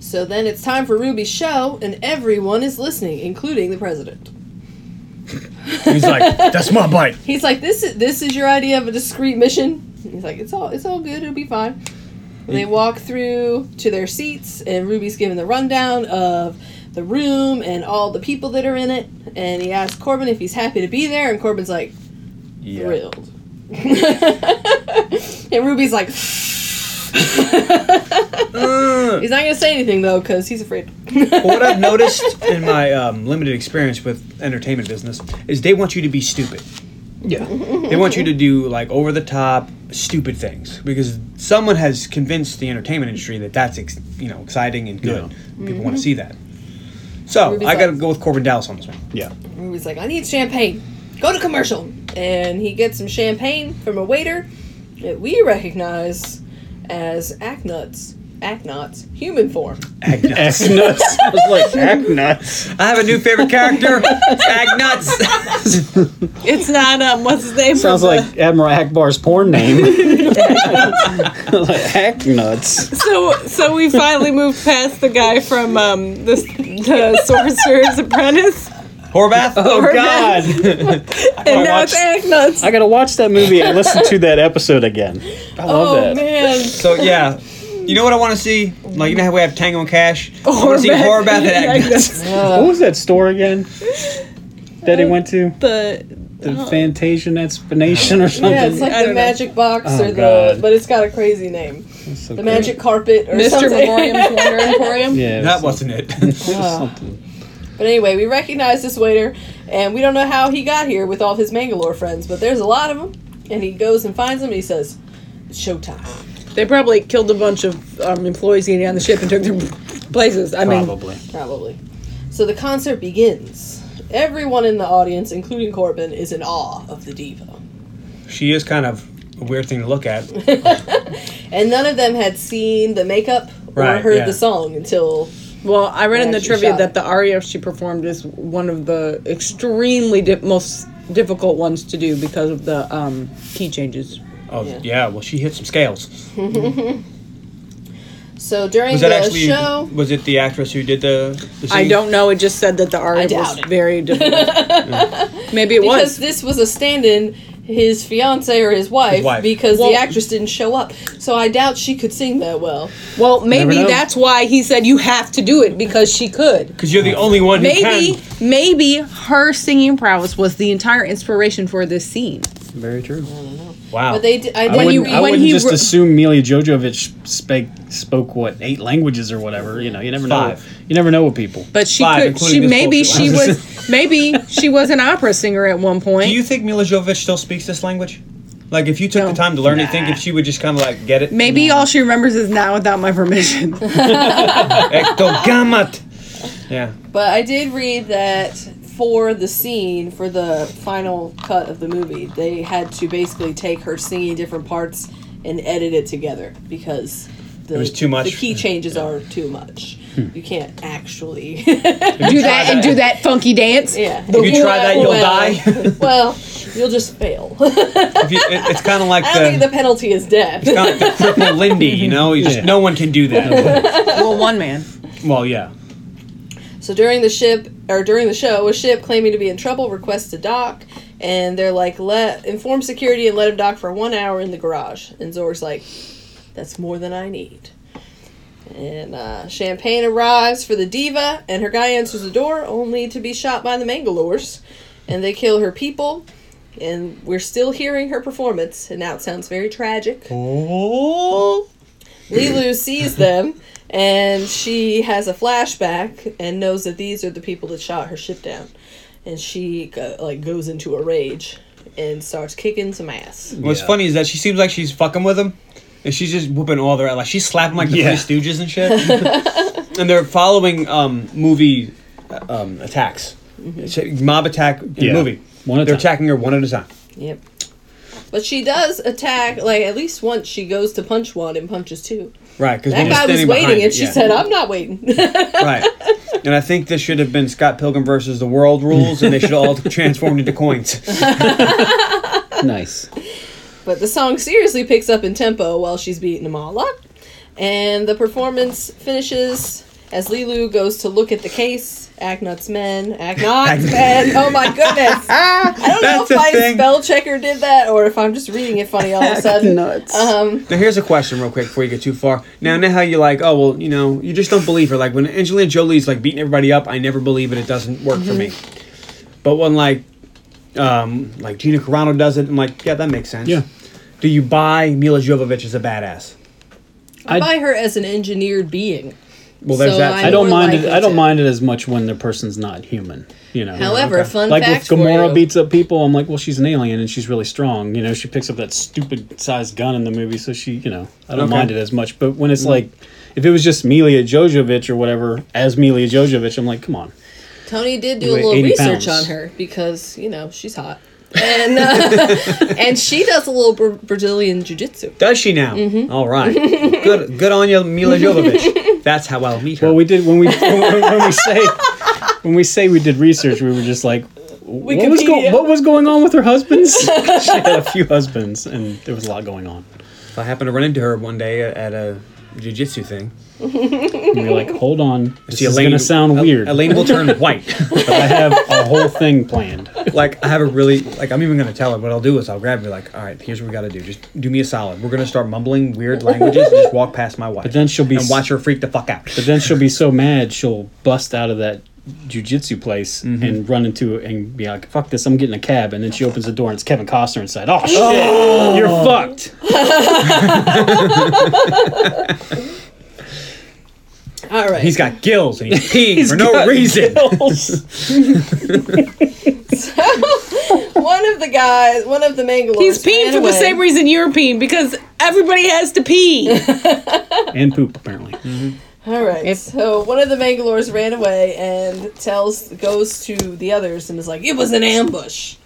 Speaker 3: So then it's time for Ruby's show, and everyone is listening, including the president.
Speaker 5: He's like, that's my bike.
Speaker 3: He's like, "This is this is your idea of a discreet mission." He's like, "It's all it's all good. It'll be fine." And they walk through to their seats, and Ruby's given the rundown of the room and all the people that are in it. And he asks Corbin if he's happy to be there, and Corbin's like,
Speaker 5: Yeah.
Speaker 3: "Thrilled." and Ruby's like,
Speaker 4: Uh.
Speaker 3: "He's not gonna say anything though, because he's afraid."
Speaker 5: Well, what I've noticed in my um, limited experience with entertainment business is they want you to be stupid.
Speaker 4: Yeah.
Speaker 5: They want you to do like over the top stupid things because someone has convinced the entertainment industry that that's ex- you know exciting and good.
Speaker 4: Yeah.
Speaker 5: People want to see that. So
Speaker 3: Ruby's
Speaker 5: I got to
Speaker 3: like-
Speaker 5: go with Corbin Dallas on this one.
Speaker 4: Yeah.
Speaker 3: Ruby's like, I need champagne. Go to commercial. And he gets some champagne from a waiter that we recognize as Acknuts. Acknuts, human form.
Speaker 5: Agnuts.
Speaker 4: Act nuts. I was like, act nuts.
Speaker 5: I have a new favorite character. Agnuts.
Speaker 2: It's not um, what's his name?
Speaker 4: Sounds like Admiral Akbar's porn name. like, act nuts.
Speaker 2: so. So we finally moved past the guy from um, the, the Sorcerer's Apprentice,
Speaker 5: Horvath.
Speaker 4: Oh, God.
Speaker 2: and
Speaker 4: now
Speaker 2: now it's
Speaker 4: it's
Speaker 2: Agnes.
Speaker 4: I got to watch that movie and listen to that episode again. I love
Speaker 3: Oh
Speaker 4: that.
Speaker 3: man.
Speaker 5: So yeah, you know what I want to see? Like you know how we have Tango and Cash. I want to see Horvath and Agnuts.
Speaker 4: What was that store again? That it went to?
Speaker 2: The
Speaker 4: The Fantasia Explanation or something?
Speaker 3: Uh-huh. Yeah, it's like
Speaker 2: I
Speaker 3: the
Speaker 2: don't know.
Speaker 3: magic box
Speaker 4: Oh,
Speaker 3: or the
Speaker 4: God.
Speaker 3: but it's got a crazy name.
Speaker 4: So
Speaker 3: The
Speaker 4: great.
Speaker 3: magic carpet or
Speaker 2: Mr.
Speaker 3: something.
Speaker 2: Memoriam's Wonder Emporium.
Speaker 4: Yeah.
Speaker 5: That
Speaker 4: was
Speaker 5: wasn't it.
Speaker 4: something.
Speaker 3: But anyway, we recognize this waiter, and we don't know how he got here with all of his Mangalore friends, but there's a lot of them. And he goes and finds them, and he says, "It's showtime."
Speaker 2: They probably killed a bunch of um, employees getting on the ship and took their places. I mean,
Speaker 4: Probably.
Speaker 3: Probably. So the concert begins. Everyone in the audience, including Corbin, is in awe of the diva.
Speaker 5: she is kind of a weird thing to look at.
Speaker 3: And none of them had seen the makeup or
Speaker 5: Right,
Speaker 3: heard
Speaker 5: yeah.
Speaker 3: the song until
Speaker 2: Well, I read in the
Speaker 3: she
Speaker 2: trivia
Speaker 3: shot
Speaker 2: that
Speaker 3: it.
Speaker 2: the aria she performed is one of the extremely di- most difficult ones to do because of the um, key changes.
Speaker 5: Oh yeah. well, she hit some scales.
Speaker 3: So during
Speaker 5: Was
Speaker 3: the
Speaker 5: that actually?
Speaker 3: show,
Speaker 5: Was it the actress who did the? the
Speaker 2: I
Speaker 5: scene?
Speaker 2: don't know. It just said that the aria
Speaker 3: doubt
Speaker 2: was
Speaker 3: it.
Speaker 2: very difficult. Maybe it
Speaker 3: because
Speaker 2: was.
Speaker 3: this was a stand-in, his fiance or his wife,
Speaker 5: His wife.
Speaker 3: because
Speaker 2: Well-
Speaker 3: the actress didn't show up. So I doubt she could sing that well.
Speaker 2: Well, maybe
Speaker 5: know.
Speaker 2: that's why he said you have to do it because she could.
Speaker 5: Because you're the only one who
Speaker 2: Maybe,
Speaker 5: can.
Speaker 2: maybe her singing prowess was the entire inspiration for this scene.
Speaker 4: Very true.
Speaker 5: Wow.
Speaker 3: But they, d- I,
Speaker 4: I
Speaker 3: did
Speaker 4: wouldn't,
Speaker 3: read,
Speaker 4: I
Speaker 2: when
Speaker 4: wouldn't
Speaker 2: he
Speaker 4: just
Speaker 2: wr-
Speaker 4: assume Mila Jojovic spake, spoke what eight languages or whatever. You know, you never
Speaker 5: Five.
Speaker 4: know. You never know with people.
Speaker 2: But she
Speaker 5: Five,
Speaker 2: could.
Speaker 5: including
Speaker 2: She
Speaker 5: this
Speaker 2: maybe
Speaker 5: bullshit
Speaker 2: she
Speaker 5: one.
Speaker 2: was maybe she was an opera singer at one point.
Speaker 5: Do you think Mila Jovovich still speaks this language? Like, if you took
Speaker 2: No.
Speaker 5: the time to learn, it, think if she would just kind of like get it?
Speaker 2: Maybe all she remembers is now without my permission.
Speaker 5: Ectogamat. Yeah.
Speaker 3: but I did read that for the scene, for the final cut of the movie, they had to basically take her singing different parts and edit it together because. The,
Speaker 5: was too much. Hmm.
Speaker 3: The key changes are too much. You can't actually.
Speaker 2: do that and do that funky dance.
Speaker 3: yeah.
Speaker 5: If you try that, you'll die.
Speaker 3: Well, you'll just fail.
Speaker 5: If you, it, it's kind of like
Speaker 3: I don't think
Speaker 5: the,
Speaker 3: the penalty is death.
Speaker 5: kinda like the cripple Lindy. You know, you just,
Speaker 4: Yeah.
Speaker 5: no one can do that.
Speaker 2: Well, one man.
Speaker 5: well, yeah.
Speaker 3: So during the ship or during the show, a ship claiming to be in trouble requests to dock, and they're like, "Let inform security and let him dock for one hour in the garage." And Zorg's like, "That's more than I need." And uh, Champagne arrives for the diva, and her guy answers the door, only to be shot by the Mangalores, and they kill her people. And we're still hearing her performance, and now it sounds very tragic. Lilu sees them and she has a flashback and knows that these are the people that shot her ship down. And she go, like goes into a rage and starts kicking some ass.
Speaker 5: What's
Speaker 4: Yeah.
Speaker 5: funny is that she seems like she's fucking with him, and she's just whooping all their like she's slapping like the
Speaker 4: Yeah.
Speaker 5: Three Stooges and shit. and they're following um, movie uh, um, attacks, It's a mob attack in
Speaker 4: Mm-hmm. Yeah.
Speaker 5: movie.
Speaker 4: One at a
Speaker 5: they're
Speaker 4: time.
Speaker 5: attacking her one at a time.
Speaker 3: Yep. But she does attack like at least once she goes to punch one and punches two.
Speaker 5: Right, because
Speaker 3: That guy was waiting and she said, "I'm not waiting."
Speaker 5: right." And I think this should have been Scott Pilgrim versus the World rules, and they should all transformed into coins.
Speaker 4: Nice.
Speaker 3: But the song seriously picks up in tempo while she's beating them all up. And the performance finishes as Lilu goes to look at the case. Act nuts men, act not men. Oh my goodness. I don't know
Speaker 5: That's
Speaker 3: if
Speaker 5: a
Speaker 3: my
Speaker 5: thing.
Speaker 3: spell checker did that or if I'm just reading it funny all of a sudden. Um,
Speaker 5: Now here's a question, real quick, before you get too far. Now, now how you like? Oh well, you know, you just don't believe her. Like when Angelina Jolie's like beating everybody up, I never believe it. It doesn't work for me.
Speaker 4: Mm-hmm.
Speaker 5: But when like, um, like Gina Carano does it, I'm like, yeah, that makes sense.
Speaker 4: Yeah.
Speaker 5: Do you buy Mila Jovovich as a badass?
Speaker 3: I buy her as an engineered being.
Speaker 5: Well, there's
Speaker 3: So
Speaker 5: that.
Speaker 3: I
Speaker 5: too.
Speaker 4: I don't
Speaker 3: more
Speaker 4: mind it.
Speaker 3: likely
Speaker 4: I don't
Speaker 3: to.
Speaker 4: mind it as much when the person's not human. You know.
Speaker 3: However, fun
Speaker 4: like
Speaker 3: fact
Speaker 4: if Gamora
Speaker 3: for you.
Speaker 4: beats up people, I'm like, well, she's an alien and she's really strong. You know, she picks up that stupid sized gun in the movie, so she, you know, I don't
Speaker 5: Okay.
Speaker 4: mind it as much. But when it's like, if it was just Melia Jojovic or whatever as Melia Jojovic, I'm like, come on.
Speaker 3: Tony did do
Speaker 4: You
Speaker 3: a
Speaker 4: weigh
Speaker 3: little
Speaker 4: 80
Speaker 3: research
Speaker 4: pounds.
Speaker 3: on her because, you know, she's hot. And uh, and she does a little Bra- Brazilian jiu-jitsu.
Speaker 5: Does she now?
Speaker 4: Mm-hmm.
Speaker 5: All right. good. Good on you, Mila Jovovich. That's how I'll meet her.
Speaker 4: Well, we did when we when, we say when we say we did research, we were just like, what was, go-
Speaker 3: Wikipedia.
Speaker 4: what was going on with her husbands? she had a few husbands, and there was a lot going on.
Speaker 5: I happened to run into her one day at a jiu-jitsu thing.
Speaker 4: And we were like, hold on, this
Speaker 5: See,
Speaker 4: is going to sound
Speaker 5: Al-
Speaker 4: weird.
Speaker 5: Elaine will turn white.
Speaker 4: but I have a whole thing planned.
Speaker 5: like I have a really like I'm even gonna tell her what I'll do is I'll grab her like all right here's what we gotta do just do me a solid we're gonna start mumbling weird languages and just walk past my wife but
Speaker 4: then she'll be
Speaker 5: and
Speaker 4: s-
Speaker 5: watch her freak the fuck out
Speaker 4: But then she'll be so mad, she'll bust out of that jujitsu place
Speaker 5: Mm-hmm.
Speaker 4: and run into it and be like, fuck this, I'm getting a cab. And then she opens the door and it's Kevin Costner inside. Oh, shit, you're fucked.
Speaker 3: All right.
Speaker 5: he's got gills and he's peeing for no reason
Speaker 3: one of the guys, one of the Mangalores.
Speaker 2: He's peeing
Speaker 3: ran
Speaker 2: for the
Speaker 3: away.
Speaker 2: same reason you're peeing because everybody has to pee.
Speaker 4: and poop, apparently.
Speaker 3: All right. so one of the Mangalores ran away and tells goes to the others and is like, "It was an ambush."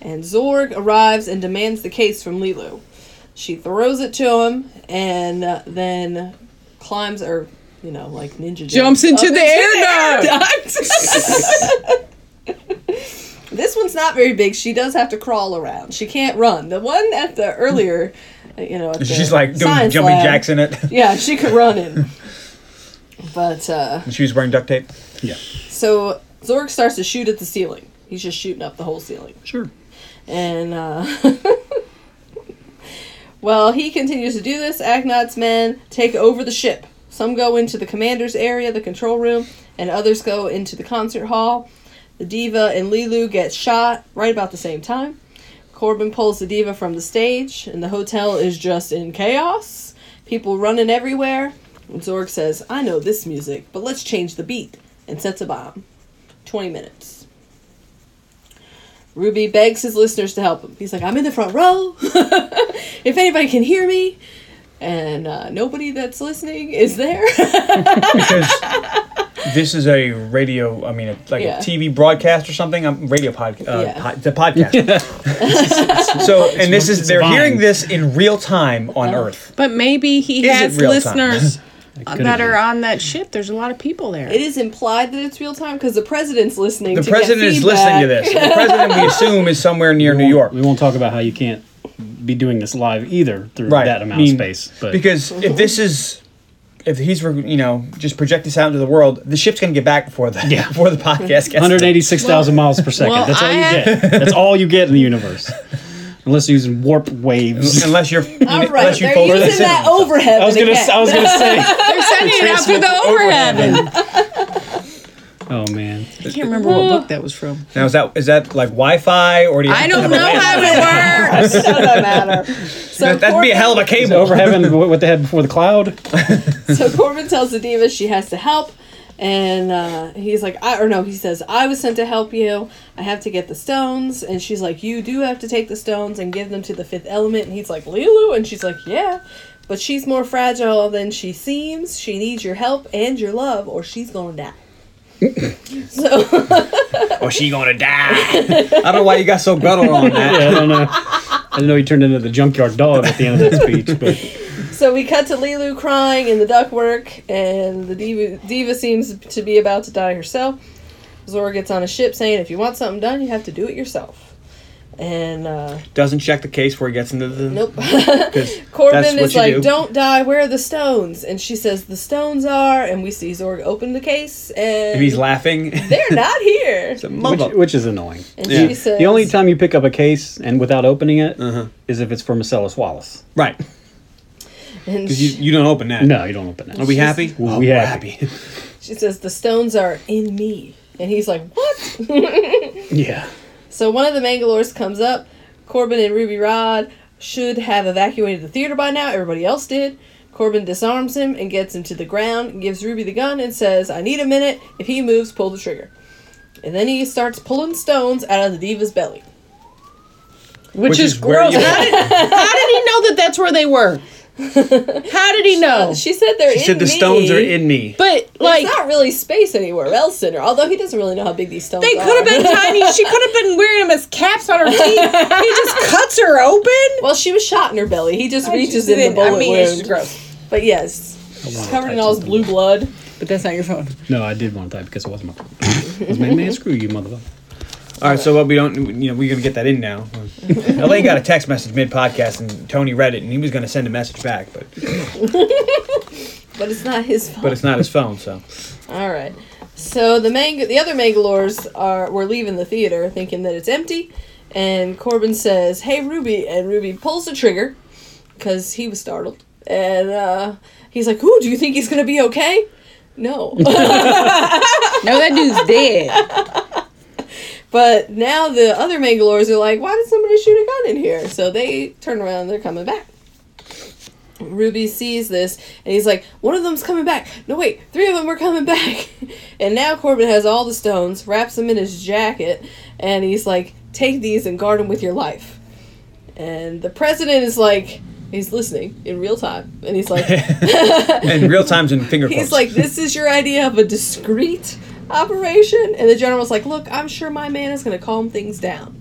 Speaker 3: And Zorg arrives and demands the case from Lilu. She throws it to him and uh, then climbs or you know, like ninja
Speaker 2: Jumps into the air duct.
Speaker 3: This one's not very big. She does have to crawl around. She can't run. The one at the earlier, uh, you know, at the
Speaker 5: She's like doing
Speaker 3: science
Speaker 5: jumping
Speaker 3: lab,
Speaker 5: jacks in it.
Speaker 3: Yeah, she could run in. but uh,
Speaker 5: And she was wearing duct tape.
Speaker 4: Yeah.
Speaker 3: so Zorg starts to shoot at the ceiling. He's just shooting up the whole ceiling.
Speaker 4: Sure.
Speaker 3: And uh well, he continues to do this. Agnot's men take over the ship. Some go into the commander's area, the control room, and others go into the concert hall. The diva and Lilu get shot right about the same time. Corbin pulls the diva from the stage, and the hotel is just in chaos. People running everywhere. And Zorg says, "I know this music, but let's change the beat," and sets a bomb. Twenty minutes. Ruby begs his listeners to help him. He's like, I'm in the front row. if anybody can hear me. And uh, nobody that's listening is there.
Speaker 5: because this is a radio. I mean, a, like
Speaker 3: Yeah.
Speaker 5: a TV broadcast or something. Um, radio podcast. Uh,
Speaker 3: Yeah.
Speaker 5: pod- the podcast. so, and this
Speaker 4: it's
Speaker 5: is they're
Speaker 4: Vine.
Speaker 5: hearing this in real time on
Speaker 3: Oh.
Speaker 5: Earth.
Speaker 2: But maybe he
Speaker 5: Is it
Speaker 2: has
Speaker 5: real time?
Speaker 2: listeners
Speaker 4: could
Speaker 2: that
Speaker 4: have
Speaker 2: are on that ship. There's a lot of people there.
Speaker 3: it is implied that it's real time because the president's listening.
Speaker 5: The
Speaker 3: to
Speaker 5: president
Speaker 3: get
Speaker 5: is listening to
Speaker 3: feedback.
Speaker 5: this. The president, we assume, is somewhere near New
Speaker 4: We
Speaker 5: York.
Speaker 4: won't- We won't talk about how you can't be doing this live either through
Speaker 5: Right.
Speaker 4: that amount
Speaker 5: I mean,
Speaker 4: of space. But
Speaker 5: Because if this is. If he's, you know, just project this out into the world, the ship's gonna get back before the
Speaker 4: Yeah.
Speaker 5: before the podcast gets
Speaker 4: 186,000 miles per second.
Speaker 2: well,
Speaker 4: That's all
Speaker 2: I
Speaker 4: you
Speaker 2: had-
Speaker 4: get. That's all you get in the universe. Unless you're using warp waves.
Speaker 5: unless you're
Speaker 3: All right,
Speaker 5: unless you
Speaker 3: they're
Speaker 5: fold
Speaker 3: using
Speaker 5: this in.
Speaker 3: that overhead.
Speaker 4: I was gonna. I was gonna say.
Speaker 2: They're sending it out through the overhead.
Speaker 4: Oh man.
Speaker 2: I can't remember what book that was from.
Speaker 5: Now is that is that like Wi-Fi or do you
Speaker 2: I
Speaker 5: have
Speaker 2: don't know how it works.
Speaker 3: doesn't matter. So
Speaker 5: That'd be a hell of a
Speaker 4: Is
Speaker 5: cable.
Speaker 4: over heaven what what they had before the cloud?
Speaker 3: so Corbin tells the diva she has to help, and uh, he's like, I or no, he says, I was sent to help you. I have to get the stones, and she's like, you do have to take the stones and give them to the fifth element. And he's like, Lilu, and she's like, yeah, but she's more fragile than she seems. She needs your help and your love, or she's gonna die. so
Speaker 5: or Oh, she gonna die. I don't know why you got so gutted on that.
Speaker 4: Yeah, I don't know. I didn't know he turned into the junkyard dog at the end of that speech, but
Speaker 3: so we cut to Lilu crying in the ductwork, and the diva, diva seems to be about to die herself. Zora gets on a ship saying, if you want something done, you have to do it yourself. And uh,
Speaker 5: Doesn't check the case before he gets into the.
Speaker 3: nope.
Speaker 5: That's
Speaker 3: Corbin
Speaker 5: what
Speaker 3: is
Speaker 5: you
Speaker 3: like,
Speaker 5: do.
Speaker 3: "Don't die. Where are the stones?" And she says, "The stones are." And we see Zorg open the case, and,
Speaker 5: And he's laughing.
Speaker 3: they're not here.
Speaker 4: which, which is annoying.
Speaker 3: And
Speaker 5: Yeah.
Speaker 3: she says,
Speaker 4: The only time you pick up a case and without opening it is if it's for Marcellus Wallace.
Speaker 5: right.
Speaker 3: and
Speaker 5: Because you,
Speaker 3: she,
Speaker 5: you don't open that.
Speaker 4: No, you don't open it.
Speaker 5: Are we happy?
Speaker 4: We
Speaker 5: Oh,
Speaker 4: happy.
Speaker 5: we're
Speaker 3: she says, "The stones are in me," and he's like, "What?"
Speaker 4: Yeah.
Speaker 3: So one of the Mangalores comes up. Corbin and Ruby Rod should have evacuated the theater by now. Everybody else did. Corbin disarms him and gets him to the ground, gives Ruby the gun, and says, I need a minute. If he moves, pull the trigger. And then he starts pulling stones out of the diva's belly.
Speaker 2: Which,
Speaker 5: Which
Speaker 2: is,
Speaker 5: is where
Speaker 2: gross.
Speaker 5: you-
Speaker 2: How did, how did he know that that's where they were? How did he know?
Speaker 3: Uh, She said they're
Speaker 5: She
Speaker 3: in
Speaker 5: said the
Speaker 3: me.
Speaker 5: stones are in me.
Speaker 2: But
Speaker 3: There's
Speaker 2: like,
Speaker 3: not really space anywhere else in her, although he doesn't really know how big these stones
Speaker 2: they
Speaker 3: are.
Speaker 2: could have been tiny. She could have been wearing them as caps on her teeth. He just cuts her open.
Speaker 3: Well, she was shot in her belly. He just reaches
Speaker 2: Just
Speaker 3: in the
Speaker 2: didn't-
Speaker 3: bullet
Speaker 2: I mean, it's
Speaker 3: wound.
Speaker 2: just gross.
Speaker 3: But yes, she's covered in all his blue blood.
Speaker 2: But that's not your phone.
Speaker 4: No, I did want to die because it wasn't my fault. It was my man, screw you, motherfucker.
Speaker 5: All right. So what we don't, you know, we're gonna get that in now. Elaine got a text message mid podcast, and Tony read it, and he was gonna send a message back, but
Speaker 3: But it's not his fault.
Speaker 5: but it's not his phone, so
Speaker 3: All right. So the mang- the other Mangalores are were leaving the theater, thinking that it's empty, and Corbin says, "Hey, Ruby," and Ruby pulls the trigger because he was startled, and uh, he's like, "Ooh, do you think he's gonna be okay?" No.
Speaker 2: No, that dude's dead.
Speaker 3: but now the other Mangalores are like, "Why did somebody shoot a gun in here?" So they turn around, and they're coming back. Ruby sees this and he's like, one of them's coming back. No, wait, three of them are coming back. and now Corbin has all the stones, wraps them in his jacket, and he's like, take these and guard them with your life. And the president is like, he's listening in real time, and he's like,
Speaker 5: and real time's in finger quotes.
Speaker 3: He's like, this is your idea of a discreet operation? And the general's like, look, I'm sure my man is going to calm things down.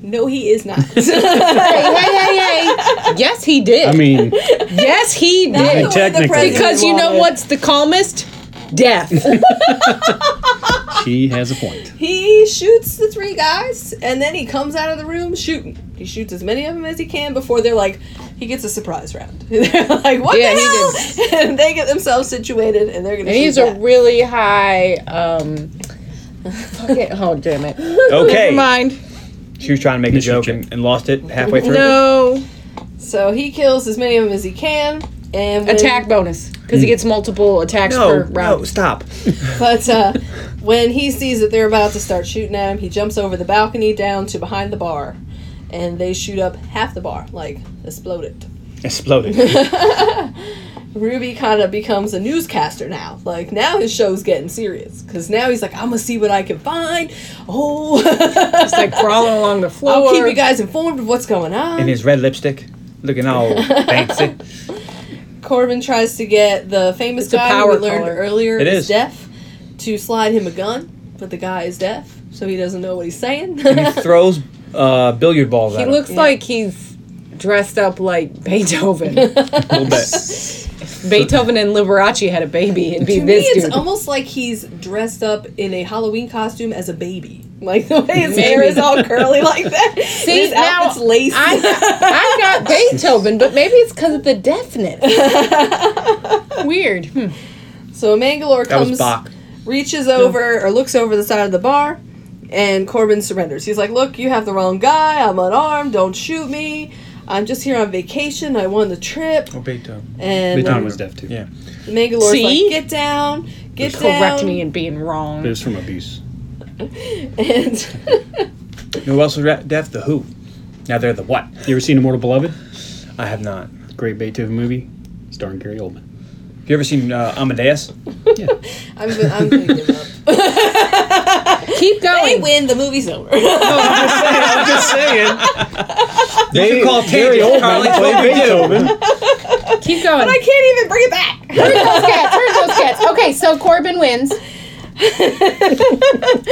Speaker 3: No, he is not.
Speaker 2: hey, hey, hey. Yes, he did.
Speaker 4: I mean,
Speaker 2: yes, he did.
Speaker 4: technically,
Speaker 2: Because you know
Speaker 3: what?
Speaker 2: what's the calmest? Death.
Speaker 4: she has a point.
Speaker 3: He shoots the three guys, and then he comes out of the room shooting. He shoots as many of them as he can before they're like, he gets a surprise round. they're like, what
Speaker 2: Yeah,
Speaker 3: the
Speaker 2: he
Speaker 3: hell? And they get themselves situated, and they're gonna.
Speaker 2: And
Speaker 3: shoot
Speaker 2: he's a
Speaker 3: back.
Speaker 2: really high. um fuck it. Oh damn it! Never
Speaker 5: Okay.
Speaker 2: mind.
Speaker 5: She was trying to make a
Speaker 4: Miss your
Speaker 5: joke and, and lost it halfway through.
Speaker 2: No
Speaker 3: so he kills as many of them as he can, and when,
Speaker 2: attack bonus because he gets multiple attacks per
Speaker 5: Hmm. No,
Speaker 2: round.
Speaker 5: no, stop.
Speaker 3: But uh, when he sees that they're about to start shooting at him, he jumps over the balcony down to behind the bar, and they shoot up half the bar, like explode it.
Speaker 5: Exploded.
Speaker 3: Ruby kind of becomes a newscaster now. Like now his show's getting serious because now he's like, I'm gonna see what I can find. Oh,
Speaker 2: It's like crawling along the floor.
Speaker 3: I'll keep you guys informed of what's going on.
Speaker 5: In his red lipstick, looking all fancy.
Speaker 3: Corbin tries to get the famous
Speaker 2: a
Speaker 3: guy who
Speaker 2: power
Speaker 3: we learned
Speaker 2: caller.
Speaker 3: earlier
Speaker 5: It
Speaker 3: is.
Speaker 5: is.
Speaker 3: deaf to slide him a gun, but the guy is deaf, so he doesn't know what he's saying.
Speaker 5: He throws uh, billiard balls
Speaker 2: He
Speaker 5: at
Speaker 2: looks like he's dressed up like Beethoven.
Speaker 5: him a little bit.
Speaker 2: Beethoven and Liberace had a baby and be
Speaker 3: to me,
Speaker 2: this
Speaker 3: it's
Speaker 2: dude.
Speaker 3: almost like he's dressed up in a Halloween costume as a baby. Like the way his hair is all curly like that. See, his
Speaker 2: now,
Speaker 3: outfit's laced.
Speaker 2: I got, I got Beethoven, but maybe it's because of the deafness. Weird. Hmm.
Speaker 3: So Mangalore
Speaker 5: That was
Speaker 3: comes,
Speaker 5: Bach.
Speaker 3: reaches over or looks over the side of the bar, and Corbin surrenders. He's like, "Look, you have the wrong guy. I'm unarmed. Don't shoot me. I'm just here on vacation. I won the trip."
Speaker 5: Oh, Beethoven.
Speaker 3: And
Speaker 4: Beethoven
Speaker 3: um,
Speaker 4: was deaf too.
Speaker 5: Yeah.
Speaker 3: Mangalore's
Speaker 2: See?
Speaker 3: like, "Get down, get down."
Speaker 2: Correct me in being
Speaker 4: It
Speaker 2: wrong.
Speaker 4: was from abuse.
Speaker 3: And
Speaker 5: You know who else was ra- deaf? The Who. Now they're the what?
Speaker 4: You ever seen Immortal Beloved?
Speaker 5: I have not.
Speaker 4: Great Beethoven movie, starring Gary Oldman.
Speaker 5: Have you ever seen uh, Amadeus?
Speaker 3: I'm, go- I'm gonna give up.
Speaker 2: Keep
Speaker 3: They
Speaker 2: going.
Speaker 3: win. The movie's over.
Speaker 4: I'm just saying.
Speaker 5: They should call
Speaker 4: Gary
Speaker 5: tangents, Carly.
Speaker 4: Oldman played Beethoven.
Speaker 2: Keep going.
Speaker 3: I can't even bring it back.
Speaker 2: Herd those cats. Herd those cats. Okay, so Corbin wins.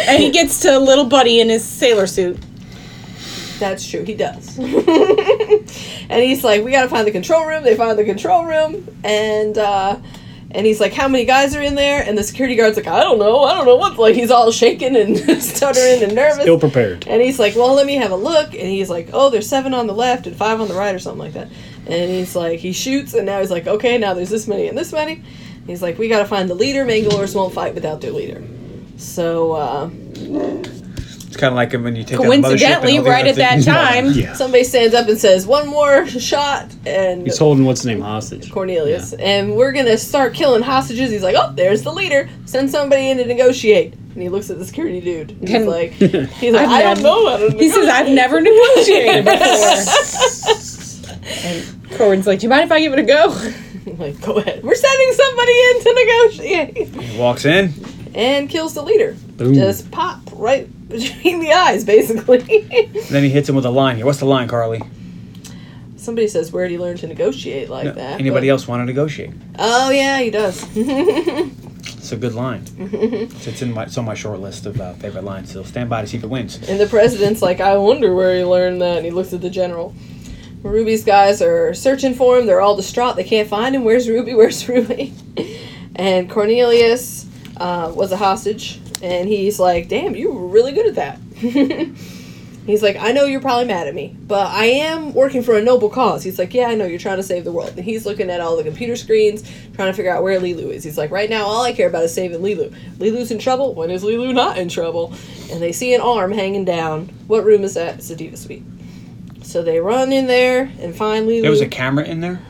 Speaker 2: and he gets to little buddy in his sailor suit.
Speaker 3: That's true. He does. and he's like, "We gotta find the control room." They find the control room, and uh, and he's like, "How many guys are in there?" And the security guard's like, "I don't know. I don't know what." Like he's all shaking and stuttering and nervous.
Speaker 4: Ill prepared.
Speaker 3: And he's like, "Well, let me have a look." And he's like, "Oh, there's seven on the left and five on the right, or something like that." And he's like, he shoots, and now he's like, "Okay, now there's this many and this many." And he's like, "We gotta find the leader. Mangalores won't fight without their leader." So uh,
Speaker 5: It's kind of like when you take out the mothership and
Speaker 2: Coincidentally,
Speaker 5: all the
Speaker 2: right
Speaker 5: other
Speaker 2: at that
Speaker 5: things.
Speaker 2: time,
Speaker 4: Yeah.
Speaker 3: somebody stands up and says, "One more shot," and
Speaker 4: He's holding what's his name hostage.
Speaker 3: Cornelius, and we're gonna start killing hostages. He's like, oh, there's the leader. Send somebody in to negotiate. And he looks at the security dude. And he's
Speaker 2: And-
Speaker 3: like, he's like,
Speaker 2: I've
Speaker 3: I don't
Speaker 2: nev-
Speaker 3: know. I don't
Speaker 2: he says, I've never negotiated before. and Corbin's like, Do you mind if I give it a go?
Speaker 3: I'm like, go ahead. We're sending somebody in to negotiate.
Speaker 5: He walks in.
Speaker 3: And kills the leader.
Speaker 4: Boom.
Speaker 3: Just pop right between the eyes, basically.
Speaker 5: And then he hits him with a line here. What's the line, Carly?
Speaker 3: Somebody says, where'd he learn to negotiate like that?
Speaker 5: Anybody
Speaker 3: But-
Speaker 5: else want to negotiate?
Speaker 3: Oh yeah, he does.
Speaker 5: It's a good line. it's in my it's on my short list of uh, favorite lines. So stand by to see if it wins.
Speaker 3: And the president's like, I wonder where he learned that. And he looks at the general. Ruby's guys are searching for him. They're all distraught. They can't find him. Where's Ruby? Where's Ruby? And Cornelius uh, was a hostage. And he's like, Damn, you were really good at that. he's like, I know you're probably mad at me, but I am working for a noble cause. He's like, Yeah, I know. You're trying to save the world. And he's looking at all the computer screens, trying to figure out where Lilu is. He's like, Right now, all I care about is saving Lilu. Lilu's in trouble. When is Lilu not in trouble? And they see an arm hanging down. What room is that? It's the Diva Suite. So they run in there and find Lilu.
Speaker 5: There was a camera in there.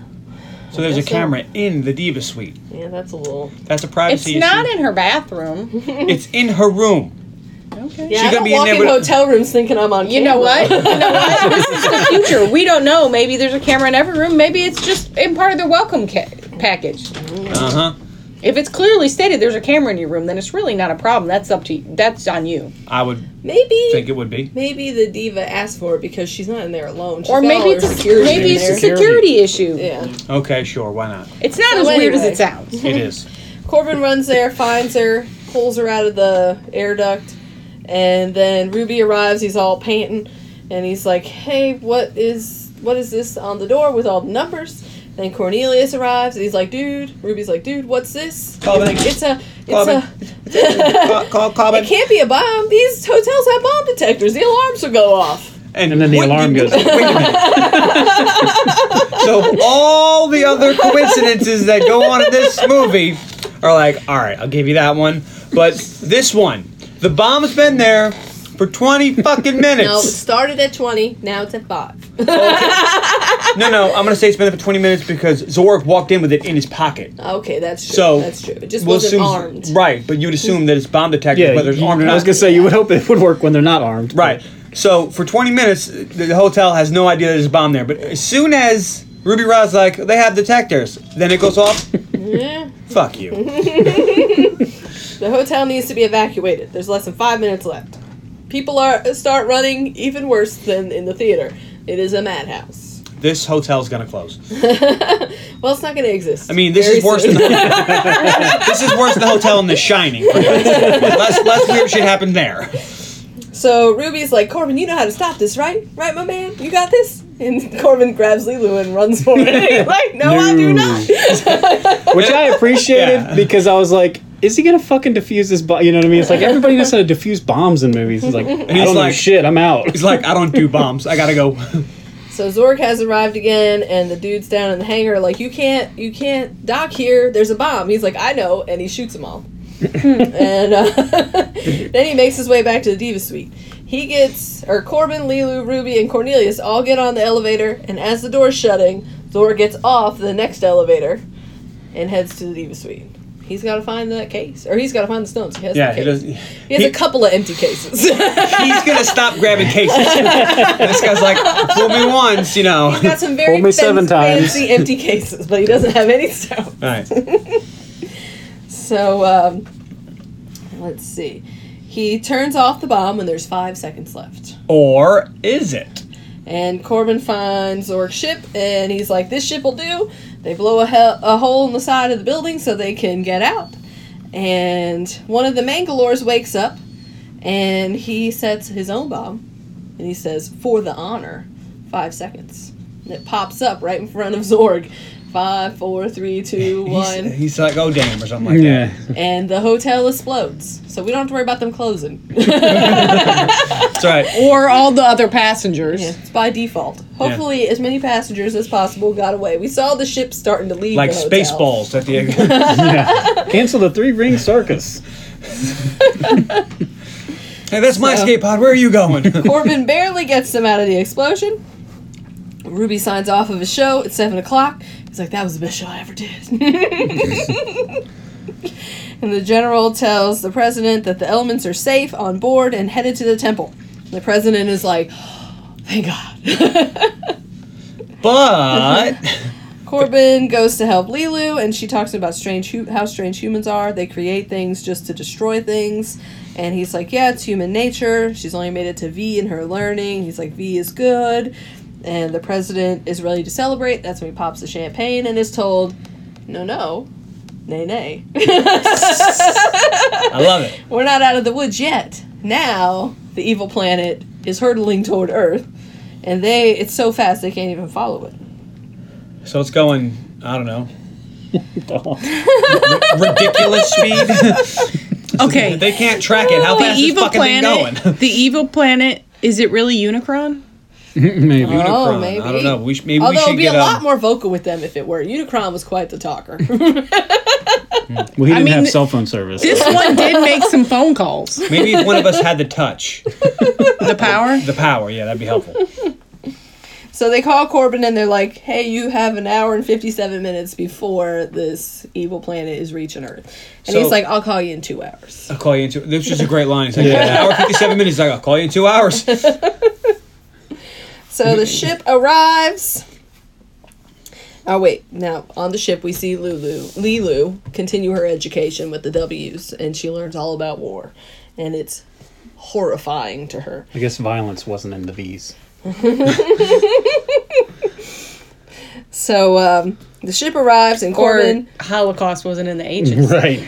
Speaker 5: So there's a
Speaker 3: guess so.
Speaker 5: camera in the diva suite.
Speaker 3: Yeah, that's a little.
Speaker 5: That's a
Speaker 2: It's
Speaker 5: privacy
Speaker 2: not
Speaker 5: issue.
Speaker 2: in her bathroom.
Speaker 5: it's in her room.
Speaker 3: Yeah,
Speaker 5: She
Speaker 3: I
Speaker 5: gonna
Speaker 3: don't
Speaker 5: be in
Speaker 3: walk
Speaker 5: there
Speaker 3: in
Speaker 5: with-
Speaker 3: hotel rooms thinking I'm on.
Speaker 2: You know what? You know what? This is the future. We don't know. Maybe there's a camera in every room. Maybe it's just in part of their welcome ca- package.
Speaker 5: Uh huh.
Speaker 2: If it's clearly stated there's a camera in your room, then it's really not a problem. That's up to you. That's on you.
Speaker 5: I would
Speaker 3: Maybe.
Speaker 5: think it would be.
Speaker 3: Maybe the diva asked for it because she's not in there alone. She's
Speaker 2: or
Speaker 3: got
Speaker 2: maybe
Speaker 3: all
Speaker 2: it's
Speaker 3: her
Speaker 2: a,
Speaker 3: security
Speaker 2: maybe
Speaker 3: in
Speaker 2: it's a
Speaker 3: there.
Speaker 2: security issue.
Speaker 3: Yeah.
Speaker 5: Okay, sure. Why not?
Speaker 2: It's not
Speaker 3: So
Speaker 2: as weird as
Speaker 3: anyway.
Speaker 2: it sounds.
Speaker 5: It is.
Speaker 3: Corbin runs there, finds her, pulls her out of the air duct, and then Ruby arrives. He's all panting, and and he's like, "Hey, what is what is this on the door with all the numbers?" Then Cornelius arrives, and he's like, "Dude," Ruby's like, "Dude, what's this?" He's
Speaker 5: Common.
Speaker 3: like, it's a, it's
Speaker 5: Common.
Speaker 3: a.
Speaker 5: call, call
Speaker 3: it can't be a bomb. These hotels have bomb detectors. The alarms will go off.
Speaker 5: And,
Speaker 4: then the
Speaker 5: what-
Speaker 4: alarm goes off.
Speaker 5: Wait a minute. so all the other coincidences that go on in this movie are like, all right, I'll give you that one, but this one, the bomb's been there for twenty fucking
Speaker 3: No, it
Speaker 5: minutes.
Speaker 3: started at twenty. Now it's at five.
Speaker 5: No, no, I'm gonna say it's been there for twenty minutes because Zorg walked in with it in his pocket.
Speaker 3: Okay, that's true.
Speaker 5: So
Speaker 3: that's true. It just
Speaker 5: we'll
Speaker 3: wasn't
Speaker 5: assume-
Speaker 3: armed.
Speaker 5: right? But you'd assume that it's bomb detectors,
Speaker 4: Yeah,
Speaker 5: whether it's
Speaker 4: you-
Speaker 5: armed or not.
Speaker 4: I was gonna say you would hope it would work when they're not armed.
Speaker 5: Right. So for 20 minutes, the the hotel has no idea there's a bomb there. But as soon as Ruby Rod's like, they have detectors, then it goes off.
Speaker 3: Yeah.
Speaker 5: Fuck you.
Speaker 3: The hotel needs to be evacuated. There's less than five minutes left. People are start running even worse than in the theater. It is a madhouse.
Speaker 5: This hotel's gonna close.
Speaker 3: Well, it's not going to exist.
Speaker 5: I mean, this
Speaker 3: Very
Speaker 5: is worse
Speaker 3: soon.
Speaker 5: than the, this is worse than the hotel in The Shining. less less weird shit happened there.
Speaker 3: so Ruby's like, Corbin, you know how to stop this, right? Right, my man? You got this? And Corbin grabs Lulu and runs for it. He's like, no, I do not.
Speaker 4: Which I appreciated
Speaker 5: Yeah.
Speaker 4: because I was like, is he gonna fucking defuse this bomb? You know what I mean? It's like everybody knows how to defuse bombs in movies. He's like, I
Speaker 5: he's
Speaker 4: don't know
Speaker 5: like-
Speaker 4: shit. I'm out.
Speaker 5: He's like, I don't do bombs. I gotta go.
Speaker 3: So Zorg has arrived again, and the dudes down in the hangar are like, "You can't, you can't dock here. There's a bomb." He's like, "I know," and he shoots them all. and uh, then he makes his way back to the diva suite. He gets, or Corbin, Lilu, Ruby, and Cornelius all get on the elevator, and as the door's shutting, Zorg gets off the next elevator and heads to the diva suite. He's got to find that case, or he's got to find the stones. He has
Speaker 5: Yeah,
Speaker 3: the
Speaker 5: he
Speaker 3: case.
Speaker 5: doesn't.
Speaker 3: He has
Speaker 5: he-
Speaker 3: a couple of empty cases.
Speaker 5: He's gonna stop grabbing cases. this guy's like, fool me once, you know.
Speaker 3: got some very
Speaker 4: Told me seven
Speaker 3: fancy,
Speaker 4: times.
Speaker 3: fancy empty cases, but he doesn't have any stones.
Speaker 5: All right.
Speaker 3: So, um, let's see. He turns off the bomb when there's five seconds left.
Speaker 5: Or is it?
Speaker 3: And Corbin finds Zorg's ship, and he's like, This ship will do. They blow a, hell a hole in the side of the building so they can get out. And one of the Mangalores wakes up, and he sets his own bomb, and he says, For the honor, five seconds. And it pops up right in front of Zorg. Five, four, three, two, one.
Speaker 5: He's, he's like, oh damn, or something like that.
Speaker 4: yeah.
Speaker 3: and the hotel explodes. So we don't have to worry about them closing.
Speaker 5: That's right.
Speaker 2: Or all the other passengers.
Speaker 3: it's by default. Hopefully, as many passengers as possible got away. We saw the ship starting to leave.
Speaker 5: Like
Speaker 3: the hotel.
Speaker 5: Spaceballs at the end.
Speaker 4: Cancel the three ring circus.
Speaker 5: hey, that's my skate pod. Where are you going?
Speaker 3: Corbin barely gets them out of the explosion. Ruby signs off of his show at seven o'clock. He's like, "That was the best show I ever did." and the general tells the president that the elements are safe on board and headed to the temple. The president is like, "Thank God."
Speaker 5: but
Speaker 3: Corbin goes to help Lilu, and she talks about strange hu- how strange humans are. They create things just to destroy things. And he's like, "Yeah, it's human nature." She's only made it to V in her learning. He's like, "V is good," and the president is ready to celebrate. That's when he pops the champagne and is told, "No, no, nay, nay,
Speaker 5: I love it.
Speaker 3: we're not out of the woods yet." Now the evil planet is hurtling toward Earth, and they—it's so fast they can't even follow it.
Speaker 5: So it's going. I don't know. Ridiculous speed.
Speaker 2: Okay.
Speaker 5: they can't track it. How
Speaker 2: the
Speaker 5: fast is
Speaker 2: evil
Speaker 5: fucking thing
Speaker 2: planet.
Speaker 5: going?
Speaker 2: the evil planet. Is it really Unicron?
Speaker 4: Maybe.
Speaker 3: Oh,
Speaker 5: Unicron.
Speaker 3: maybe.
Speaker 5: I don't know. We sh- maybe we
Speaker 3: Although
Speaker 5: should
Speaker 3: it'd be
Speaker 5: get
Speaker 3: a lot
Speaker 5: um,
Speaker 3: more vocal with them if it were. Unicron was quite the talker.
Speaker 4: Well, he didn't
Speaker 2: mean,
Speaker 4: have cell phone service.
Speaker 2: This one did make some phone calls.
Speaker 5: Maybe if one of us had the touch,
Speaker 2: The power.
Speaker 5: the power. Yeah, that'd be helpful.
Speaker 3: so they call Corbin and they're like, "Hey, you have an hour and fifty-seven minutes before this evil planet is reaching Earth," and
Speaker 5: So-
Speaker 3: he's like, "I'll call you in two hours."
Speaker 5: I'll call you in two. This is a great line. It's like, an hour fifty-seven minutes. Like, I'll call you in two hours.
Speaker 3: So the ship arrives. Oh wait! Now on the ship we see Lulu, Lilu, continue her education with the W's, and she learns all about war, and it's horrifying to her.
Speaker 4: I guess violence wasn't in the V's.
Speaker 3: So um, the ship arrives, and
Speaker 2: Or
Speaker 3: Corbin.
Speaker 2: Holocaust wasn't in the ages.
Speaker 4: Right.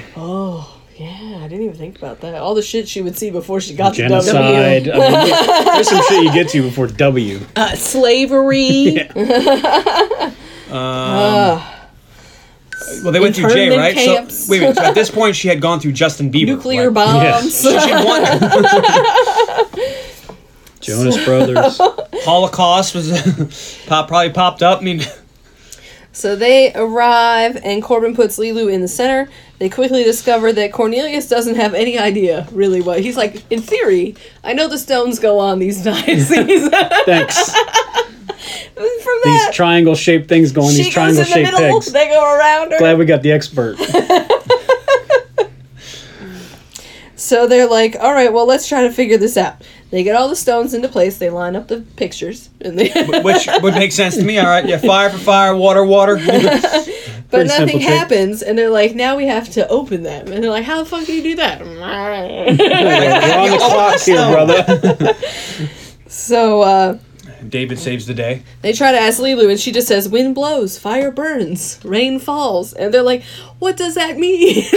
Speaker 3: Yeah, I didn't even ever think about that. All the shit she would see before she got to W. E.
Speaker 4: Genocide. I mean, there's some shit you get to before W.
Speaker 3: Um,
Speaker 2: Uh, slavery.
Speaker 5: Well, they went through Jay,
Speaker 3: Internment
Speaker 5: right?
Speaker 3: camps.
Speaker 5: So wait a minute. So at this point, she had gone through Justin Bieber.
Speaker 3: Nuclear
Speaker 5: like-
Speaker 3: bombs.
Speaker 5: So she had won.
Speaker 4: Jonas Brothers.
Speaker 5: Holocaust was pop, probably popped up. I mean,
Speaker 3: So they arrive, and Corbin puts Lilu in the center. They quickly discover that Cornelius doesn't have any idea, really, what he's like. In theory, I know the stones go on these diocese. From
Speaker 4: Thanks.
Speaker 3: that,
Speaker 4: These triangle shaped things go on
Speaker 3: she
Speaker 4: these
Speaker 3: goes
Speaker 4: triangle
Speaker 3: in the
Speaker 4: shaped
Speaker 3: middle.
Speaker 4: pegs.
Speaker 3: They go around her.
Speaker 4: Glad we got the expert.
Speaker 3: So they're like, all right, well, let's try to figure this out. They get all the stones into place. They line up the pictures, and they
Speaker 5: which would make sense to me. All right, yeah, fire for fire, water water.
Speaker 3: but
Speaker 4: Pretty simple
Speaker 3: nothing
Speaker 4: trick.
Speaker 3: happens. And they're like, now we have to open them. And they're like, how the fuck do you do that?
Speaker 4: We're on the
Speaker 3: Oh,
Speaker 4: clock here, brother.
Speaker 3: so uh,
Speaker 5: David saves the day.
Speaker 3: they try to ask Lulu, and she just says, wind blows, fire burns, rain falls. And they're like, what does that mean?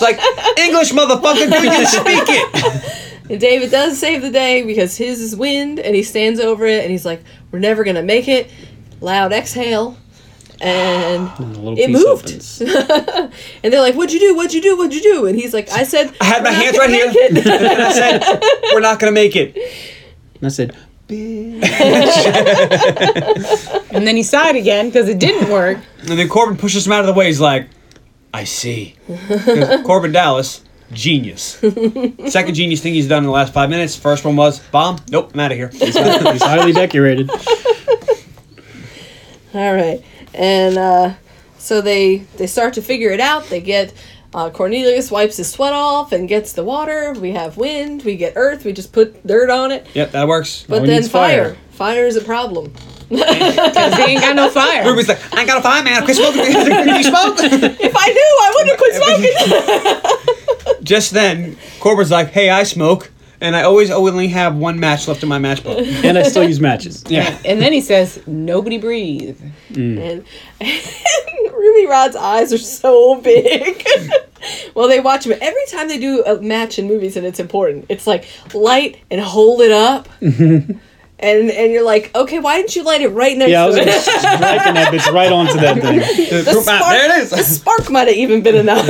Speaker 5: It's like English motherfucker, do you speak it?
Speaker 3: and David does save the day because his is wind, and he stands over it, and he's like, we're never gonna make it. Loud exhale, and.
Speaker 4: And a little
Speaker 3: It
Speaker 4: piece
Speaker 3: moved.
Speaker 4: opens.
Speaker 3: And they're like, "What'd you do? What'd you do? What'd you do?" And he's like, "I said
Speaker 5: I had my hands right here, and I said, "We're not gonna make it."
Speaker 4: And I said,
Speaker 2: and then he sighed again because it didn't work.
Speaker 5: And then Corbin pushes him out of the way. He's like, I see. 'Cause Corbin Dallas, genius. Second genius thing he's done in the last five minutes. First one was bomb. Nope, I'm out of here.
Speaker 4: he's highly decorated.
Speaker 3: All right, and uh, so they they start to figure it out. They get uh, Cornelius wipes his sweat off and gets the water. We have wind. We get earth. We just put dirt on it.
Speaker 5: yep, that works.
Speaker 3: But
Speaker 4: we
Speaker 3: then
Speaker 4: needs
Speaker 3: fire.
Speaker 4: fire.
Speaker 3: fire. is a problem.
Speaker 2: They ain't got no fire.
Speaker 5: Ruby's like, I ain't got a fire, man. I quit smoking. you smoke?
Speaker 3: If I knew, I wouldn't have quit smoking.
Speaker 5: Just then, Corbin's like, Hey, I smoke, and I always only have one match left in my matchbook.
Speaker 4: And I still use matches.
Speaker 5: Yeah.
Speaker 2: And then he says, "Nobody breathe."
Speaker 3: and, and Ruby Rod's eyes are so big. well, they watch him every time they do a match in movies, and it's important. It's like light and hold it up. And, and you're like, okay, why didn't you light it right next
Speaker 4: Yeah, I
Speaker 3: to
Speaker 4: was
Speaker 3: it?
Speaker 4: like, striking that bitch right onto that thing.
Speaker 5: The group map, there it
Speaker 3: The
Speaker 5: is.
Speaker 3: spark might have even been enough.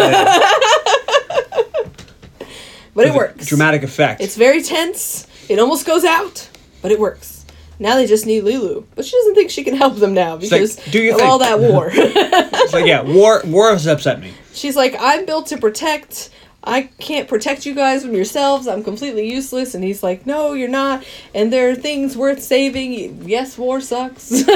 Speaker 3: but it works.
Speaker 5: Dramatic effect.
Speaker 3: It's very tense. It almost goes out, but it works. Now they just need Lulu, but she doesn't think she can help them now
Speaker 5: like,
Speaker 3: because
Speaker 5: "Do your
Speaker 3: of all
Speaker 5: thing."
Speaker 3: that war.
Speaker 5: It's like, yeah, war, war has upset me.
Speaker 3: She's like, I'm built to protect. I can't protect you guys from yourselves. I'm completely useless. And he's like, No, you're not. And there are things worth saving. Yes, war sucks.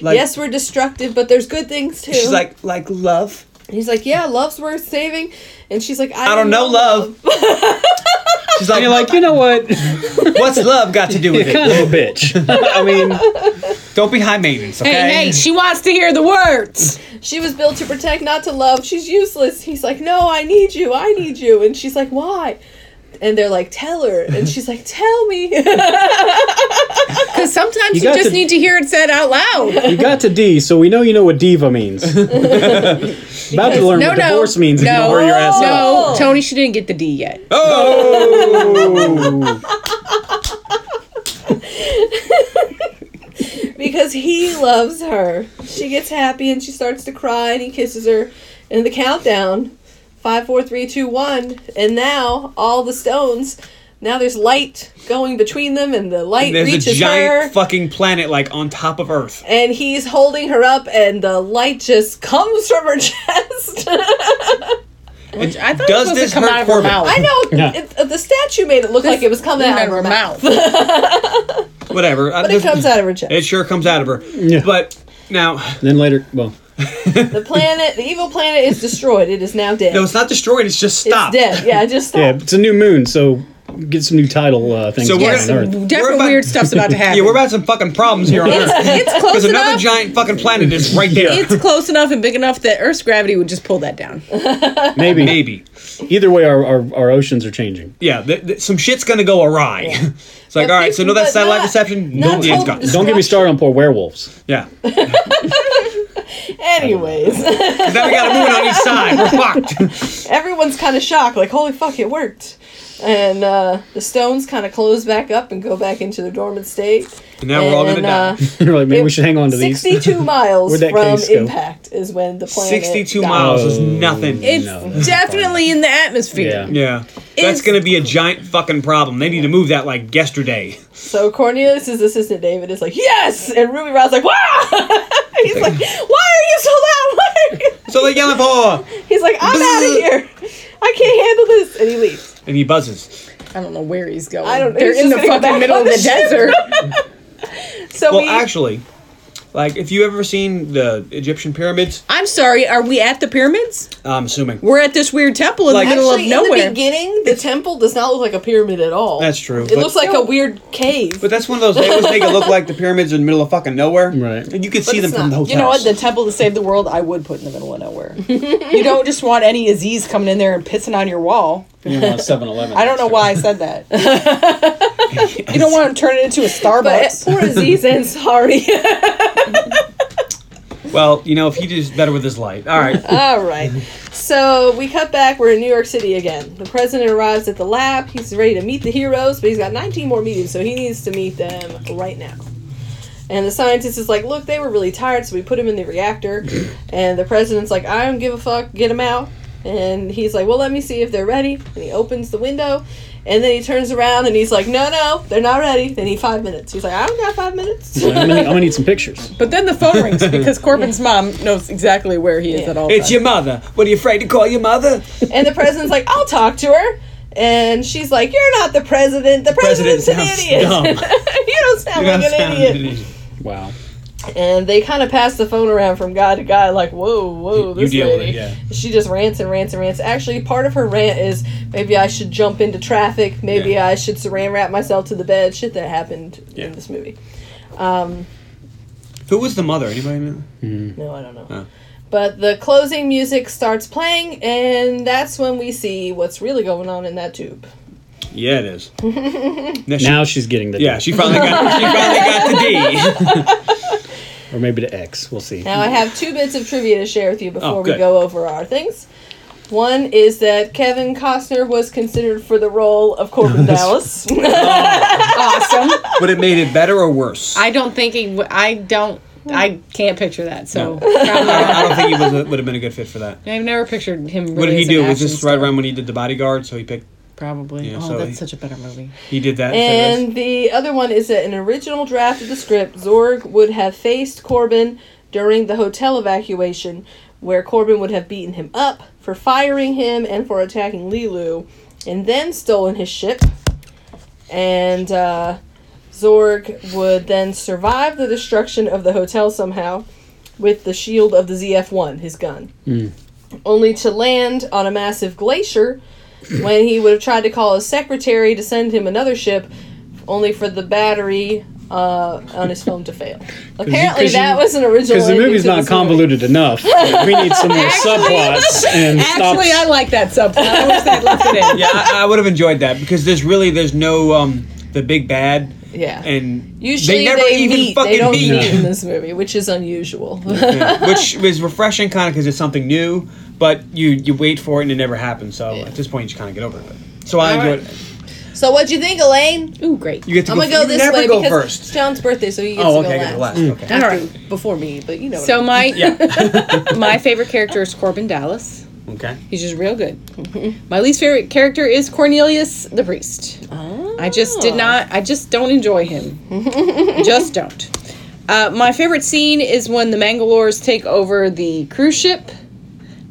Speaker 5: Like,
Speaker 3: yes, we're destructive, but there's good things too.
Speaker 5: she's like, like love.
Speaker 3: He's like, Yeah, love's worth saving. And she's like, I,
Speaker 5: I don't know love. She's
Speaker 4: And
Speaker 5: like,
Speaker 4: you're like, you know what?
Speaker 5: what's love got to do with
Speaker 4: You're
Speaker 5: it?
Speaker 4: kind of a bitch. I mean,
Speaker 5: Don't be high maintenance, okay?
Speaker 2: Hey, hey, she wants to hear the words.
Speaker 3: She was built to protect, not to love. She's useless. He's like, No, I need you. I need you. And she's like, Why? And they're like, Tell her. And she's like, Tell me.
Speaker 2: Because sometimes you,
Speaker 4: got
Speaker 2: just
Speaker 4: to-
Speaker 2: need to hear it said out loud.
Speaker 4: you got to D, so we know you know what diva means. About to learn
Speaker 2: No,
Speaker 4: what
Speaker 2: no,
Speaker 4: divorce means if you
Speaker 2: no.
Speaker 4: don't hurry your ass up.
Speaker 3: Oh.
Speaker 2: No, Tony, she didn't get the D yet.
Speaker 5: Oh,
Speaker 3: because he loves her. She gets happy and she starts to cry and he kisses her. And the countdown, five, four, three, two, one. And now all the stones. Now there's light going between them, and the light
Speaker 5: There's
Speaker 3: reaches
Speaker 5: a giant
Speaker 3: her.
Speaker 5: fucking planet like on top of Earth.
Speaker 3: and he's holding her up, and the light just comes from her chest.
Speaker 2: I thought it
Speaker 5: Does
Speaker 2: was supposed
Speaker 5: this
Speaker 2: to come
Speaker 5: hurt
Speaker 2: out of her
Speaker 5: Corbin?
Speaker 2: mouth.
Speaker 3: I know
Speaker 4: Yeah.
Speaker 3: it, the statue made it look like it was coming out of her mouth,
Speaker 5: Whatever.
Speaker 3: but it comes out of her chest.
Speaker 5: It sure comes out of her. But now,
Speaker 4: Then later, well,
Speaker 3: The planet, the evil planet, is destroyed. It is now dead.
Speaker 5: no, it's not destroyed. It's just
Speaker 3: It's
Speaker 5: stopped.
Speaker 3: dead. Yeah, it just stopped.
Speaker 4: yeah, it's a new moon, so get some new title uh, things
Speaker 5: So
Speaker 4: going
Speaker 5: we're
Speaker 4: on Earth.
Speaker 2: Different
Speaker 5: We're about-
Speaker 2: weird stuff's about to happen.
Speaker 5: Yeah, we're about some fucking problems here on Earth.
Speaker 2: it's close
Speaker 5: Because another
Speaker 2: enough.
Speaker 5: giant fucking planet is right there.
Speaker 2: It's close enough and big enough that Earth's gravity would just pull that down.
Speaker 4: Maybe.
Speaker 5: Maybe.
Speaker 4: Either way, our, our, our oceans are changing.
Speaker 5: Yeah, th- th- some shit's gonna go awry. It's like, all right, so no, that
Speaker 3: But
Speaker 5: satellite
Speaker 3: not-
Speaker 5: reception,
Speaker 3: not
Speaker 5: no, yeah, it's
Speaker 3: total
Speaker 5: gone.
Speaker 3: destruction.
Speaker 4: Don't get me started on poor werewolves.
Speaker 5: Yeah.
Speaker 3: Anyways,
Speaker 5: now we got a moon on each side. We're fucked.
Speaker 3: everyone's kind of shocked, like, holy fuck, it worked. And uh, the stones kind of close back up and go back into their dormant state.
Speaker 5: And now we're all gonna die.
Speaker 4: You're like, maybe we
Speaker 3: it-
Speaker 4: should hang on to these.
Speaker 3: 62 miles
Speaker 4: Where'd that
Speaker 3: from
Speaker 4: case go?
Speaker 3: impact is when the planet.
Speaker 5: 62
Speaker 3: died.
Speaker 5: miles is nothing.
Speaker 7: It's definitely in the atmosphere.
Speaker 4: Yeah.
Speaker 5: yeah. That's
Speaker 7: It's-
Speaker 5: going to be a giant fucking problem. They need to move that like yesterday.
Speaker 3: So Cornelius' assistant David is like, yes! And Ruby Rod's like, wow! He's like, why are you so loud? Why are you?
Speaker 5: So they yell for,
Speaker 3: He's like, I'm out of here. I can't handle this. And he leaves.
Speaker 5: and he buzzes.
Speaker 7: I don't know where he's going.
Speaker 3: I don't-
Speaker 7: They're
Speaker 3: he's
Speaker 7: in the
Speaker 3: just gonna go
Speaker 7: fucking
Speaker 3: back
Speaker 7: middle
Speaker 3: on
Speaker 7: of the
Speaker 3: the ship.
Speaker 7: desert.
Speaker 3: So
Speaker 5: Well,
Speaker 3: we.
Speaker 5: actually, like if you ever seen the Egyptian pyramids,
Speaker 7: I'm sorry. Are we at the pyramids?
Speaker 5: I'm assuming
Speaker 7: We're at this weird temple in
Speaker 5: Like-
Speaker 7: the middle
Speaker 3: Actually,
Speaker 7: of nowhere.
Speaker 3: in the beginning, the temple does not look like a pyramid at all.
Speaker 5: That's true,
Speaker 3: It
Speaker 5: but-
Speaker 3: looks like a weird cave.
Speaker 5: But that's one of those they always make it look like the pyramids in the middle of fucking nowhere.
Speaker 4: Right.
Speaker 5: And you could see
Speaker 3: it's
Speaker 5: them from
Speaker 3: not.
Speaker 5: the hotels.
Speaker 7: you know what? The temple to save the world, I would put in the middle of nowhere. you don't just want any Aziz coming in there and pissing on your wall.
Speaker 4: You know, 7-Eleven.
Speaker 7: I don't know why I said that. you don't want to turn it into a
Speaker 3: but
Speaker 7: Starbucks.
Speaker 3: poor Aziz and sorry.
Speaker 5: well, you know, if he does better with his light. All right.
Speaker 3: All right. So we cut back. We're in New York City again. The president arrives at the lab. He's ready to meet the heroes, but he's got 19 more meetings, so he needs to meet them right now. And the scientist is like, "Look, they were really tired, so we put him in the reactor." and the president's like, "I don't give a fuck. Get him out." And he's like, "Well, let me see if they're ready." And he opens the window, and then he turns around and he's like, "No, no, they're not ready. They need five minutes." He's like, "I don't got five minutes."
Speaker 4: I'm gonna, I'm gonna need some pictures.
Speaker 7: eh, But then the phone rings because Corbin's mom knows exactly where he is
Speaker 3: Yeah.
Speaker 7: at all
Speaker 5: It's
Speaker 7: times.
Speaker 5: your mother. What are you afraid to call your mother?
Speaker 3: And the president's like, I'll talk to her. And she's like, You're not the president. The,
Speaker 5: president
Speaker 3: president's an
Speaker 5: sounds
Speaker 3: idiot.
Speaker 5: dumb.
Speaker 3: you don't sound like an idiot.
Speaker 4: Wow.
Speaker 3: And they kind of pass the phone around from guy to guy, like, Whoa, whoa, this
Speaker 5: deal with
Speaker 3: lady.
Speaker 5: it, yeah.
Speaker 3: She just rants and rants and rants. Actually, part of her rant is maybe I should jump into traffic. Maybe
Speaker 5: Yeah.
Speaker 3: I should saran wrap myself to the bed. Shit that happened
Speaker 5: Yeah.
Speaker 3: in this movie.
Speaker 5: Who was the mother? Anybody know?
Speaker 3: No, I don't know.
Speaker 5: Oh.
Speaker 3: But the closing music starts playing, and that's when we see what's really going on in that tube.
Speaker 5: Yeah, it is. Now she-
Speaker 4: Now she's getting the D,
Speaker 5: yeah, she finally got she finally got the D.
Speaker 4: or maybe the X. We'll see.
Speaker 3: Now I have two bits of trivia to share with you before
Speaker 5: Oh,
Speaker 3: we
Speaker 5: good.
Speaker 3: go over our things. One is that Kevin Costner was considered for the role of Corbin Dallas.
Speaker 5: Would it made it better or worse? I,
Speaker 2: I don't think it, w- I don't. I can't picture that. So
Speaker 5: I don't think he was a, would have been a good fit for that.
Speaker 2: I've never pictured him. Really
Speaker 5: What did he
Speaker 2: as an
Speaker 5: do? Was
Speaker 2: action
Speaker 5: this
Speaker 2: star,
Speaker 5: right around when he did the bodyguard? So he picked
Speaker 2: Probably.
Speaker 5: Yeah,
Speaker 2: oh,
Speaker 5: so
Speaker 2: that's
Speaker 5: he-
Speaker 2: such a better movie.
Speaker 5: he did that. instead of
Speaker 3: and
Speaker 5: this?
Speaker 3: the other one is that in an original draft of the script, Zorg would have faced Corbin during the hotel evacuation, where Corbin would have beaten him up for firing him and for attacking Lilu, and then stolen his ship. And uh, Zorg would then survive the destruction of the hotel somehow with the shield of the ZF-1, his gun, only to land on a massive glacier when he would have tried to call his secretary to send him another ship, only for the battery uh, on his phone to fail. Apparently,
Speaker 4: 'cause you-
Speaker 3: that was an original.
Speaker 4: Because the
Speaker 3: ending
Speaker 4: movie's
Speaker 3: to
Speaker 4: not
Speaker 3: this movie.
Speaker 4: convoluted enough. We need some more subplots and
Speaker 7: Actually, I
Speaker 4: stops.
Speaker 7: like that subplot. I wish they had left it in.
Speaker 5: yeah, I, I would have enjoyed that because there's really there's no um the big bad
Speaker 3: Yeah.
Speaker 5: and
Speaker 3: Usually they,
Speaker 5: never even
Speaker 3: meet.
Speaker 5: fucking
Speaker 3: they don't
Speaker 5: meet.
Speaker 3: meet. in this movie, which is unusual.
Speaker 5: yeah, which was refreshing kind of because it's something new, but you you wait for it and it never happens. So at this point, you just kind of get over it. So I enjoyed it.
Speaker 3: so what'd you think, Elaine?
Speaker 2: Ooh, great.
Speaker 5: You get to
Speaker 3: I'm
Speaker 5: go,
Speaker 3: gonna go
Speaker 5: you
Speaker 3: this
Speaker 5: never
Speaker 3: way
Speaker 5: go
Speaker 3: because it's
Speaker 5: first.
Speaker 3: John's birthday, so he gets
Speaker 5: Oh,
Speaker 3: to
Speaker 5: okay, I
Speaker 3: go
Speaker 5: get to
Speaker 3: last.
Speaker 5: last. Okay.
Speaker 3: All right, before me, but you know. what I
Speaker 2: So my my favorite character is Corbin Dallas.
Speaker 5: Okay.
Speaker 2: He's just real good. My least favorite character is Cornelius the priest. I just did not. I just don't enjoy him. just don't. Uh, my favorite scene is when the Mangalores take over the cruise ship.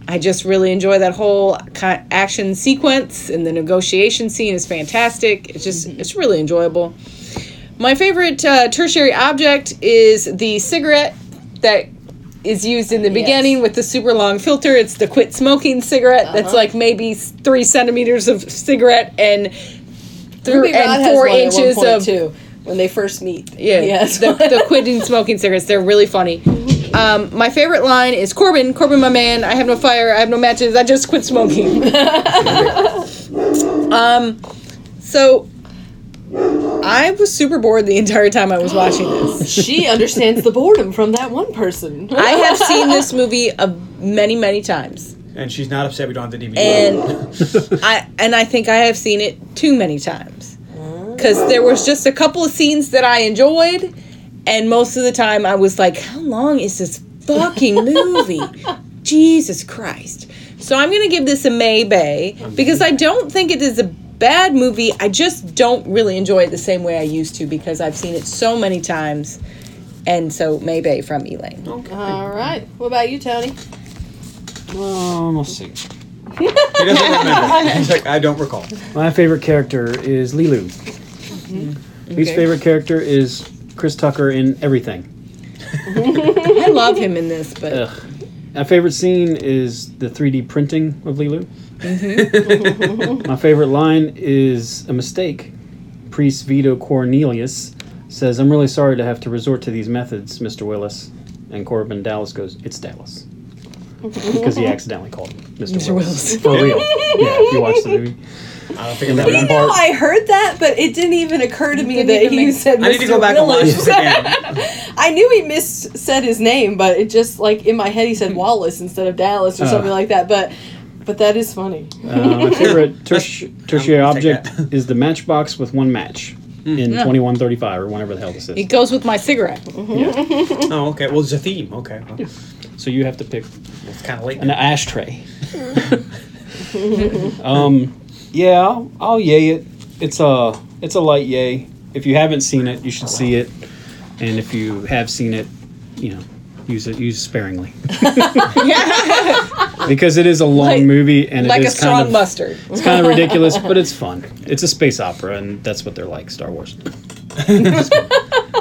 Speaker 2: I just really enjoy that whole ki- action sequence, and the negotiation scene is fantastic. It's just it's really enjoyable. My favorite uh, tertiary object is the cigarette that is used in the beginning with the super long filter. It's the quit smoking cigarette that's like maybe s- three centimeters of cigarette and three
Speaker 3: Ruby Rod
Speaker 2: and
Speaker 3: has
Speaker 2: four
Speaker 3: one at
Speaker 2: inches
Speaker 3: one point,
Speaker 2: of
Speaker 3: too, when they first meet.
Speaker 2: yeah,
Speaker 3: Yes.
Speaker 2: the, the quitting smoking cigarettes. They're really funny. Um, my favorite line is Corbin, Corbin, my man. I have no fire. I have no matches. I just quit smoking. um, so I was super bored the entire time I was watching this.
Speaker 3: she understands the boredom from that one person.
Speaker 2: I have seen this movie uh, many, many times.
Speaker 5: And she's not upset we don't have the DVD.
Speaker 2: and
Speaker 4: Oh.
Speaker 2: I and I think I have seen it too many times because there was just a couple of scenes that I enjoyed, and most of the time I was like, "How long is this fucking movie?" Jesus Christ! So I'm gonna give this a maybe because I don't think it is a bad movie. I just don't really enjoy it the same way I used to because I've seen it so many times. And so maybe from Elaine.
Speaker 4: Oh.
Speaker 3: All right. What about you, Tony?
Speaker 4: Um, let's see.
Speaker 5: he doesn't remember. He's like, I don't recall.
Speaker 4: My favorite character is Lilu.
Speaker 7: Mm-hmm.
Speaker 4: Lee's favorite character is Chris Tucker in everything.
Speaker 2: I love him in this, but
Speaker 4: Ugh. My favorite scene is the 3D printing of Lilu. My favorite line is a mistake. Priest Vito Cornelius says, I'm really sorry to have to resort to these methods, Mr. Willis. And Corbin Dallas goes, It's Dallas. Because he accidentally called him Mr. Willis. For real. Yeah, if you watch the movie.
Speaker 5: I don't think I remember that
Speaker 3: No,
Speaker 5: part.
Speaker 3: I heard that, but it didn't even occur to me that
Speaker 2: even
Speaker 3: he
Speaker 2: make-
Speaker 3: said.
Speaker 5: I need to
Speaker 3: Mr.
Speaker 5: go back and watch
Speaker 3: Willis.
Speaker 5: this again.
Speaker 3: I knew he mis said his name, but it just like in my head he said Wallace instead of Dallas or
Speaker 4: Uh.
Speaker 3: something like that. But but that is funny.
Speaker 4: Uh, my favorite terti- tertiary
Speaker 5: I'll take
Speaker 4: object is the matchbox with one match in 2135 or whenever the hell this
Speaker 8: It
Speaker 4: is.
Speaker 8: goes with my cigarette.
Speaker 4: Yeah.
Speaker 5: Oh, okay. Well, it's a theme. Okay. Well,
Speaker 4: So you have to pick
Speaker 5: it's kind of late.
Speaker 4: an ashtray. um, yeah, I'll, I'll yay it. It's a it's a light yay. If you haven't seen it, you should see it, and if you have seen it, you know, use it use it sparingly because it is a long
Speaker 2: Like-
Speaker 4: movie and
Speaker 2: like
Speaker 4: it
Speaker 2: a
Speaker 4: is kind
Speaker 2: strong
Speaker 4: of
Speaker 2: mustard.
Speaker 4: it's kind of ridiculous, but it's fun. It's a space opera, and that's what they're like Star Wars.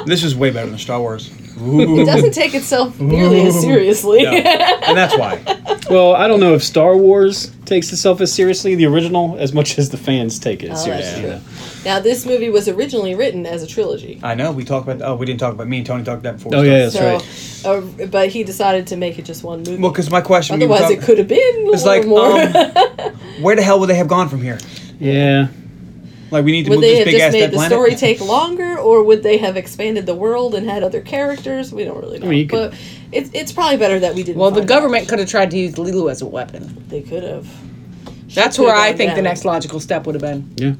Speaker 5: This is way better than Star Wars.
Speaker 3: It doesn't take itself nearly as seriously.
Speaker 5: No. and that's why.
Speaker 4: Well, I don't know if Star Wars takes itself as seriously, the original, as much as the fans
Speaker 2: Oh,
Speaker 4: take it
Speaker 3: that's
Speaker 4: as seriously.
Speaker 3: true.
Speaker 4: you know.
Speaker 3: Now this movie was originally written as a trilogy.
Speaker 5: I know. We talked about. Oh, we didn't talk about. Me and Tony talked about that before.
Speaker 4: Oh
Speaker 5: we
Speaker 4: yeah,
Speaker 5: started.
Speaker 4: that's
Speaker 3: so,
Speaker 4: right.
Speaker 3: uh, but he decided to make it just one movie.
Speaker 5: Well, because my question. we were
Speaker 3: Otherwise,
Speaker 5: talk-
Speaker 3: it could have been a
Speaker 5: It's
Speaker 3: little
Speaker 5: like,
Speaker 3: more.
Speaker 5: um, where the hell would they have gone from here?
Speaker 4: Yeah,
Speaker 5: Like, we need to
Speaker 3: would
Speaker 5: move
Speaker 3: they
Speaker 5: this
Speaker 3: have
Speaker 5: big
Speaker 3: just
Speaker 5: ass
Speaker 3: made
Speaker 5: dead
Speaker 3: the
Speaker 5: planet.
Speaker 3: story take longer, or would they have expanded the world and had other characters? We don't really know.
Speaker 4: mean, you could-
Speaker 3: but it's it's probably better that we didn't.
Speaker 2: Well, the
Speaker 3: find out.
Speaker 2: government could have tried to use Lilu as a weapon.
Speaker 3: they could have.
Speaker 2: That's
Speaker 3: could've
Speaker 2: where I
Speaker 3: gone
Speaker 2: think the
Speaker 3: down.
Speaker 2: next logical step would have been.
Speaker 4: yeah.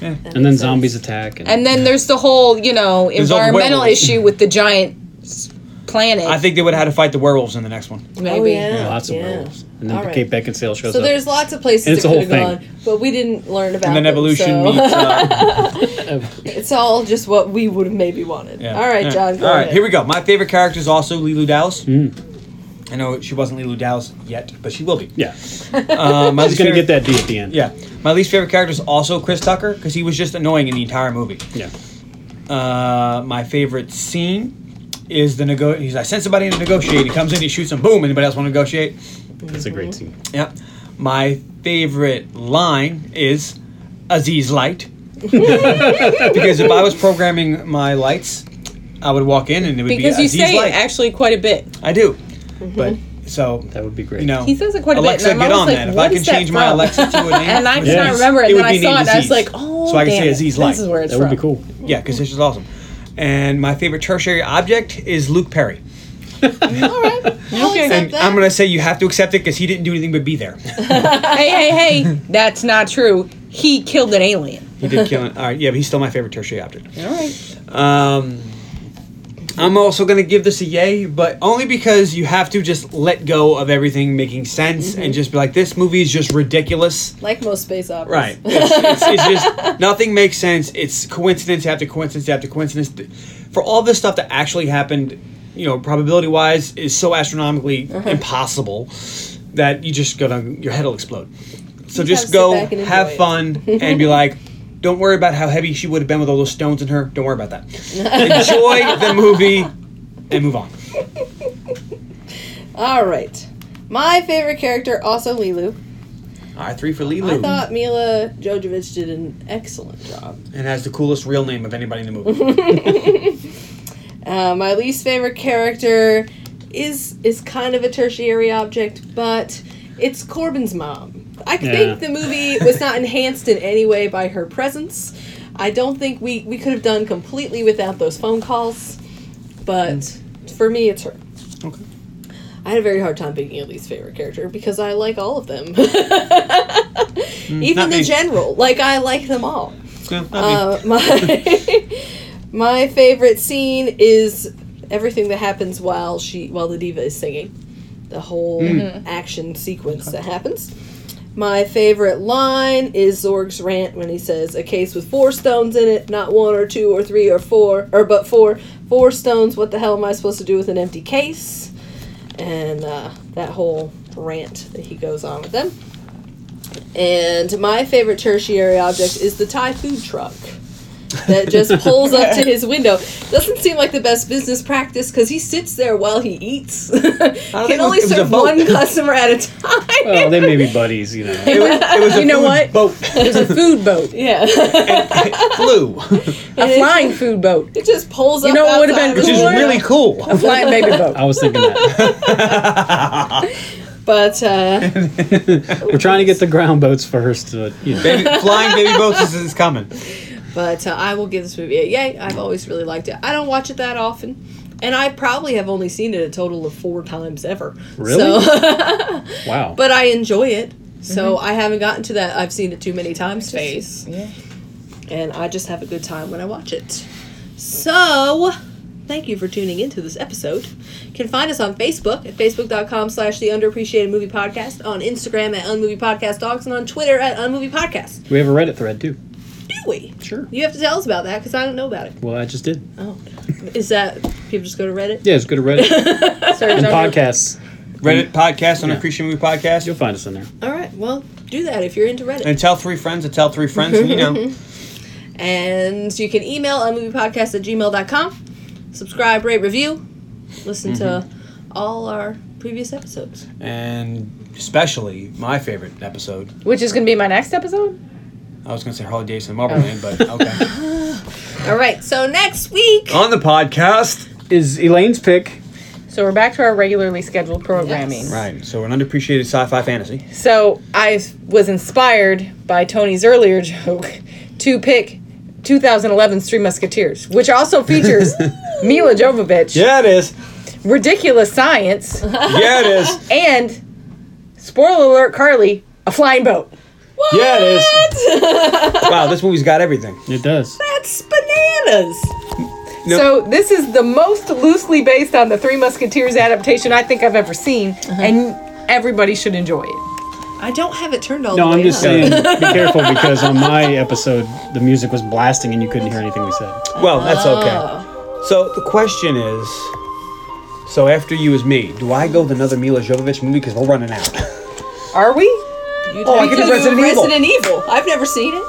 Speaker 3: That
Speaker 4: And then
Speaker 3: makes
Speaker 4: zombies
Speaker 3: sense.
Speaker 4: attack, and,
Speaker 2: And then there's the whole, you know,
Speaker 5: all the
Speaker 2: environmental
Speaker 5: werewolves.
Speaker 2: issue with the giant s- planet.
Speaker 5: I think they would have had to fight the werewolves in the next one.
Speaker 2: maybe.
Speaker 3: Oh, yeah.
Speaker 4: lots of
Speaker 3: yeah.
Speaker 4: werewolves. And then
Speaker 3: All right.
Speaker 4: Kate Beckinsale shows
Speaker 3: So
Speaker 4: up.
Speaker 3: there's lots of places
Speaker 4: And it's
Speaker 3: it
Speaker 4: a whole
Speaker 3: could have gone, but we didn't learn about.
Speaker 5: And then
Speaker 3: them,
Speaker 5: evolution
Speaker 3: so
Speaker 5: meets. Uh,
Speaker 3: it's all just what we would have maybe wanted.
Speaker 5: yeah.
Speaker 3: All right,
Speaker 5: Yeah.
Speaker 3: John. Go
Speaker 5: All right,
Speaker 3: ahead.
Speaker 5: here we go. My favorite character is also Lilu Dallas.
Speaker 4: Mm.
Speaker 5: I know she wasn't Lilu Dallas yet, but she will be.
Speaker 4: yeah,
Speaker 5: Uh, my
Speaker 4: he's
Speaker 5: least
Speaker 4: gonna
Speaker 5: favorite-
Speaker 4: get that D at the end.
Speaker 5: Yeah. My least favorite character is also Chris Tucker because he was just annoying in the entire movie.
Speaker 4: yeah.
Speaker 5: Uh, my favorite scene is the nego. He's like, send somebody in to negotiate. He comes in, he shoots him. Boom. Anybody else want to negotiate?
Speaker 4: It's a great
Speaker 3: Mm-hmm.
Speaker 4: scene.
Speaker 5: Yep. My favorite line is Aziz Light. because if I was programming my lights, I would walk in and it would
Speaker 2: Because
Speaker 5: be
Speaker 2: you
Speaker 5: Aziz
Speaker 2: say
Speaker 5: Light.
Speaker 2: it actually quite a bit.
Speaker 5: I do. But so
Speaker 4: That would be great.
Speaker 5: you know,
Speaker 2: He says it quite a bit,
Speaker 5: Alexa,
Speaker 2: and I'm
Speaker 5: get on
Speaker 2: always
Speaker 5: that.
Speaker 2: like,
Speaker 5: If
Speaker 2: what
Speaker 5: I can
Speaker 2: is that
Speaker 5: change my
Speaker 2: from?
Speaker 5: Alexa to a name,
Speaker 2: And I
Speaker 5: Yes.
Speaker 2: cannot remember it.
Speaker 5: It
Speaker 2: And
Speaker 5: would
Speaker 2: then I
Speaker 5: be
Speaker 2: saw it
Speaker 5: named
Speaker 2: and I was
Speaker 5: Aziz.
Speaker 2: like, oh,
Speaker 5: So I can say
Speaker 2: damn it.
Speaker 5: Aziz Light.
Speaker 2: This is where it's
Speaker 4: That
Speaker 2: from.
Speaker 4: would be cool.
Speaker 5: Yeah, because this is awesome. And my favorite tertiary object is Luke Perry.
Speaker 3: Okay.
Speaker 5: And I'm gonna say you have to accept it because he didn't do anything but be there.
Speaker 2: Hey, hey, hey. That's not true. He killed an alien.
Speaker 5: He did kill it. All right, yeah, but he's still my favorite tertiary object. All right. Um, I'm also gonna give this a yay, but only because you have to just let go of everything making sense and just be like, this movie is just ridiculous.
Speaker 3: Like most space operas.
Speaker 5: Right. It's, it's, it's just nothing makes sense. It's coincidence after coincidence after coincidence. For all this stuff that actually happened, you know, probability wise, is so astronomically
Speaker 3: Uh-huh.
Speaker 5: impossible that you just gonna your head will explode. So
Speaker 3: gotta sit
Speaker 5: just go
Speaker 3: back and enjoy
Speaker 5: have
Speaker 3: it.
Speaker 5: fun and be like, don't worry about how heavy she would have been with all those stones in her. Don't worry about that. Enjoy the movie and move on.
Speaker 3: All right. My favorite character, also Lilu.
Speaker 5: All right, three for
Speaker 3: I
Speaker 5: Lilu,
Speaker 3: thought Mila Jovovich did an excellent job.
Speaker 5: and has the coolest real name of anybody in the movie.
Speaker 3: Uh, my least favorite character is is kind of a tertiary object, but it's Corbin's mom. I
Speaker 4: Yeah.
Speaker 3: think the movie was not enhanced in any way by her presence. I don't think we we could have done completely without those phone calls, but for me, it's her.
Speaker 4: Mm. Okay.
Speaker 3: I had a very hard time picking a least favorite character because I like all of them, even
Speaker 4: Mm, not
Speaker 3: the
Speaker 4: me.
Speaker 3: general. Like I like them all.
Speaker 4: No, not me.
Speaker 3: Uh, my my favorite scene is everything that happens while she while the diva is singing, the whole action sequence that happens. My favorite line is Zorg's rant when he says, "A case with four stones in it, not one or two or three or four or but four, four stones. What the hell am I supposed to do with an empty case?" And uh, that whole rant that he goes on with them. And my favorite tertiary object is the Thai food truck that just pulls up to his window. Doesn't seem like the best business practice because he sits there while he eats. Can
Speaker 5: think
Speaker 3: only
Speaker 5: it was a
Speaker 3: serve
Speaker 5: boat.
Speaker 3: one customer at a time.
Speaker 4: Well, they may be buddies, you know.
Speaker 5: It was, it was
Speaker 2: You know what?
Speaker 5: Boat
Speaker 2: There's a food boat,
Speaker 3: Yeah,
Speaker 5: flew,
Speaker 2: a flying food boat,
Speaker 3: it just pulls up.
Speaker 2: know what would've
Speaker 3: outside.
Speaker 2: been
Speaker 5: which is
Speaker 2: Lord.
Speaker 5: really cool.
Speaker 2: a flying baby boat.
Speaker 4: I was thinking that.
Speaker 3: But uh,
Speaker 4: We're trying to get the ground boats first, but you know.
Speaker 5: Baby, flying baby boats is, is coming.
Speaker 3: but uh, I will give this movie a yay. I've always really liked it. I don't watch it that often. And I probably have only seen it a total of four times ever.
Speaker 4: Really?
Speaker 3: So,
Speaker 4: Wow.
Speaker 3: but I enjoy it. So I haven't gotten to that I've seen it too many times phase.
Speaker 2: yeah.
Speaker 3: And I just have a good time when I watch it. So thank you for tuning into this episode. You can find us on Facebook at facebook.com slash the underappreciated movie podcast, on Instagram at unmovie podcast dogs, and on Twitter at unmovie podcast.
Speaker 4: we have a Reddit thread too.
Speaker 3: Do we?
Speaker 4: Sure.
Speaker 3: You have to tell us about that because I don't know about it.
Speaker 4: Well, I just did.
Speaker 3: Oh, is that people just go to Reddit?
Speaker 4: Yeah, it's good at Reddit and podcasts.
Speaker 5: Reddit podcast on yeah. Appreciate Movie Podcast.
Speaker 4: You'll find us in there.
Speaker 3: All right, well, do that if you're into Reddit.
Speaker 5: And tell three friends to tell three friends, and you know.
Speaker 3: And you can email unmoviepodcast at gmail.com. Subscribe, rate, review. Listen to
Speaker 4: Mm-hmm.
Speaker 3: all our previous episodes.
Speaker 5: And especially my favorite episode.
Speaker 2: Which is going to be my next episode.
Speaker 5: I was going to say Harley Davidson Marble Man, but okay.
Speaker 3: All right, so next week.
Speaker 5: on the podcast.
Speaker 4: Is Elaine's pick?
Speaker 2: So we're back to our regularly scheduled programming.
Speaker 5: Right. So, an underappreciated sci fi fantasy.
Speaker 2: So I was inspired by Tony's earlier joke to pick 2011's Three Musketeers, which also features Mila Jovovich,
Speaker 5: Yeah, it is.
Speaker 2: ridiculous science,
Speaker 5: Yeah, it is.
Speaker 2: and spoiler alert, Carly, a flying boat.
Speaker 5: Yeah, it is. wow, this movie's got everything.
Speaker 4: It does.
Speaker 3: That's bananas.
Speaker 5: Yep.
Speaker 2: So this is the most loosely based on the Three Musketeers adaptation I think I've ever seen, and everybody should enjoy it.
Speaker 3: I don't have it turned all
Speaker 4: No,
Speaker 3: the way
Speaker 4: I'm just
Speaker 3: up.
Speaker 4: saying, be careful because on my episode, the music was blasting and you couldn't hear anything we said.
Speaker 5: Well, that's okay. So, the question is so after you is me, do I go with another Mila Jovovich movie? Because we're running out.
Speaker 2: Are we?
Speaker 3: You
Speaker 5: Oh, I
Speaker 3: you
Speaker 5: could do
Speaker 3: could
Speaker 5: Resident Evil.
Speaker 3: Resident Evil. I've never seen it.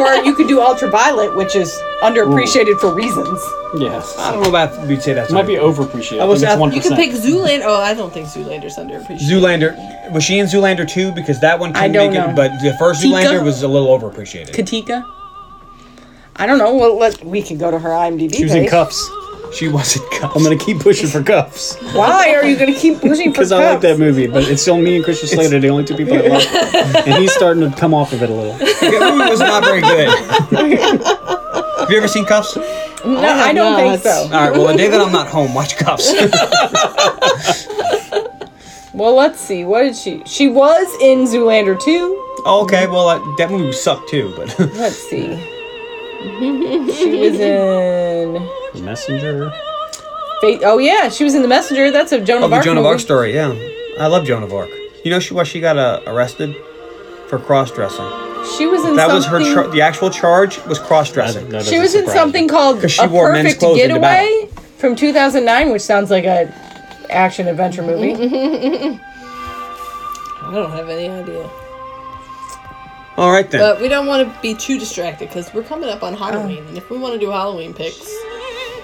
Speaker 2: or you could do Ultraviolet, which is underappreciated for reasons.
Speaker 4: Yes.
Speaker 5: I don't know about we'd say that's
Speaker 4: Might be
Speaker 5: underappreciated.
Speaker 4: overappreciated.
Speaker 5: I was
Speaker 4: I
Speaker 5: at-
Speaker 4: think
Speaker 3: You
Speaker 4: it's
Speaker 3: could
Speaker 4: 1%.
Speaker 3: pick Zoolander. Oh, I don't think Zoolander's underappreciated.
Speaker 5: Zoolander. Was she in Zoolander 2? Because that one couldn't
Speaker 2: don't
Speaker 5: make
Speaker 2: know.
Speaker 5: it, but the first
Speaker 2: Tika?
Speaker 5: Zoolander was a little overappreciated.
Speaker 2: Katika. I don't know. Well, let, we can go to her IMDb.
Speaker 4: She was in
Speaker 2: page.
Speaker 4: cuffs.
Speaker 5: She wasn't.
Speaker 4: I'm going to keep pushing for cuffs
Speaker 2: Why are you going to keep pushing for
Speaker 4: because
Speaker 2: cuffs?
Speaker 4: I like that movie, but it's still me and Christian Slater, the only two people that like it. And he's starting to come off of it a little.
Speaker 5: That movie was not very good. Have you ever seen Cuffs? All
Speaker 2: No, I, don't think so.
Speaker 5: right. Well, the day that I'm not home, watch Cuffs.
Speaker 2: Well, let's see. What did she? She was in Zoolander 2.
Speaker 5: okay. Well, uh, that movie sucked too. But
Speaker 2: Let's see. she was in.
Speaker 4: The messenger.
Speaker 2: Fate. Oh yeah, she was in The Messenger. That's a Joan
Speaker 5: oh,
Speaker 2: of
Speaker 5: the
Speaker 2: Arc.
Speaker 5: Joan of
Speaker 2: movie.
Speaker 5: Arc story. Yeah, I love Joan of Arc. You know she why she got uh, arrested for cross dressing.
Speaker 2: She was in
Speaker 5: That was her.
Speaker 2: something.
Speaker 5: Char- the actual charge was cross dressing.
Speaker 4: That
Speaker 2: she was in
Speaker 4: doesn't surprise
Speaker 2: something
Speaker 4: me.
Speaker 2: called
Speaker 5: 'Cause she
Speaker 2: A
Speaker 5: wore men's
Speaker 2: Perfect
Speaker 5: clothes in the
Speaker 2: Getaway from 2009, which sounds like a action adventure movie.
Speaker 3: I don't have any idea.
Speaker 5: All right then.
Speaker 3: But we don't want to be too distracted because we're coming up on Halloween. And if we want to do Halloween picks,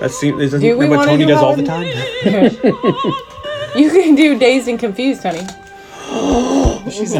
Speaker 5: That's the, isn't
Speaker 2: Do we
Speaker 5: that what
Speaker 2: wanna
Speaker 5: Tony
Speaker 2: do
Speaker 5: does all the time.
Speaker 2: Halloween? You can do Dazed and Confused, honey.
Speaker 4: She's in